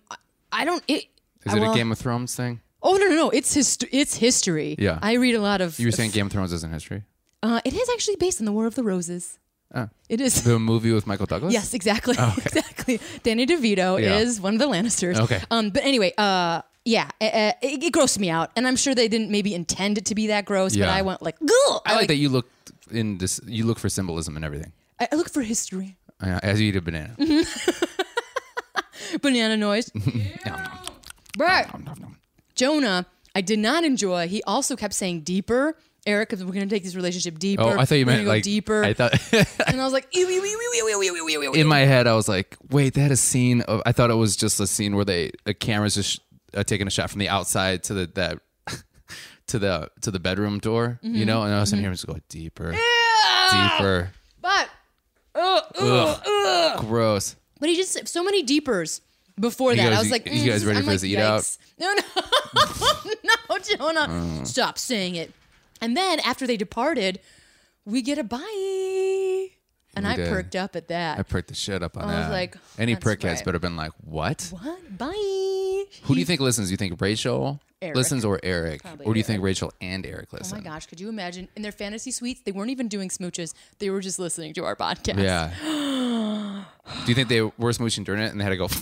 [SPEAKER 2] don't. It,
[SPEAKER 3] Is
[SPEAKER 2] I-
[SPEAKER 3] it
[SPEAKER 2] well,
[SPEAKER 3] a Game of Thrones thing?
[SPEAKER 2] Oh no no no! It's hist- It's history.
[SPEAKER 3] Yeah.
[SPEAKER 2] I read a lot of.
[SPEAKER 3] You were saying Game of Thrones isn't history.
[SPEAKER 2] Uh, it is actually based on the War of the Roses.
[SPEAKER 3] Oh.
[SPEAKER 2] It is.
[SPEAKER 3] The movie with Michael Douglas.
[SPEAKER 2] Yes, exactly. [laughs] Exactly. Danny DeVito
[SPEAKER 3] Oh, Yeah.
[SPEAKER 2] is one of the Lannisters.
[SPEAKER 3] Okay.
[SPEAKER 2] Um, but anyway, uh, yeah, uh, uh, it, it grossed me out, and I'm sure they didn't maybe intend it to be that gross, but
[SPEAKER 3] Yeah.
[SPEAKER 2] I went like, Gah!
[SPEAKER 3] I like that you look in this. You look for symbolism and everything
[SPEAKER 2] I, I look for history. [laughs]
[SPEAKER 3] uh, as you eat a banana.
[SPEAKER 2] Mm-hmm. Banana
[SPEAKER 3] [laughs]
[SPEAKER 2] noise. Right. Jonah, I did not enjoy. He also kept saying deeper. Eric, 'cause we're gonna take this relationship deeper.
[SPEAKER 3] Oh, I thought you
[SPEAKER 2] We're
[SPEAKER 3] meant
[SPEAKER 2] gonna go
[SPEAKER 3] like
[SPEAKER 2] deeper.
[SPEAKER 3] I thought
[SPEAKER 2] [laughs]
[SPEAKER 3] [laughs]
[SPEAKER 2] and I was like, ew, ew, ew, ew, ew, ew, ew, ew, ew, ew,
[SPEAKER 3] in my head I was like, wait, they had a scene of. I thought it was just a scene where they the cameras just uh, taking a shot from the outside to the that. [laughs] To the to the bedroom door,
[SPEAKER 2] Mm-hmm.
[SPEAKER 3] you know, and all of a sudden here just go deeper, deeper,
[SPEAKER 2] But ugh, ugh, ugh.
[SPEAKER 3] gross.
[SPEAKER 2] But he just so many deepers before that. I
[SPEAKER 3] guys-
[SPEAKER 2] was like,
[SPEAKER 3] you
[SPEAKER 2] mm,
[SPEAKER 3] guys
[SPEAKER 2] this is-
[SPEAKER 3] ready
[SPEAKER 2] I'm
[SPEAKER 3] for
[SPEAKER 2] like,
[SPEAKER 3] this eat out?
[SPEAKER 2] yikes. No, no, [laughs] no, Jonah,
[SPEAKER 3] Oh.
[SPEAKER 2] stop saying it. And then after they departed, we get a bye, and I
[SPEAKER 3] did.
[SPEAKER 2] perked up at that.
[SPEAKER 3] I pricked the shit up on
[SPEAKER 2] I
[SPEAKER 3] that.
[SPEAKER 2] was like,
[SPEAKER 3] any
[SPEAKER 2] that's
[SPEAKER 3] prickheads
[SPEAKER 2] right.
[SPEAKER 3] better been like, what?
[SPEAKER 2] what bye?
[SPEAKER 3] Who do you think listens? Do you think Rachel
[SPEAKER 2] Eric.
[SPEAKER 3] listens or Eric? or do you think Rachel and Eric
[SPEAKER 2] Oh
[SPEAKER 3] listen?
[SPEAKER 2] my gosh, could you imagine? In their fantasy suites, they weren't even doing smooches. They were just listening to our podcast.
[SPEAKER 3] Yeah. [gasps] do you think they were smooching during it and they had to go,
[SPEAKER 2] [laughs]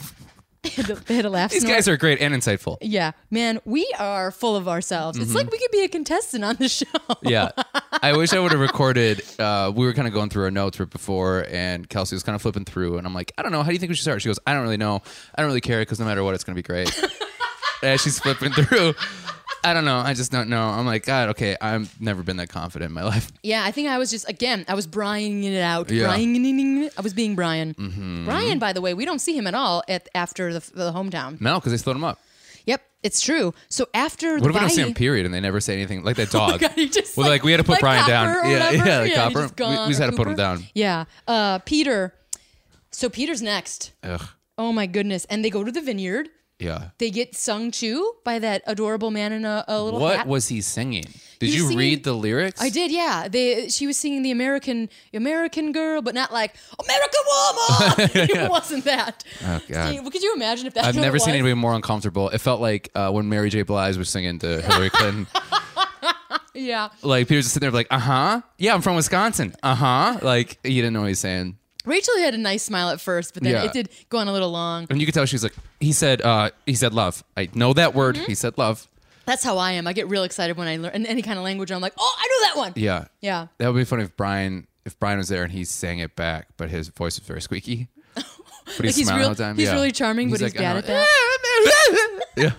[SPEAKER 3] [laughs]
[SPEAKER 2] they, had a, they had a laugh
[SPEAKER 3] these
[SPEAKER 2] snort.
[SPEAKER 3] guys are great and
[SPEAKER 2] [laughs]
[SPEAKER 3] insightful?
[SPEAKER 2] Yeah, man, we are full of ourselves.
[SPEAKER 3] Mm-hmm.
[SPEAKER 2] It's like we could be a contestant on the [laughs] show.
[SPEAKER 3] Yeah. I wish I would have recorded. Uh, we were kind of going through our notes right before, and Kelsey was kind of flipping through, and I'm like, I don't know. How do you think we should start?
[SPEAKER 2] [laughs]
[SPEAKER 3] She goes, I don't really know. I don't really care because no matter what, it's going to be great. and she's flipping through. I don't know. I just don't know. I'm like, God, okay, I've never been that confident in my life. [laughs]
[SPEAKER 2] Yeah, I think I was just again, I was Brianing it out.
[SPEAKER 3] Yeah. Mm-hmm.
[SPEAKER 2] Brianing it. I was being Brian. Brian, by the way, we don't see him at all at after the, the hometown.
[SPEAKER 3] No, because they slowed him up.
[SPEAKER 2] Yep, it's true. So after
[SPEAKER 3] What
[SPEAKER 2] the
[SPEAKER 3] if we don't see
[SPEAKER 2] Bahi-
[SPEAKER 3] him, period, and they never say anything? Like that
[SPEAKER 2] Oh
[SPEAKER 3] dog.
[SPEAKER 2] my God, [laughs] he just,
[SPEAKER 3] well, like, we had to put
[SPEAKER 2] like
[SPEAKER 3] Brian
[SPEAKER 2] Copper
[SPEAKER 3] down.
[SPEAKER 2] or
[SPEAKER 3] Yeah,
[SPEAKER 2] whatever.
[SPEAKER 3] yeah, like
[SPEAKER 2] he's
[SPEAKER 3] Cooper.
[SPEAKER 2] just
[SPEAKER 3] We- we
[SPEAKER 2] gone,
[SPEAKER 3] just
[SPEAKER 2] or
[SPEAKER 3] had to put him
[SPEAKER 2] Cooper.
[SPEAKER 3] down.
[SPEAKER 2] Yeah, uh, Peter. So Peter's next.
[SPEAKER 3] Ugh.
[SPEAKER 2] Oh my goodness! And they go to the vineyard.
[SPEAKER 3] Yeah.
[SPEAKER 2] They get sung to by that adorable man in a, a little
[SPEAKER 3] What
[SPEAKER 2] hat.
[SPEAKER 3] was he singing? Did
[SPEAKER 2] He was
[SPEAKER 3] you
[SPEAKER 2] singing-
[SPEAKER 3] read the lyrics?
[SPEAKER 2] I did, yeah. They she was singing the American American girl, but not like American
[SPEAKER 3] [laughs]
[SPEAKER 2] woman. [laughs] It wasn't that.
[SPEAKER 3] Oh, God.
[SPEAKER 2] See, could [laughs] you imagine if that?
[SPEAKER 3] I've
[SPEAKER 2] what it
[SPEAKER 3] never seen
[SPEAKER 2] was?
[SPEAKER 3] anybody more uncomfortable. It felt like uh, when Mary J. Blige was singing
[SPEAKER 2] [laughs]
[SPEAKER 3] to Hillary Clinton.
[SPEAKER 2] Yeah,
[SPEAKER 3] like Peter's just sitting there, like, uh huh, yeah, I'm from Wisconsin, uh huh. Like you didn't know what he's saying,
[SPEAKER 2] Rachel had a nice smile at first, but then
[SPEAKER 3] Yeah.
[SPEAKER 2] it did go on a little long.
[SPEAKER 3] and you could tell she was like, he said, uh, he said love. I know that word.
[SPEAKER 2] Mm-hmm.
[SPEAKER 3] He said love.
[SPEAKER 2] That's how I am. I get real excited when I learn in any kind of language. I'm like, oh, I know that one.
[SPEAKER 3] Yeah,
[SPEAKER 2] Yeah.
[SPEAKER 3] That would be funny if Brian, if Brian was there and he sang it back, but his voice was
[SPEAKER 2] [laughs]
[SPEAKER 3] very squeaky. But
[SPEAKER 2] Like, he's
[SPEAKER 3] smiling
[SPEAKER 2] real-
[SPEAKER 3] all the time.
[SPEAKER 2] he's
[SPEAKER 3] yeah. "Uh-huh."
[SPEAKER 2] really charming, but he's
[SPEAKER 3] I
[SPEAKER 2] bad
[SPEAKER 3] know.
[SPEAKER 2] at
[SPEAKER 3] yeah,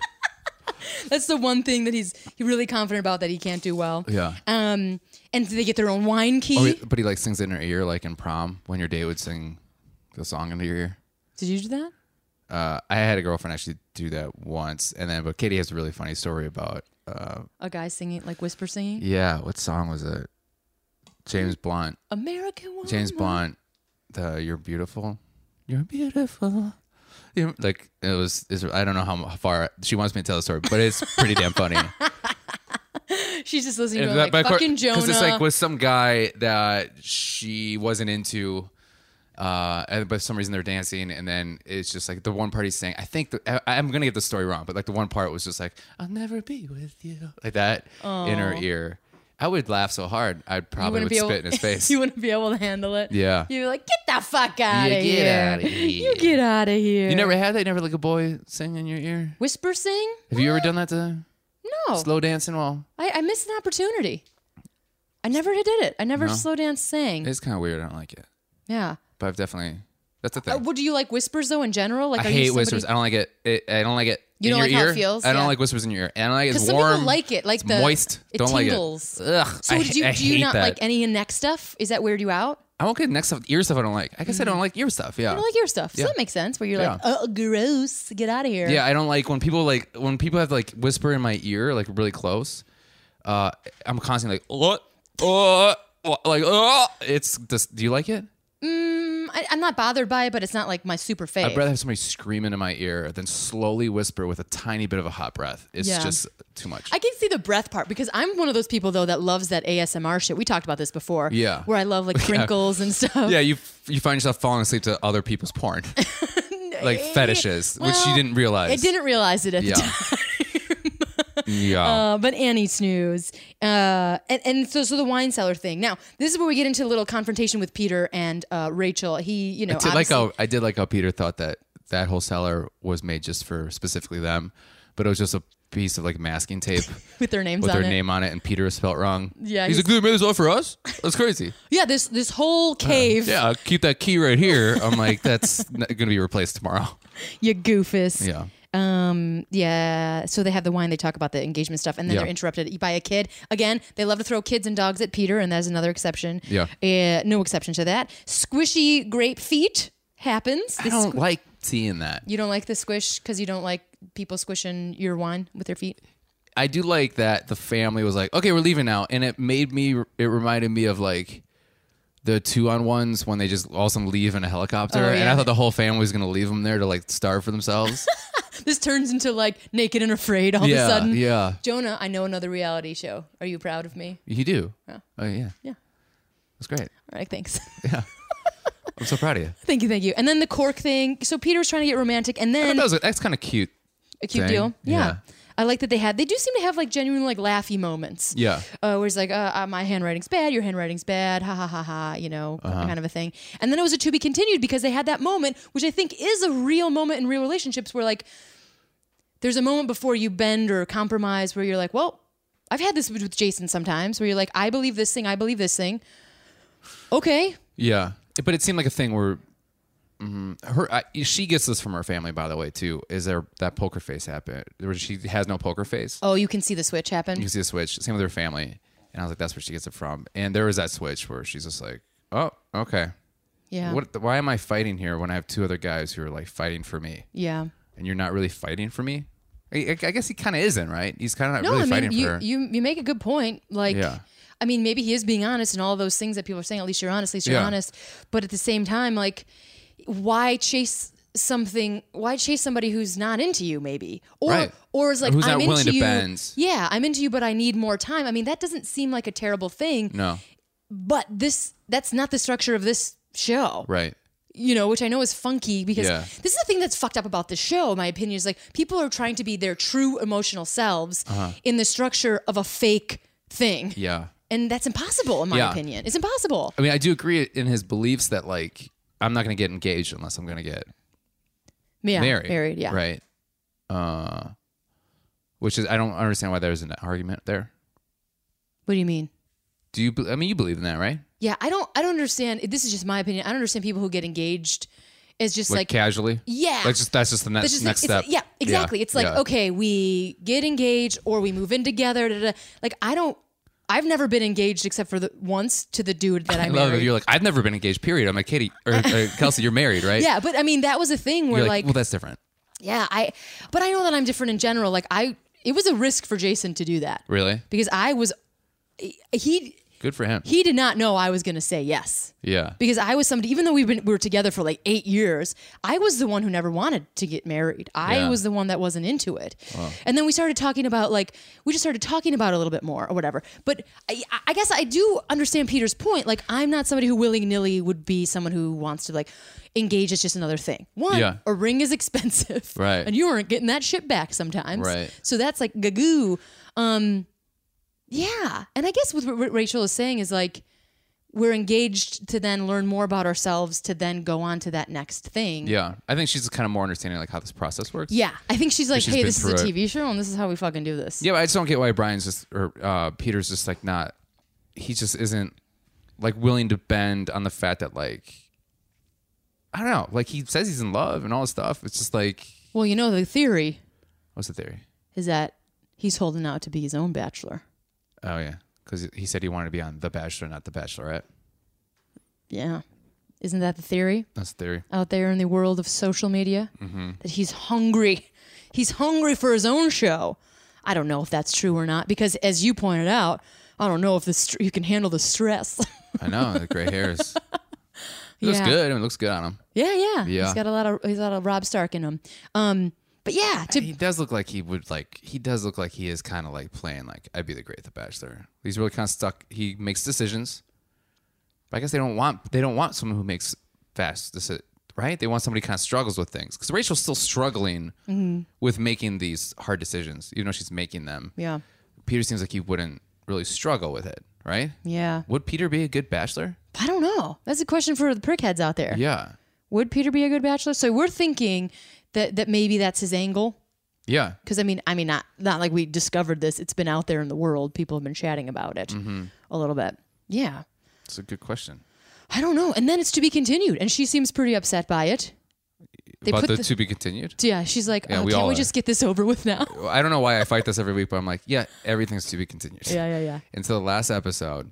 [SPEAKER 2] That's the one thing that he's he really confident about that he can't do well.
[SPEAKER 3] [laughs] yeah.
[SPEAKER 2] Um, and they get their own wine key.
[SPEAKER 3] Oh, but he like sings it in her ear, like in prom when your date would sing the song into your ear.
[SPEAKER 2] Did you do that?
[SPEAKER 3] Uh, I had a girlfriend actually do that once, and then but Katie has a really funny story about. Uh,
[SPEAKER 2] A guy singing like whisper singing.
[SPEAKER 3] yeah, what song was it? James Blunt.
[SPEAKER 2] American woman.
[SPEAKER 3] James Blunt. The You're Beautiful. You're beautiful. You're, like it was. It's, I don't know how mu- how far she wants me to tell the story, but it's pretty damn funny.
[SPEAKER 2] [laughs] She's just listening to
[SPEAKER 3] And
[SPEAKER 2] him,
[SPEAKER 3] that-
[SPEAKER 2] like
[SPEAKER 3] but of course-
[SPEAKER 2] fucking Jonah.
[SPEAKER 3] it's like with some guy that she wasn't into, uh, and but for some reason they're dancing, and then it's just like the one party saying, I think the, I, I'm gonna get the story wrong, but like the one part was just like, I'll never be with you, like that in her ear. I would laugh so hard, I probably
[SPEAKER 2] wouldn't
[SPEAKER 3] would
[SPEAKER 2] be
[SPEAKER 3] spit
[SPEAKER 2] able-
[SPEAKER 3] in his face.
[SPEAKER 2] [laughs] you wouldn't be able to handle it.
[SPEAKER 3] Yeah.
[SPEAKER 2] You're like, get the fuck out
[SPEAKER 3] Yeah,
[SPEAKER 2] of
[SPEAKER 3] get
[SPEAKER 2] here.
[SPEAKER 3] outta here.
[SPEAKER 2] [laughs] You get out of here.
[SPEAKER 3] You never had that? You never like a boy sing in your ear?
[SPEAKER 2] whisper sing?
[SPEAKER 3] Have you ever done that to
[SPEAKER 2] No.
[SPEAKER 3] slow dancing? Well,
[SPEAKER 2] I, I missed an opportunity. I never did it. I never
[SPEAKER 3] No.
[SPEAKER 2] slow dance sang.
[SPEAKER 3] it's kind of weird. I don't like it,
[SPEAKER 2] yeah.
[SPEAKER 3] but I've definitely that's the thing.
[SPEAKER 2] Uh, what do you like whispers though in general? Like
[SPEAKER 3] I
[SPEAKER 2] are
[SPEAKER 3] hate
[SPEAKER 2] you somebody-
[SPEAKER 3] whispers. I don't like it. it. I don't like it.
[SPEAKER 2] You
[SPEAKER 3] in
[SPEAKER 2] don't
[SPEAKER 3] your
[SPEAKER 2] like how it
[SPEAKER 3] ear.
[SPEAKER 2] feels?
[SPEAKER 3] I don't
[SPEAKER 2] Yeah.
[SPEAKER 3] like whispers in your ear. I don't like it's
[SPEAKER 2] 'Cause some people
[SPEAKER 3] warm.
[SPEAKER 2] like it, like
[SPEAKER 3] it's
[SPEAKER 2] the-
[SPEAKER 3] moist.
[SPEAKER 2] it
[SPEAKER 3] don't
[SPEAKER 2] tingles.
[SPEAKER 3] like it. Ugh.
[SPEAKER 2] So
[SPEAKER 3] I,
[SPEAKER 2] did you
[SPEAKER 3] I
[SPEAKER 2] do you
[SPEAKER 3] hate
[SPEAKER 2] not
[SPEAKER 3] that.
[SPEAKER 2] like any neck stuff? Is that weird you out?
[SPEAKER 3] I won't get next stuff. Ear stuff. I don't like. I guess I don't like ear stuff. Yeah.
[SPEAKER 2] I don't like your stuff. So
[SPEAKER 3] Yeah.
[SPEAKER 2] that makes sense. Where you're like,
[SPEAKER 3] Yeah.
[SPEAKER 2] oh, gross, get out of here.
[SPEAKER 3] yeah. I don't like when people like when people have like whisper in my ear like really close. Uh, I'm constantly like what, uh, what? like uh. It's just. Do you like it?
[SPEAKER 2] Mm, I, I'm not bothered by it, but it's not like my super fave.
[SPEAKER 3] I'd rather have somebody scream into my ear than slowly whisper with a tiny bit of a hot breath. It's
[SPEAKER 2] Yeah.
[SPEAKER 3] just too much.
[SPEAKER 2] I can see the breath part because I'm one of those people though that loves that ASMR shit. We talked about this before.
[SPEAKER 3] [laughs] Yeah.
[SPEAKER 2] Where I love like crinkles and stuff.
[SPEAKER 3] yeah, you you find yourself falling asleep to other
[SPEAKER 2] [laughs]
[SPEAKER 3] people's porn, like fetishes, which you
[SPEAKER 2] Well,
[SPEAKER 3] didn't realize.
[SPEAKER 2] I didn't realize it at
[SPEAKER 3] Yeah.
[SPEAKER 2] the [laughs] time.
[SPEAKER 3] Yeah.
[SPEAKER 2] Uh, but Annie snooze. Uh, and, and so so the wine cellar thing. Now, this is where we get into a little confrontation with Peter and uh, Rachel. He, you know,
[SPEAKER 3] I did like
[SPEAKER 2] obviously-
[SPEAKER 3] how I did like how Peter thought that that whole cellar was made just for specifically them, but it was just a piece of like
[SPEAKER 2] [laughs]
[SPEAKER 3] masking tape
[SPEAKER 2] with their names
[SPEAKER 3] with
[SPEAKER 2] on
[SPEAKER 3] their
[SPEAKER 2] it.
[SPEAKER 3] name on it, and Peter is spelled wrong.
[SPEAKER 2] Yeah,
[SPEAKER 3] he's,
[SPEAKER 2] he's-
[SPEAKER 3] like, "They made this all for us.
[SPEAKER 2] [laughs]
[SPEAKER 3] That's crazy."
[SPEAKER 2] Yeah, this this whole cave.
[SPEAKER 3] Uh, yeah, I'll keep that key right here. I'm like, that's not gonna be replaced tomorrow. [laughs]
[SPEAKER 2] You goofus.
[SPEAKER 3] Yeah.
[SPEAKER 2] Um. Yeah. So they have the wine. They talk about the engagement stuff, and then
[SPEAKER 3] Yeah.
[SPEAKER 2] they're interrupted by a kid. Again, they love to throw kids and dogs at Peter, and that's another exception.
[SPEAKER 3] Yeah.
[SPEAKER 2] Uh, no exception to that. Squishy grape feet happens.
[SPEAKER 3] I don't like seeing that.
[SPEAKER 2] you don't like the squish because you don't like people squishing your wine with their feet.
[SPEAKER 3] I do like that the family was like, okay, we're leaving now, and it made me. It reminded me of like the two on ones when they just all of a sudden leave in a helicopter,
[SPEAKER 2] Oh,
[SPEAKER 3] and I
[SPEAKER 2] yeah.
[SPEAKER 3] thought the whole family was gonna leave them there to like starve for themselves.
[SPEAKER 2] This turns into like naked and afraid [laughs] all
[SPEAKER 3] yeah,
[SPEAKER 2] of a sudden.
[SPEAKER 3] yeah,
[SPEAKER 2] Jonah, I know another reality show. Are you proud of me?
[SPEAKER 3] you do. Oh yeah,
[SPEAKER 2] Yeah.
[SPEAKER 3] that's great.
[SPEAKER 2] All right, thanks. [laughs]
[SPEAKER 3] I'm so proud of you.
[SPEAKER 2] thank you, thank you. And then the cork thing. So Peter's trying to get romantic, [laughs] and
[SPEAKER 3] I thought
[SPEAKER 2] then
[SPEAKER 3] that was that's kind of cute.
[SPEAKER 2] a cute
[SPEAKER 3] thing.
[SPEAKER 2] deal. Yeah.
[SPEAKER 3] Yeah.
[SPEAKER 2] I like that they had. They do seem to have like genuine like laughy moments.
[SPEAKER 3] Yeah,
[SPEAKER 2] Uh, where it's like, uh, uh, my handwriting's bad, your handwriting's bad, ha ha ha ha, you know,
[SPEAKER 3] Uh-huh.
[SPEAKER 2] kind of a thing. And then it was a to be continued because they had that moment, which I think is a real moment in real relationships where like there's a moment before you bend or compromise where you're like, well, I've had this with with Jason sometimes where you're like, I believe this thing, I believe this thing. Okay,
[SPEAKER 3] yeah, but it seemed like a thing where mm-hmm, her I, she gets this from her family by the way too is there that poker face happened where she has no poker face
[SPEAKER 2] Oh, you can see the switch
[SPEAKER 3] you
[SPEAKER 2] happen.
[SPEAKER 3] can see a switch same with her family and i was like that's where she gets it from and there was that switch where she's just like oh okay
[SPEAKER 2] Yeah.
[SPEAKER 3] what why am i fighting here when i have two other guys who are like fighting for me
[SPEAKER 2] Yeah.
[SPEAKER 3] and you're not really fighting for me i, I- I guess he kind of isn't right he's kind of not
[SPEAKER 2] No,
[SPEAKER 3] really
[SPEAKER 2] I mean
[SPEAKER 3] fighting
[SPEAKER 2] you,
[SPEAKER 3] for her
[SPEAKER 2] you you make a good point. Like
[SPEAKER 3] Yeah.
[SPEAKER 2] I mean, maybe he is being honest and all those things that people are saying, at least you're honest, at least you're
[SPEAKER 3] Yeah.
[SPEAKER 2] honest. But at the same time, like why chase something why chase somebody who's not into you maybe or
[SPEAKER 3] Right.
[SPEAKER 2] or is like
[SPEAKER 3] Who's
[SPEAKER 2] i'm
[SPEAKER 3] not
[SPEAKER 2] into
[SPEAKER 3] willing to
[SPEAKER 2] you
[SPEAKER 3] bend.
[SPEAKER 2] yeah i'm into you but i need more time i mean that doesn't seem like a terrible thing
[SPEAKER 3] no
[SPEAKER 2] but this that's not the structure of this show
[SPEAKER 3] right
[SPEAKER 2] you know, which I know is funky because
[SPEAKER 3] Yeah.
[SPEAKER 2] this is the thing that's fucked up about the show. in My opinion is like people are trying to be their true emotional selves in the structure of a fake thing,
[SPEAKER 3] Uh-huh. yeah
[SPEAKER 2] and that's impossible in my
[SPEAKER 3] Yeah.
[SPEAKER 2] opinion. It's impossible.
[SPEAKER 3] I mean, I do agree in his beliefs that like I'm not going to get engaged unless I'm going to get
[SPEAKER 2] Yeah,
[SPEAKER 3] married.
[SPEAKER 2] married, yeah,
[SPEAKER 3] Right. Uh, which is I don't understand why there's an argument there.
[SPEAKER 2] What do you mean?
[SPEAKER 3] Do you? be- I mean, you believe in that, right?
[SPEAKER 2] Yeah, I don't. I don't understand. This is just my opinion. I don't understand people who get engaged as just
[SPEAKER 3] Like,
[SPEAKER 2] like,
[SPEAKER 3] casually.
[SPEAKER 2] yeah.
[SPEAKER 3] That's just that's just the
[SPEAKER 2] That's
[SPEAKER 3] next
[SPEAKER 2] just
[SPEAKER 3] next
[SPEAKER 2] it's,
[SPEAKER 3] step.
[SPEAKER 2] Yeah, exactly. It's like
[SPEAKER 3] yeah.
[SPEAKER 2] okay, we get engaged or we move in together. Da, da, da. Like I don't. I've never been engaged except for the once to the dude that I,
[SPEAKER 3] I love it.
[SPEAKER 2] married.
[SPEAKER 3] You're like I've never been engaged. Period. I'm like Katie
[SPEAKER 2] [laughs]
[SPEAKER 3] or, or Kelsey. You're married, right?
[SPEAKER 2] Yeah, but I mean that was a thing where
[SPEAKER 3] You're
[SPEAKER 2] like,
[SPEAKER 3] like, well, that's different.
[SPEAKER 2] yeah, I but I know that I'm different in general. Like I it was a risk for Jason to do that.
[SPEAKER 3] Really?
[SPEAKER 2] Because I was he
[SPEAKER 3] Good for him.
[SPEAKER 2] he did not know I was going to say yes.
[SPEAKER 3] yeah.
[SPEAKER 2] Because I was somebody even though we've been we were together for like 8 years, I was the one who never wanted to get married. I
[SPEAKER 3] Yeah.
[SPEAKER 2] was the one that wasn't into it. And then we started talking about like we just started talking about it a little bit more or whatever. But I, I guess I do understand Peter's point. Like I'm not somebody who willy-nilly would be someone who wants to like engage as just another thing. One,
[SPEAKER 3] Yeah.
[SPEAKER 2] a ring is expensive.
[SPEAKER 3] [laughs] Right.
[SPEAKER 2] And you aren't getting that shit back sometimes.
[SPEAKER 3] Right.
[SPEAKER 2] So that's like gagoo. Um, yeah. And I guess what Ra- Rachel is saying is like, we're engaged to then learn more about ourselves to then go on to that next thing.
[SPEAKER 3] Yeah. I think she's kind of more understanding like how this process works.
[SPEAKER 2] Yeah. I think she's like,
[SPEAKER 3] she's
[SPEAKER 2] hey,
[SPEAKER 3] been
[SPEAKER 2] this is a
[SPEAKER 3] through it.
[SPEAKER 2] TV show and this is how we fucking do this.
[SPEAKER 3] Yeah, but I just don't get why Brian's just or uh, Peter's just like not. He just isn't like willing to bend on the fact that like I don't know. Like he says he's in love and all this stuff. It's just like
[SPEAKER 2] Well, you know, the theory
[SPEAKER 3] what's the theory?
[SPEAKER 2] is that he's holding out to be his own bachelor.
[SPEAKER 3] Oh yeah, because he said he wanted to be on The Bachelor, not The Bachelorette.
[SPEAKER 2] Yeah. Isn't that the theory
[SPEAKER 3] That's the theory.
[SPEAKER 2] out there in the world of social media? Mm-hmm. That he's hungry. He's hungry for his own show. I don't know if that's true or not because, as you pointed out, I don't know if the str- you can handle the stress. [laughs]
[SPEAKER 3] I know the gray hairs. It looks
[SPEAKER 2] Yeah.
[SPEAKER 3] good. I mean, it looks good on him.
[SPEAKER 2] Yeah, yeah,
[SPEAKER 3] Yeah.
[SPEAKER 2] He's got a lot of he's got a Rob Stark in him. Um, but yeah, to,
[SPEAKER 3] He does look like he would like. He does look like he is kind of like playing like I'd be the great at The Bachelor. He's really kind of stuck. He makes decisions. But I guess they don't want they don't want someone who makes fast decisions, right? They want somebody who kind of struggles with things because Rachel's still struggling with making these hard decisions, even though she's making them.
[SPEAKER 2] Mm-hmm. yeah,
[SPEAKER 3] Peter seems like he wouldn't really struggle with it, right?
[SPEAKER 2] yeah.
[SPEAKER 3] Would Peter be a good Bachelor?
[SPEAKER 2] I don't know. That's a question for the prickheads out there.
[SPEAKER 3] Yeah,
[SPEAKER 2] Would Peter be a good bachelor? So we're thinking that that maybe that's his angle.
[SPEAKER 3] yeah.
[SPEAKER 2] Because I mean, I mean, not not like we discovered this. It's been out there in the world. People have been chatting about it
[SPEAKER 3] Mm-hmm.
[SPEAKER 2] a little bit. Yeah,
[SPEAKER 3] It's a good question.
[SPEAKER 2] I don't know. And then it's to be continued. And she seems pretty upset by it. They
[SPEAKER 3] About
[SPEAKER 2] put
[SPEAKER 3] the,
[SPEAKER 2] the-
[SPEAKER 3] to be continued.
[SPEAKER 2] Yeah, she's like,
[SPEAKER 3] Yeah,
[SPEAKER 2] oh,
[SPEAKER 3] we
[SPEAKER 2] can't
[SPEAKER 3] all
[SPEAKER 2] we
[SPEAKER 3] are.
[SPEAKER 2] just get this over with
[SPEAKER 3] [laughs]
[SPEAKER 2] now?
[SPEAKER 3] I don't know why I fight this every week, but I'm like, yeah, everything's to be continued.
[SPEAKER 2] yeah, yeah, yeah.
[SPEAKER 3] [laughs] until the last episode.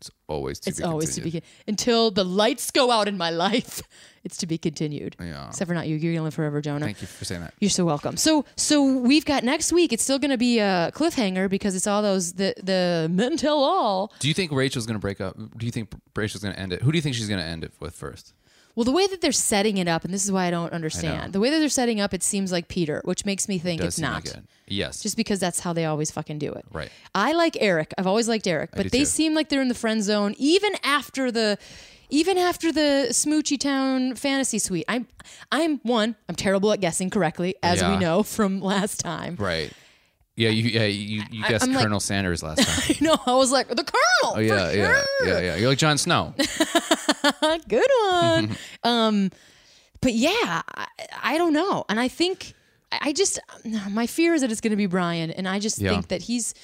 [SPEAKER 3] It's always to
[SPEAKER 2] It's
[SPEAKER 3] be
[SPEAKER 2] always to
[SPEAKER 3] continued.
[SPEAKER 2] be until the lights go out in my life. [laughs] It's to be continued.
[SPEAKER 3] Yeah.
[SPEAKER 2] Except for not you. You're gonna live forever, Jonah.
[SPEAKER 3] Thank you for saying that.
[SPEAKER 2] You're so welcome. So so we've got next week. It's still gonna be a cliffhanger because it's all those the the men tell all.
[SPEAKER 3] Do you think Rachel's going to break up? Do you think Rachel's going to end it? Who do you think she's going to end it with first?
[SPEAKER 2] Well, the way that they're setting it up, and this is why I don't understand the way that they're setting up. It seems like Peter, which makes me think
[SPEAKER 3] Does
[SPEAKER 2] it's
[SPEAKER 3] seem
[SPEAKER 2] not.
[SPEAKER 3] like it. Yes.
[SPEAKER 2] just because that's how they always fucking do it.
[SPEAKER 3] Right.
[SPEAKER 2] I like Eric. I've always liked Eric, but
[SPEAKER 3] do
[SPEAKER 2] they
[SPEAKER 3] too.
[SPEAKER 2] seem like they're in the friend zone even after the even after the Smoochy Town fantasy suite. I'm I'm one, I'm terrible at guessing correctly as we
[SPEAKER 3] Yeah.
[SPEAKER 2] know from last time.
[SPEAKER 3] right. Yeah. You. Yeah. You. You guessed
[SPEAKER 2] I'm like-
[SPEAKER 3] Colonel Sanders last
[SPEAKER 2] [laughs]
[SPEAKER 3] time.
[SPEAKER 2] You know, I was like, the Colonel.
[SPEAKER 3] Oh yeah. Yeah. Yeah. Yeah. You're like
[SPEAKER 2] [laughs]
[SPEAKER 3] Jon Snow.
[SPEAKER 2] Good
[SPEAKER 3] [laughs]
[SPEAKER 2] one. um but yeah, I, I don't know. And I think I I just my fear is that it's going to be Brian and I just
[SPEAKER 3] Yeah.
[SPEAKER 2] think that he's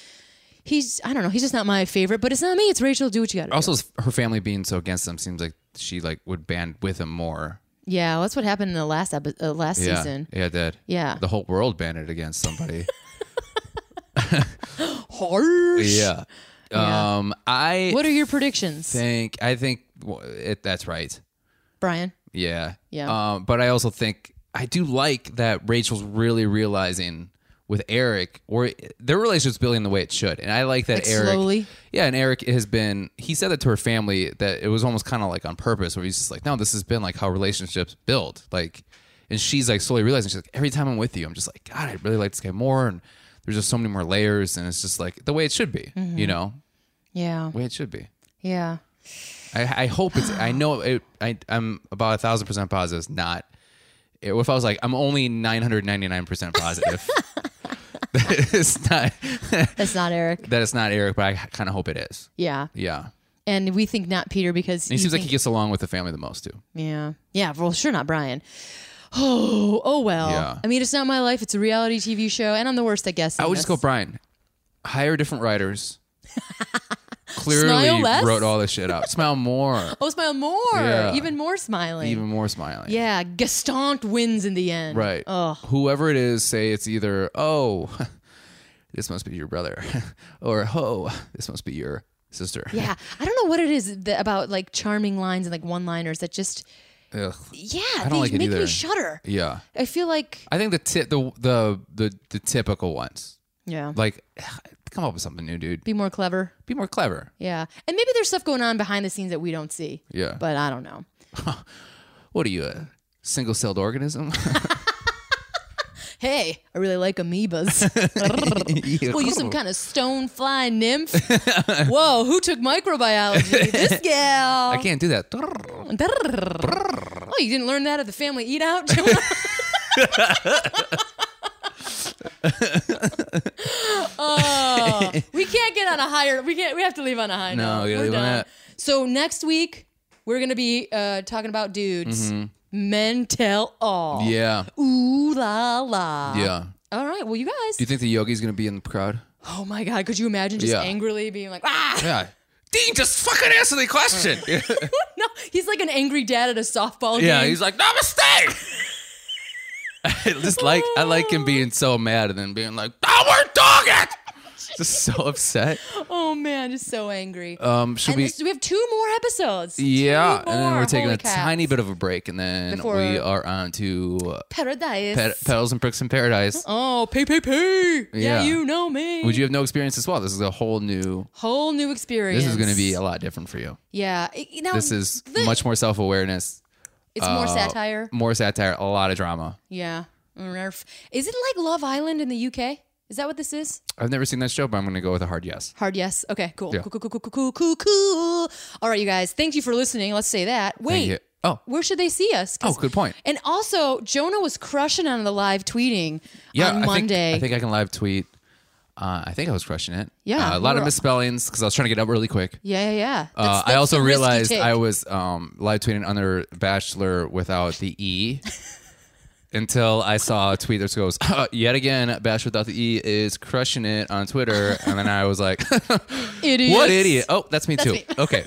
[SPEAKER 2] he's I don't know, he's just not my favorite, but it's not me, it's Rachel, do what you got to do.
[SPEAKER 3] also, her family being so against them seems like she like would band with him more.
[SPEAKER 2] Yeah, well, that's what happened in the last epi- uh, last
[SPEAKER 3] yeah.
[SPEAKER 2] season.
[SPEAKER 3] Yeah, it did.
[SPEAKER 2] Yeah.
[SPEAKER 3] The whole world banned it against somebody.
[SPEAKER 2] Harsh.
[SPEAKER 3] yeah.
[SPEAKER 2] [laughs] Yeah.
[SPEAKER 3] Um, I
[SPEAKER 2] What are your predictions,
[SPEAKER 3] think I think w- it, that's right.
[SPEAKER 2] Brian?
[SPEAKER 3] Yeah.
[SPEAKER 2] Yeah.
[SPEAKER 3] Um, but I also think I do like that Rachel's really realizing with Eric or their relationship's building the way it should. And I like that
[SPEAKER 2] Like,
[SPEAKER 3] Eric
[SPEAKER 2] slowly?
[SPEAKER 3] Yeah, and Eric has been he said that to her family that it was almost kind of like on purpose where he's just like, No, this has been like how relationships build. Like and she's like slowly realizing she's like, Every time I'm with you, I'm just like, God, I really like this guy more and there's just so many more layers and it's just like the way it should be.
[SPEAKER 2] Mm-hmm.
[SPEAKER 3] You know?
[SPEAKER 2] Yeah.
[SPEAKER 3] The way it should be.
[SPEAKER 2] Yeah.
[SPEAKER 3] I, I hope it's. I know it. I, I'm about a thousand percent positive. It's not. If I was like, I'm only nine hundred ninety nine percent positive. [laughs] that it's not. [laughs]
[SPEAKER 2] That's not Eric.
[SPEAKER 3] that it's not Eric, but I kind of hope it is.
[SPEAKER 2] Yeah.
[SPEAKER 3] Yeah, and
[SPEAKER 2] And we think not Peter because
[SPEAKER 3] he
[SPEAKER 2] you
[SPEAKER 3] seems like
[SPEAKER 2] think-
[SPEAKER 3] he gets along with the family the most too.
[SPEAKER 2] Yeah. Yeah. Well, sure not Brian. [sighs] Oh, oh well.
[SPEAKER 3] Yeah.
[SPEAKER 2] I mean, it's not my life. It's a reality TV show, and I'm the worst at guessing.
[SPEAKER 3] I would just go
[SPEAKER 2] this.
[SPEAKER 3] Brian. Hire different
[SPEAKER 2] [laughs]
[SPEAKER 3] writers. Clearly
[SPEAKER 2] Smile less?
[SPEAKER 3] wrote all this shit up. Smile more.
[SPEAKER 2] Oh, smile more.
[SPEAKER 3] Yeah.
[SPEAKER 2] Even more smiling.
[SPEAKER 3] Even more smiling.
[SPEAKER 2] yeah. Gaston wins in the end.
[SPEAKER 3] Right.
[SPEAKER 2] Oh.
[SPEAKER 3] Whoever it is, say it's either, oh, [laughs] this must be your brother, [laughs] or, oh, this must be your sister.
[SPEAKER 2] Yeah. I don't know what it is that, about like charming lines and like one-liners that just
[SPEAKER 3] Ugh.
[SPEAKER 2] yeah
[SPEAKER 3] don't
[SPEAKER 2] they
[SPEAKER 3] like it
[SPEAKER 2] make me
[SPEAKER 3] either.
[SPEAKER 2] shudder.
[SPEAKER 3] Yeah.
[SPEAKER 2] I feel like
[SPEAKER 3] I think the, ti- the the the the typical ones.
[SPEAKER 2] yeah.
[SPEAKER 3] Like, [sighs] come up with something new, dude.
[SPEAKER 2] be more clever.
[SPEAKER 3] Be more clever.
[SPEAKER 2] Yeah. And maybe there's stuff going on behind the scenes that we don't see.
[SPEAKER 3] Yeah.
[SPEAKER 2] But I don't know.
[SPEAKER 3] What are you, a single celled organism? [laughs]
[SPEAKER 2] Hey, I really like amoebas. [laughs] well, you
[SPEAKER 3] Oh.
[SPEAKER 2] some kind of stone fly nymph. [laughs] Whoa, who took
[SPEAKER 3] [laughs]
[SPEAKER 2] microbiology? This gal.
[SPEAKER 3] I can't do that.
[SPEAKER 2] Brrr. Oh, you didn't learn that at the family eat out,
[SPEAKER 3] [laughs]
[SPEAKER 2] Jonah? oh, we can't get on a higher. We can't. We have to leave on a high
[SPEAKER 3] No,
[SPEAKER 2] note.
[SPEAKER 3] we gotta
[SPEAKER 2] We're
[SPEAKER 3] leave on
[SPEAKER 2] done.
[SPEAKER 3] that.
[SPEAKER 2] So next week we're gonna be uh, talking about dudes. Men tell all.
[SPEAKER 3] Mm-hmm. Yeah.
[SPEAKER 2] Ooh la la.
[SPEAKER 3] Yeah.
[SPEAKER 2] All right. Well, you guys.
[SPEAKER 3] Do you think the yogi's going to be in the crowd?
[SPEAKER 2] oh my God. Could you imagine just
[SPEAKER 3] Yeah.
[SPEAKER 2] angrily being like, ah?
[SPEAKER 3] Yeah. Dean, just fucking answer the question. [laughs]
[SPEAKER 2] [laughs] No, he's like an angry dad at a softball game.
[SPEAKER 3] Yeah, he's like, [laughs] Namaste. I just like I like him being so mad and then being like, "I we're dog [laughs] it. Just so upset.
[SPEAKER 2] oh man, just so angry.
[SPEAKER 3] Um, should
[SPEAKER 2] And
[SPEAKER 3] we?
[SPEAKER 2] this- we have two more episodes.
[SPEAKER 3] Yeah,
[SPEAKER 2] Two
[SPEAKER 3] and then
[SPEAKER 2] more.
[SPEAKER 3] we're taking
[SPEAKER 2] Holy
[SPEAKER 3] a
[SPEAKER 2] cow.
[SPEAKER 3] tiny bit of a break, and then
[SPEAKER 2] Before-
[SPEAKER 3] we are on to uh,
[SPEAKER 2] paradise.
[SPEAKER 3] Pet- Petals and Bricks in Paradise.
[SPEAKER 2] oh, pay, pay, pay. Yeah,
[SPEAKER 3] Yeah.
[SPEAKER 2] you know me.
[SPEAKER 3] Would you have no experience as well? This is a whole new.
[SPEAKER 2] Whole new experience.
[SPEAKER 3] This is going to be a lot different for you.
[SPEAKER 2] yeah. it- You know,
[SPEAKER 3] This is
[SPEAKER 2] the-
[SPEAKER 3] much more self awareness,
[SPEAKER 2] It's more
[SPEAKER 3] uh,
[SPEAKER 2] satire.
[SPEAKER 3] more satire, a lot of drama.
[SPEAKER 2] Yeah. Nerf. Is it like Love Island in the UK? Is that what this is?
[SPEAKER 3] I've never seen that show, but I'm going to go with a hard yes.
[SPEAKER 2] Hard yes. Okay. Cool.
[SPEAKER 3] Yeah.
[SPEAKER 2] Cool. Cool. Cool. Cool. Cool. Cool. Cool. All right, you guys. Thank you for listening. Let's say that.
[SPEAKER 3] Thank you.
[SPEAKER 2] Wait.
[SPEAKER 3] Oh,
[SPEAKER 2] Where should they see us?
[SPEAKER 3] oh,
[SPEAKER 2] 'Cause-
[SPEAKER 3] good point.
[SPEAKER 2] And also, Jonah was crushing on the live tweeting
[SPEAKER 3] yeah,
[SPEAKER 2] on
[SPEAKER 3] I
[SPEAKER 2] Monday.
[SPEAKER 3] Think, I think I can live tweet. Uh, I think I was crushing it.
[SPEAKER 2] Yeah,
[SPEAKER 3] Uh, a lot
[SPEAKER 2] we're-
[SPEAKER 3] of misspellings because I was trying to get up really quick.
[SPEAKER 2] yeah, yeah, yeah.
[SPEAKER 3] Uh,
[SPEAKER 2] That's-
[SPEAKER 3] I
[SPEAKER 2] that's
[SPEAKER 3] also
[SPEAKER 2] the risky
[SPEAKER 3] realized
[SPEAKER 2] take.
[SPEAKER 3] I was um, live tweeting under Bachelor without the
[SPEAKER 2] [laughs]
[SPEAKER 3] E until I saw a tweet that just goes, [laughs] uh, yet again, Bachelor without the E is crushing it on Twitter. And then I was like,
[SPEAKER 2] [laughs]
[SPEAKER 3] [laughs]
[SPEAKER 2] Idiots.
[SPEAKER 3] what idiot? Oh, that's me too.
[SPEAKER 2] me. [laughs]
[SPEAKER 3] Okay.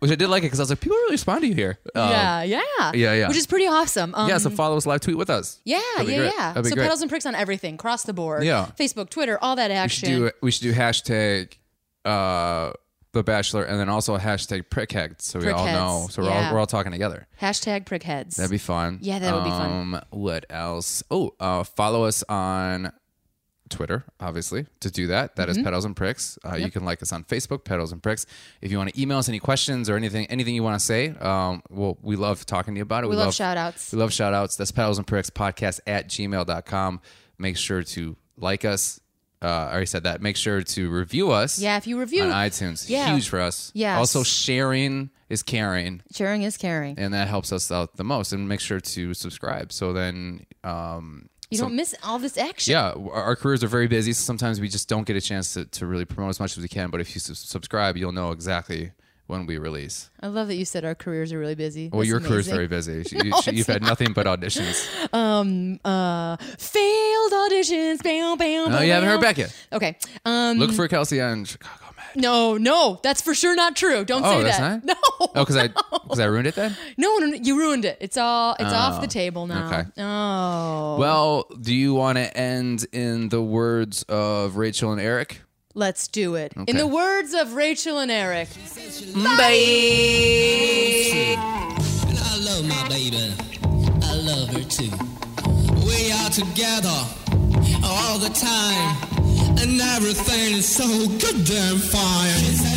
[SPEAKER 3] Which I did like it because I was like, people really respond to you here. Um,
[SPEAKER 2] yeah, yeah,
[SPEAKER 3] yeah, yeah.
[SPEAKER 2] Which is pretty awesome. Um,
[SPEAKER 3] Yeah, so follow us live tweet with us.
[SPEAKER 2] yeah, yeah,
[SPEAKER 3] That'd be great.
[SPEAKER 2] yeah.
[SPEAKER 3] That'd be
[SPEAKER 2] So
[SPEAKER 3] great.
[SPEAKER 2] pedals and pricks on everything, cross the board.
[SPEAKER 3] Yeah.
[SPEAKER 2] Facebook, Twitter, all that
[SPEAKER 3] We should
[SPEAKER 2] action.
[SPEAKER 3] do we should do hashtag uh the bachelor and then also hashtag prickhead so we all
[SPEAKER 2] Prickheads,
[SPEAKER 3] know so we're
[SPEAKER 2] yeah.
[SPEAKER 3] all we're all talking together
[SPEAKER 2] Hashtag prickheads.
[SPEAKER 3] that'd be fun
[SPEAKER 2] Yeah, that would be fun.
[SPEAKER 3] um, what else oh uh follow us on Twitter, obviously, to do that. That is
[SPEAKER 2] Mm-hmm.
[SPEAKER 3] Pedals and Pricks. Uh, You can like us on Facebook, Pedals and Pricks. If you want to email us any questions or anything, anything you want to say, um, well, we love talking to you about it.
[SPEAKER 2] we love shout outs.
[SPEAKER 3] We love shout outs. That's pedals and pricks podcast at gmail.com. Make sure to like us. Uh, I already said that. Make sure to review us
[SPEAKER 2] Yeah, if you review,
[SPEAKER 3] on iTunes.
[SPEAKER 2] Yeah.
[SPEAKER 3] Huge for us.
[SPEAKER 2] Yes.
[SPEAKER 3] Also, sharing is caring,
[SPEAKER 2] sharing is caring.
[SPEAKER 3] and that helps us out the most. And make sure to subscribe. So then, um,
[SPEAKER 2] You don't miss all this action.
[SPEAKER 3] yeah, our- our careers are very busy. So sometimes we just don't get a chance to, to really promote as much as we can. But if you su- subscribe, you'll know exactly when we release.
[SPEAKER 2] I love that you said our careers are really busy.
[SPEAKER 3] Well,
[SPEAKER 2] That's
[SPEAKER 3] your career's
[SPEAKER 2] amazing.
[SPEAKER 3] very busy.
[SPEAKER 2] [laughs]
[SPEAKER 3] You, you've had nothing but auditions.
[SPEAKER 2] uh failed auditions. Bam, bam,
[SPEAKER 3] No, you haven't heard
[SPEAKER 2] bam.
[SPEAKER 3] back yet.
[SPEAKER 2] Okay. Um
[SPEAKER 3] Look for Kelsey on Chicago Med.
[SPEAKER 2] No, no, that's for sure not true. Don't
[SPEAKER 3] Oh,
[SPEAKER 2] say
[SPEAKER 3] that's
[SPEAKER 2] that. [laughs]
[SPEAKER 3] not?
[SPEAKER 2] No.
[SPEAKER 3] Oh, because I because I ruined it then.
[SPEAKER 2] No, no, no, you ruined it. It's all it's off
[SPEAKER 3] Oh,
[SPEAKER 2] the table now.
[SPEAKER 3] okay.
[SPEAKER 2] Oh.
[SPEAKER 3] Well, do you want to end in the words of Rachel and Eric?
[SPEAKER 2] let's do it. In
[SPEAKER 3] Okay.
[SPEAKER 2] the words of Rachel and Eric.
[SPEAKER 5] And I love my baby. I love her too. We are together all the time. And everything is so goddamn fine.